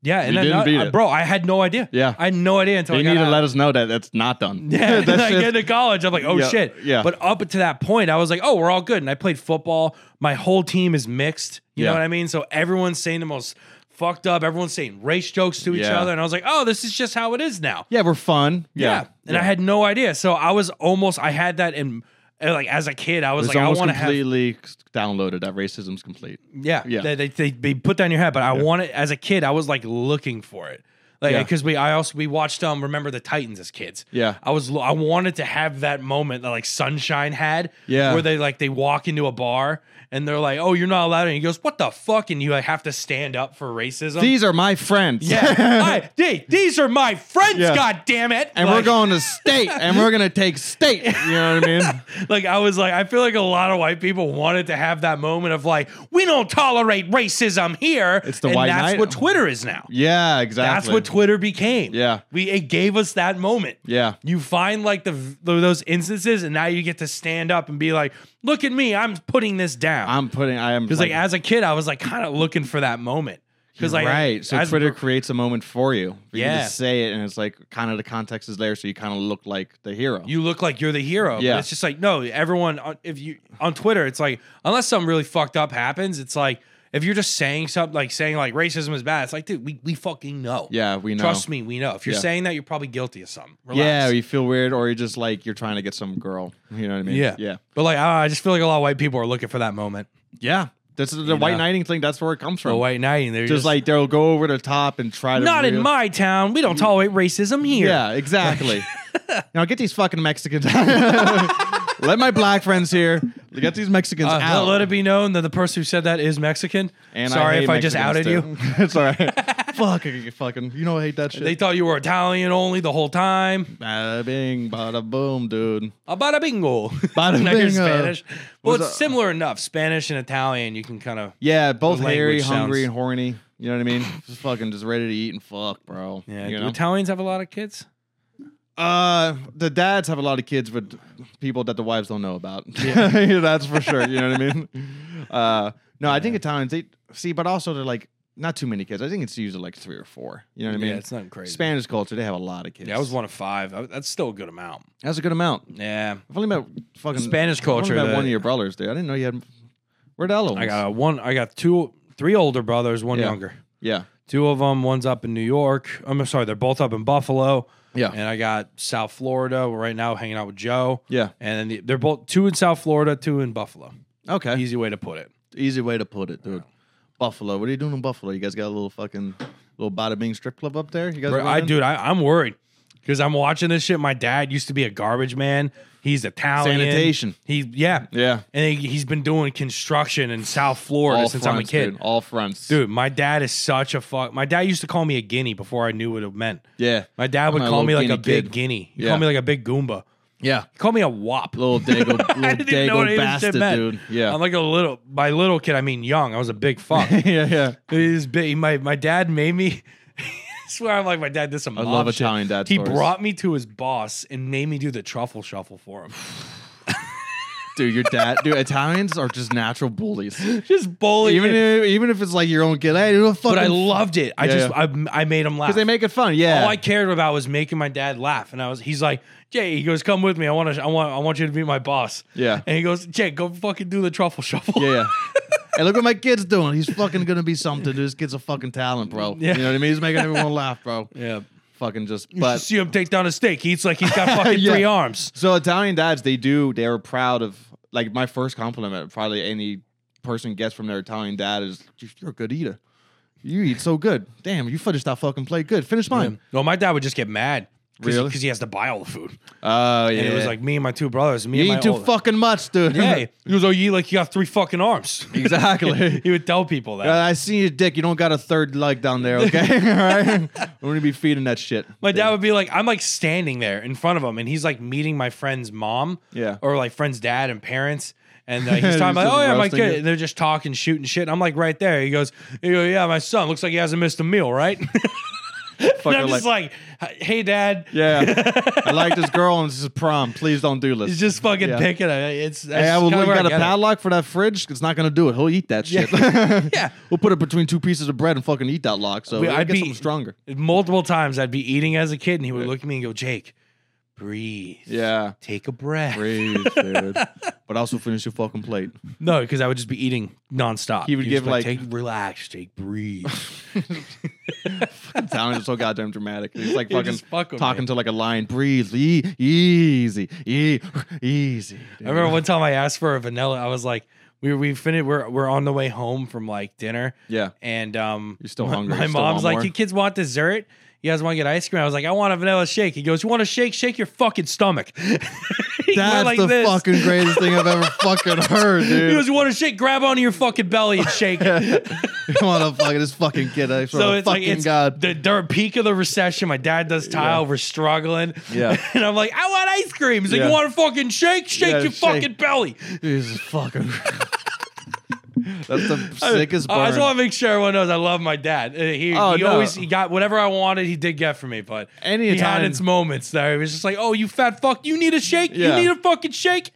S1: Yeah, and
S2: We
S1: then
S2: didn't
S1: I-
S2: beat
S1: I-
S2: it.
S1: bro, I had no idea.
S2: Yeah.
S1: I had no idea until
S2: They
S1: I got
S2: need to
S1: out.
S2: let us know that that's not
S1: *laughs*
S2: done. *laughs*
S1: Yeah,
S2: That
S1: then I
S2: shit-
S1: get into college. I'm like, oh
S2: Yeah,
S1: shit.
S2: yeah.
S1: But up to that point, I was like, oh, we're all good. And I played football. My whole team is mixed. You
S2: Yeah.
S1: know what I mean? So everyone's saying the most fucked up. Everyone's saying race jokes to each
S2: Yeah.
S1: other. And I was like, oh, this is just how it is now.
S2: yeah, we're fun. Yeah,
S1: And I had no idea. So I was almost, I had that in, uh, like, as a kid, I was
S2: it's
S1: like, I
S2: almost
S1: want to have.
S2: completely downloaded. That racism's
S1: *laughs*
S2: complete.
S1: Yeah,
S2: Yeah.
S1: They, they, they, they put down your head, but I want it as a kid. I was like looking for it, like
S2: Yeah.
S1: because we I also we watched um Remember the Titans as kids.
S2: Yeah.
S1: I was lo- I wanted to have that moment that like Sunshine had.
S2: Yeah.
S1: where they like they walk into a bar and they're like, "Oh, you're not allowed," and he goes, "What the fuck?" And you like, have to stand up for racism.
S2: These are my friends. *laughs*
S1: yeah, I, they, these are my friends.
S2: Yeah.
S1: God damn it!
S2: and we're
S1: Like-
S2: going to state, and we're gonna take
S1: *laughs*
S2: state. You know what I mean?
S1: like I was like, I feel like a lot of white people wanted to have that moment of like, we don't tolerate racism here.
S2: It's the
S1: and
S2: white
S1: that's
S2: knight.
S1: what Twitter is now.
S2: Yeah, exactly.
S1: That's what Twitter became.
S2: Yeah.
S1: we it gave us that moment.
S2: Yeah.
S1: you find like the, the those instances, and now you get to stand up and be like, look at me, I'm putting this down.
S2: I'm putting. I am
S1: Because like, as a kid, I was like kind of looking for that moment. Because like
S2: right. So
S1: as-
S2: Twitter creates a moment for you. You
S1: Yeah.
S2: just say it, and it's like kind of the context is there, so you kind of look like the hero.
S1: you look like you're the hero. but
S2: Yeah.
S1: it's just like no, everyone on- if you on Twitter, it's like unless something really fucked up happens, it's like if you're just saying something like saying like racism is bad, it's like dude, we we fucking know.
S2: yeah, we know.
S1: Trust me, we know. If you're
S2: Yeah.
S1: saying that, you're probably guilty of something.
S2: Yeah,
S1: Relax.
S2: you feel weird, or you're just like you're trying to get some girl. You know what I mean?
S1: yeah,
S2: yeah,
S1: But like, I, don't know, I just feel like a lot of white people are looking for that moment.
S2: yeah. This is the white
S1: know?
S2: knighting thing. That's where it comes from.
S1: The white knight, and they're
S2: just,
S1: just,
S2: like they'll go over the top and try to.
S1: not in
S2: real-
S1: my town. We don't tolerate racism here. *laughs*
S2: Yeah, exactly. now get these fucking Mexicans. *laughs* Let my black friends here. Get these Mexicans
S1: Uh,
S2: out.
S1: let it be known that the person who said that is Mexican.
S2: And
S1: Sorry
S2: hate
S1: if I just outed
S2: Mexicans
S1: you.
S2: too. *laughs* it's all
S1: *laughs*
S2: right. Fuck, you fucking. You know I hate that shit.
S1: They thought you were Italian only the whole time.
S2: bada bing, bada boom, dude.
S1: A bada bingo. *laughs*
S2: Bada
S1: Now you're
S2: bingo.
S1: Spanish. Well,
S2: Was
S1: it's
S2: a-
S1: similar enough. Spanish and Italian, you can kind of.
S2: Yeah, both
S1: The
S2: hairy,
S1: language
S2: hungry,
S1: sounds-
S2: and horny. You know what I mean? Just fucking, just ready to eat and fuck, bro.
S1: Yeah,
S2: you
S1: do
S2: know?
S1: Italians have a lot of kids.
S2: Uh, the dads have a lot of kids with people that the wives don't know about. *laughs* Yeah, that's for sure. You know what I
S1: *laughs*
S2: mean? Uh, no, I think Italians they see, but also they're like not too many kids. I think it's usually like three or four. You know what I mean?
S1: yeah, it's not crazy.
S2: Spanish culture, they have a lot of kids.
S1: yeah, I was one of five. I- that's still a good amount.
S2: That's a good amount.
S1: Yeah,
S2: I've only met fucking
S1: Spanish
S2: I've
S1: culture,
S2: only met
S1: the-
S2: one of your brothers, dude. I didn't know you had. Where the hell
S1: I got a one. I got two, three older brothers, one
S2: Yeah.
S1: younger.
S2: Yeah,
S1: Two of them, one's up in New York. I'm sorry, they're both up in Buffalo.
S2: Yeah.
S1: and I got South Florida We're right now, hanging out with Joe.
S2: yeah.
S1: and then the, they're both two in South Florida, two in Buffalo.
S2: Okay,
S1: Easy way to put it.
S2: easy way to put it, dude. Buffalo. What are you doing in Buffalo? You guys got a little fucking little bada bing strip club up there? You guys?
S1: Bro, I
S2: going in?
S1: dude, I, I'm worried. because I'm watching this shit. My dad used to be a garbage man. He's Italian.
S2: Sanitation.
S1: He yeah
S2: Yeah.
S1: and he, he's been doing construction in South Florida since I'm a
S2: fronts,
S1: kid.
S2: dude. All fronts.
S1: Dude, my dad is such a fuck. My dad used to call me a guinea before I knew what it meant.
S2: Yeah.
S1: My dad would
S2: I'm a
S1: call me like
S2: little
S1: a
S2: guinea
S1: big
S2: kid.
S1: guinea. He
S2: Yeah.
S1: called me like a big goomba.
S2: Yeah.
S1: He called me a wop. *laughs*
S2: Little dago, little
S1: didn't even know what
S2: dago
S1: any of this shit
S2: bastard,
S1: meant.
S2: dude. Yeah.
S1: I'm like *laughs* a little, by little kid, I mean young. I was a big fuck.
S2: *laughs* yeah, yeah.
S1: He's big. My my dad made me. *laughs* I swear, I'm like my dad did some.
S2: I
S1: mob
S2: love
S1: shit.
S2: Italian dad
S1: He
S2: stories.
S1: brought me to his boss and made me do the truffle shuffle for him. *laughs*
S2: Dude, your dad, dude, Italians are just natural
S1: *laughs*
S2: bullies.
S1: Just bully.
S2: Even
S1: me.
S2: if, even if it's like your own kid, hey, you fucking.
S1: but I loved it. I
S2: Yeah,
S1: just I, I made him laugh.
S2: because they make it fun. Yeah.
S1: All Oh, I cared about was making my dad laugh, and I was. He's like, Jay. He goes, "Come with me. I want to. I want. I want you to be my boss."
S2: Yeah.
S1: And he goes, Jay, go fucking do the truffle shuffle.
S2: yeah, yeah. Hey, look what my kid's doing. He's fucking gonna be something. Dude. This kid's a fucking talent, bro.
S1: Yeah.
S2: You know what I mean? He's making everyone laugh, bro.
S1: *laughs* *laughs* yeah.
S2: Fucking just.
S1: You should
S2: But
S1: see him take down a steak. He eats like he's
S2: *laughs*
S1: got fucking
S2: Yeah.
S1: three arms.
S2: so Italian dads, they do. They are proud of. Like my first compliment, probably any person gets from their Italian dad is, "You're a good eater. You eat so good. Damn, you finished that fucking plate good. Finish mine."
S1: No, my dad would just get mad. Cause
S2: Really?
S1: Because he, has to buy all the food.
S2: Oh yeah.
S1: And it was like me and my two brothers. Me
S2: you
S1: and my
S2: eat too
S1: older-
S2: fucking much, dude.
S1: Hey, he goes, oh, you eat like you got three fucking arms.
S2: *laughs*
S1: *laughs*
S2: exactly.
S1: he would tell people that.
S2: Uh, I see your dick. You don't got a third leg
S1: *laughs*
S2: down there, okay? *laughs* All right. I'm gonna be feeding that shit.
S1: My dad would be like, I'm like standing there in front of him, and he's like meeting my friend's mom,
S2: Yeah.
S1: or like friend's dad and parents, and
S2: *laughs*
S1: uh, he's talking
S2: He's
S1: about,
S2: just
S1: oh yeah, my
S2: roasting
S1: kid,
S2: you.
S1: and they're just talking, shooting shit. And I'm like right there. He goes, he goes, yeah, my son looks like he hasn't missed a meal, right? *laughs* and
S2: Fucking
S1: I'm just like, hey, dad, *laughs*
S2: yeah, I like this girl and this is prom. Please don't do this.
S1: he's just fucking
S2: Yeah.
S1: picking. It. It's that's
S2: hey, I will
S1: kinda
S2: look
S1: where I
S2: got a
S1: get it.
S2: padlock for that fridge. It's not gonna do it. He'll eat that shit. *laughs*
S1: Yeah.
S2: we'll put it between two pieces of bread and fucking eat that lock. So
S1: We-
S2: we,
S1: I'd
S2: I'd get
S1: be-
S2: something stronger.
S1: Multiple times I'd be eating as a kid, and he would look at me and go, Jake, breathe,
S2: Yeah,
S1: take a breath.
S2: *laughs* breathe, dude. But also finish your fucking plate. *laughs*
S1: No, because I would just be eating nonstop.
S2: He would
S1: was
S2: give, like-
S1: take, relax, take,
S2: *laughs*
S1: breathe.
S2: Italians are so goddamn dramatic. He's
S1: *laughs*
S2: like
S1: You
S2: fucking
S1: just fuck with
S2: talking to like a lion. Breathe, e- easy, e- easy.
S1: I remember one time I asked for a vanilla. I was like, we we finished. We're we're on the way home from like dinner,
S2: Yeah,
S1: and um,
S2: You're still
S1: my,
S2: hungry.
S1: My
S2: You still want
S1: mom's like,
S2: more?
S1: "You kids want dessert? You guys want to get ice cream?" I was like, "I want a vanilla shake." He goes, "You want a shake? Shake your fucking stomach." *laughs* He went
S2: That's
S1: like
S2: the
S1: this.
S2: fucking greatest thing
S1: *laughs*
S2: I've ever fucking heard,
S1: He goes,
S2: dude.
S1: "You want a shake? Grab onto your fucking belly and shake."
S2: *laughs* you want to fucking this fucking kid? I swear
S1: So
S2: to
S1: it's like
S2: fucking
S1: it's
S2: god.
S1: the der- peak of the recession. My dad does tile. We're struggling.
S2: Yeah.
S1: *laughs* and I'm like, I want ice cream. He's like,
S2: Yeah.
S1: you want a fucking shake? Shake
S2: Yeah,
S1: your
S2: shake.
S1: fucking belly. *laughs*
S2: Jesus fucking. *laughs* That's the sickest
S1: Uh, I
S2: burn.
S1: just want to make sure everyone knows I love my dad. Uh, He,
S2: Oh,
S1: he
S2: no.
S1: always he got whatever I wanted. He did get for me, but
S2: Any
S1: he
S2: Italian-
S1: had its moments there. It was just like, oh, you fat fuck, you need a shake.
S2: Yeah.
S1: You need a fucking shake.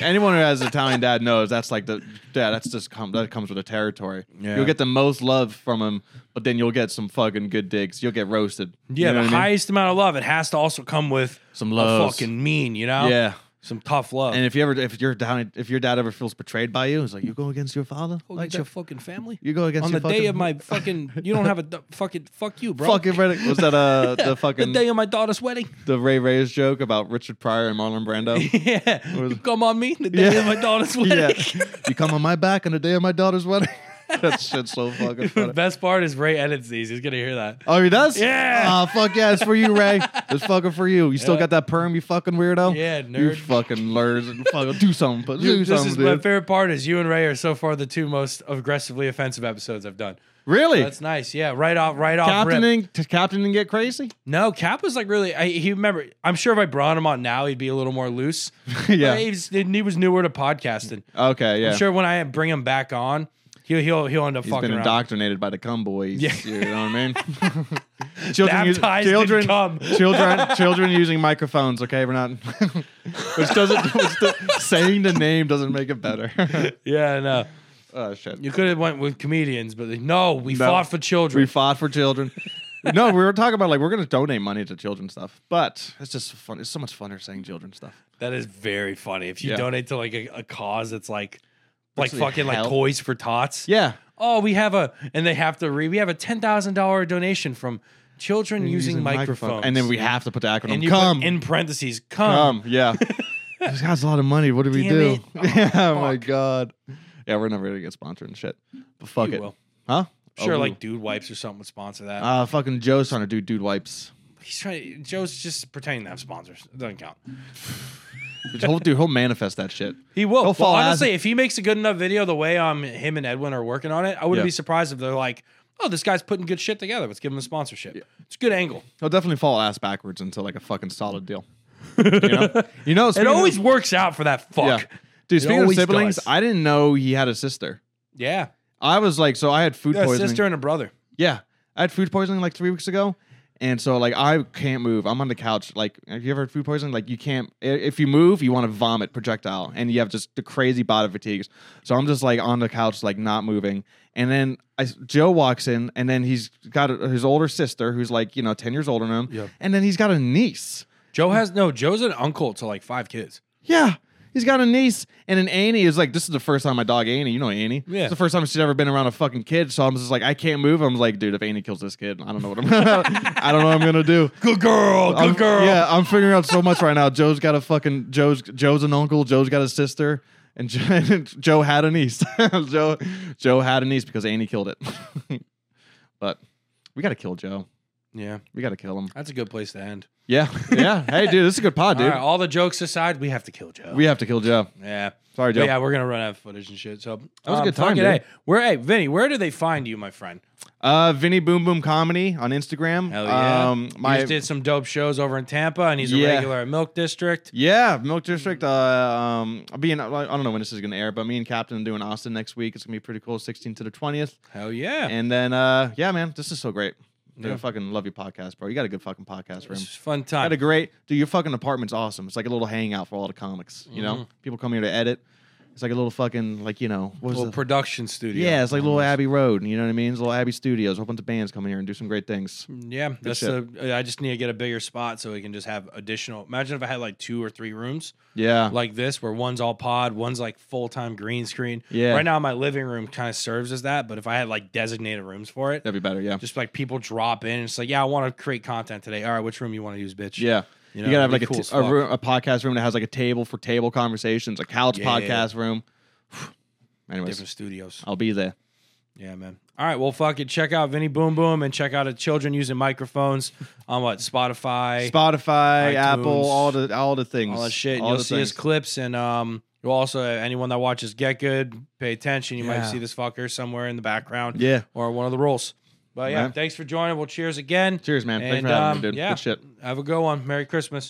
S2: Anyone who has an Italian dad knows that's like the yeah. That's just come that comes with the territory.
S1: Yeah.
S2: You'll get the most love from him, but then you'll get some fucking good digs. You'll get roasted. You
S1: Yeah,
S2: know
S1: the
S2: what I mean?
S1: highest amount of love. It has to also come with
S2: Some
S1: a
S2: loves.
S1: fucking mean, you know.
S2: Yeah.
S1: some tough love.
S2: And if you ever, if your dad, if your dad ever feels betrayed by you, it's like you go against your father.
S1: Go
S2: like
S1: get your
S2: that?
S1: fucking family.
S2: you go against
S1: on the
S2: your
S1: day
S2: fucking-
S1: of
S2: *laughs*
S1: my fucking. You don't have a d- fucking. Fuck you, bro.
S2: fucking Reddit. Was that
S1: *laughs*
S2: uh the
S1: the
S2: fucking
S1: day of my daughter's wedding. *laughs*
S2: the Ray Reyes joke about Richard Pryor and Marlon Brando.
S1: yeah, you come on me. The day
S2: Yeah.
S1: of my
S2: *laughs*
S1: daughter's
S2: yeah,
S1: wedding.
S2: you come on my back on the day of my daughter's wedding. *laughs* that shit's so
S1: *laughs*
S2: fucking
S1: The
S2: funny.
S1: best part is Ray edits these. He's gonna hear that.
S2: Oh, he does?
S1: Yeah.
S2: Oh, fuck yeah. It's for you, Ray. It's fucking for you. You still got that perm, you fucking weirdo?
S1: Yeah,
S2: You
S1: nerd.
S2: fucking lurs. And fucking do something.
S1: *laughs*
S2: But do
S1: Dude, this
S2: something,
S1: is my
S2: dude.
S1: favorite part. Is you and Ray are so far the two most aggressively offensive episodes I've done.
S2: really?
S1: That's nice. Yeah, right off, right off. rip.
S2: Captaining, to captaining get crazy?
S1: No, Cap was like really. I, he remember. I'm sure if I brought him on now, he'd be a little more loose.
S2: *laughs* Yeah.
S1: But he was, he was newer to podcasting.
S2: Okay, yeah.
S1: I'm sure when I bring him back on, he'll he'll he'll end up
S2: He's
S1: fucking
S2: been
S1: around.
S2: indoctrinated by the cum boys.
S1: Yeah.
S2: You know what I mean?
S1: *laughs*
S2: children, use-
S1: Baptized in
S2: children,
S1: cum.
S2: *laughs* children, children using microphones. Okay, we're not. *laughs* which doesn't *laughs* which do- saying the name doesn't make it better. *laughs*
S1: Yeah, no.
S2: oh shit!
S1: You could have went with comedians, but they- no, we
S2: No.
S1: fought for
S2: We
S1: children.
S2: fought for children. *laughs* no, we were talking about like we're gonna donate money to children stuff, but it's just fun. It's so much funner saying children stuff.
S1: that is very funny. If you
S2: Yeah.
S1: donate to like a, a cause that's like, like
S2: Actually,
S1: fucking like
S2: help.
S1: toys for tots.
S2: Yeah,
S1: Oh, we have a, and they have to read. We have a ten thousand dollar donation from children using, microphones,
S2: microphone. and then we have to put the acronym
S1: and you
S2: cum.
S1: put in parentheses come.
S2: cum. Yeah,
S1: *laughs*
S2: this guy's a lot of money. What do we
S1: Damn
S2: do? *laughs*
S1: it. Oh,
S2: yeah, my
S1: fuck.
S2: god. Yeah, we're never gonna get sponsored and shit. But fuck
S1: You
S2: it,
S1: will.
S2: huh?
S1: Sure,
S2: Oh,
S1: like dude wipes or something would sponsor that.
S2: Uh, fucking Joe's trying to do dude wipes.
S1: He's trying. Joe's just pretending to have sponsors. It doesn't count.
S2: He'll, dude, he'll manifest that shit.
S1: He will.
S2: He'll
S1: Well,
S2: fall ass-
S1: honestly, if he makes a good enough video, the way um him and Edwin are working on it, I wouldn't
S2: Yeah.
S1: be surprised if they're like, "Oh, this guy's putting good shit together. Let's give him a sponsorship. It's a good angle.
S2: He'll definitely fall ass backwards into like a fucking solid deal. You know, you
S1: *laughs*
S2: know
S1: It
S2: speaking of-
S1: always works out for that fuck."
S2: Yeah. Dude, speaking of
S1: always
S2: siblings,
S1: does.
S2: I didn't know he had a sister.
S1: Yeah,
S2: I was like, so I had food
S1: a
S2: poisoning.
S1: sister and a brother.
S2: Yeah, I had food poisoning like three weeks ago, and so like I can't move. I'm on the couch. Like, have you ever had food poisoning? Like, you can't. i- If you move, you want to vomit projectile, and you have just the crazy body fatigues. So I'm just like on the couch, like not moving. And then I, Joe walks in, and then he's got a, his older sister, who's like you know ten years older than him.
S1: Yep.
S2: And then he's got a niece.
S1: Joe has no. Joe's an uncle to like five kids.
S2: Yeah. He's got a niece and an Annie is like, this is the first time my dog Annie, you know Annie.
S1: Yeah.
S2: It's the first time she's ever been around a fucking kid. So I'm just like, I can't move. I'm like, dude, if Annie kills this kid, I don't know what I'm *laughs* I don't know what I'm gonna do.
S1: Good girl. *laughs* Good
S2: I'm-
S1: girl.
S2: Um, Yeah, I'm figuring out so much right now. Joe's got a fucking Joe's Joe's an uncle, Joe's got a sister, and *laughs* Joe, Joe had a niece. *laughs* Joe Joe had a niece because Annie killed it. *laughs* but we gotta kill Joe.
S1: Yeah.
S2: We gotta kill him.
S1: That's a good place to end.
S2: Yeah. *laughs* Yeah. hey dude, this is a good pod,
S1: All
S2: dude.
S1: right. All the jokes aside, we have to kill Joe.
S2: We have to kill Joe.
S1: yeah.
S2: Sorry,
S1: But
S2: Joe.
S1: yeah, we're gonna run out of footage and shit. So that
S2: was a good time, dude.
S1: Hey, where? Hey, Vinny, where do they find you, my friend?
S2: Uh, Vinny Boom Boom Comedy on Instagram.
S1: Hell yeah.
S2: Um,
S1: he
S2: my
S1: just did some dope shows over in Tampa, and he's
S2: Yeah.
S1: a regular at Milk District.
S2: yeah, Milk District.
S1: Mm.
S2: Uh, um, I'll be in. I don't know when this is gonna air, but me and Captain are doing Austin next week. It's gonna be pretty cool. 16 to the 20th,
S1: Hell yeah.
S2: and then uh, yeah, man, this is so great. Dude, I
S1: Yeah.
S2: fucking love your podcast, bro. You got a good fucking podcast for him.
S1: It's a fun
S2: I
S1: time.
S2: had a great dude. Your fucking apartment's awesome. It's like a little hangout for all the comics. You know,
S1: Mm-hmm.
S2: people come here to edit. It's like a little fucking like you know what was
S1: little
S2: the-
S1: production studio.
S2: yeah, it's like little Abbey Road. You know what I mean? It's little Abbey Studios. A whole bunch of bands come here and do some great things.
S1: Yeah, that's
S2: shit.
S1: the. I just need to get a bigger spot so we can just have additional. Imagine if I had like two or three rooms
S2: Yeah,
S1: like this, where one's all pod, one's like full time green screen.
S2: Yeah.
S1: Right now, my living room kind of serves as that, but if I had like designated rooms for it,
S2: that'd be better. Yeah,
S1: just like people drop in, and it's like, yeah, I want to create content today. All right, which room you want to use, bitch?
S2: Yeah. You,
S1: You know,
S2: gotta have
S1: it'd
S2: like
S1: be cool
S2: a t-
S1: as
S2: a,
S1: fuck.
S2: room, a podcast room that has like a table for table conversations, a couch
S1: Yeah.
S2: podcast room. *sighs* Anyways,
S1: different studios.
S2: I'll be there.
S1: Yeah, man. All right, well, fuck it. Check out Vinny Boom Boom and check out a Children Using Microphones on what Spotify,
S2: Spotify,
S1: iTunes,
S2: Apple, all the all the things,
S1: all that shit.
S2: all
S1: you'll
S2: the
S1: see
S2: things.
S1: his clips, and um, you'll also anyone that watches Get Good, pay attention. You might
S2: Yeah.
S1: see this fucker somewhere in the background,
S2: Yeah.
S1: or one of the roles. But yeah,
S2: Right.
S1: thanks for joining. Well, cheers again.
S2: Cheers, man. Thanks
S1: And,
S2: for having
S1: um,
S2: me, dude.
S1: yeah.
S2: Good shit.
S1: Have a good one. Merry Christmas.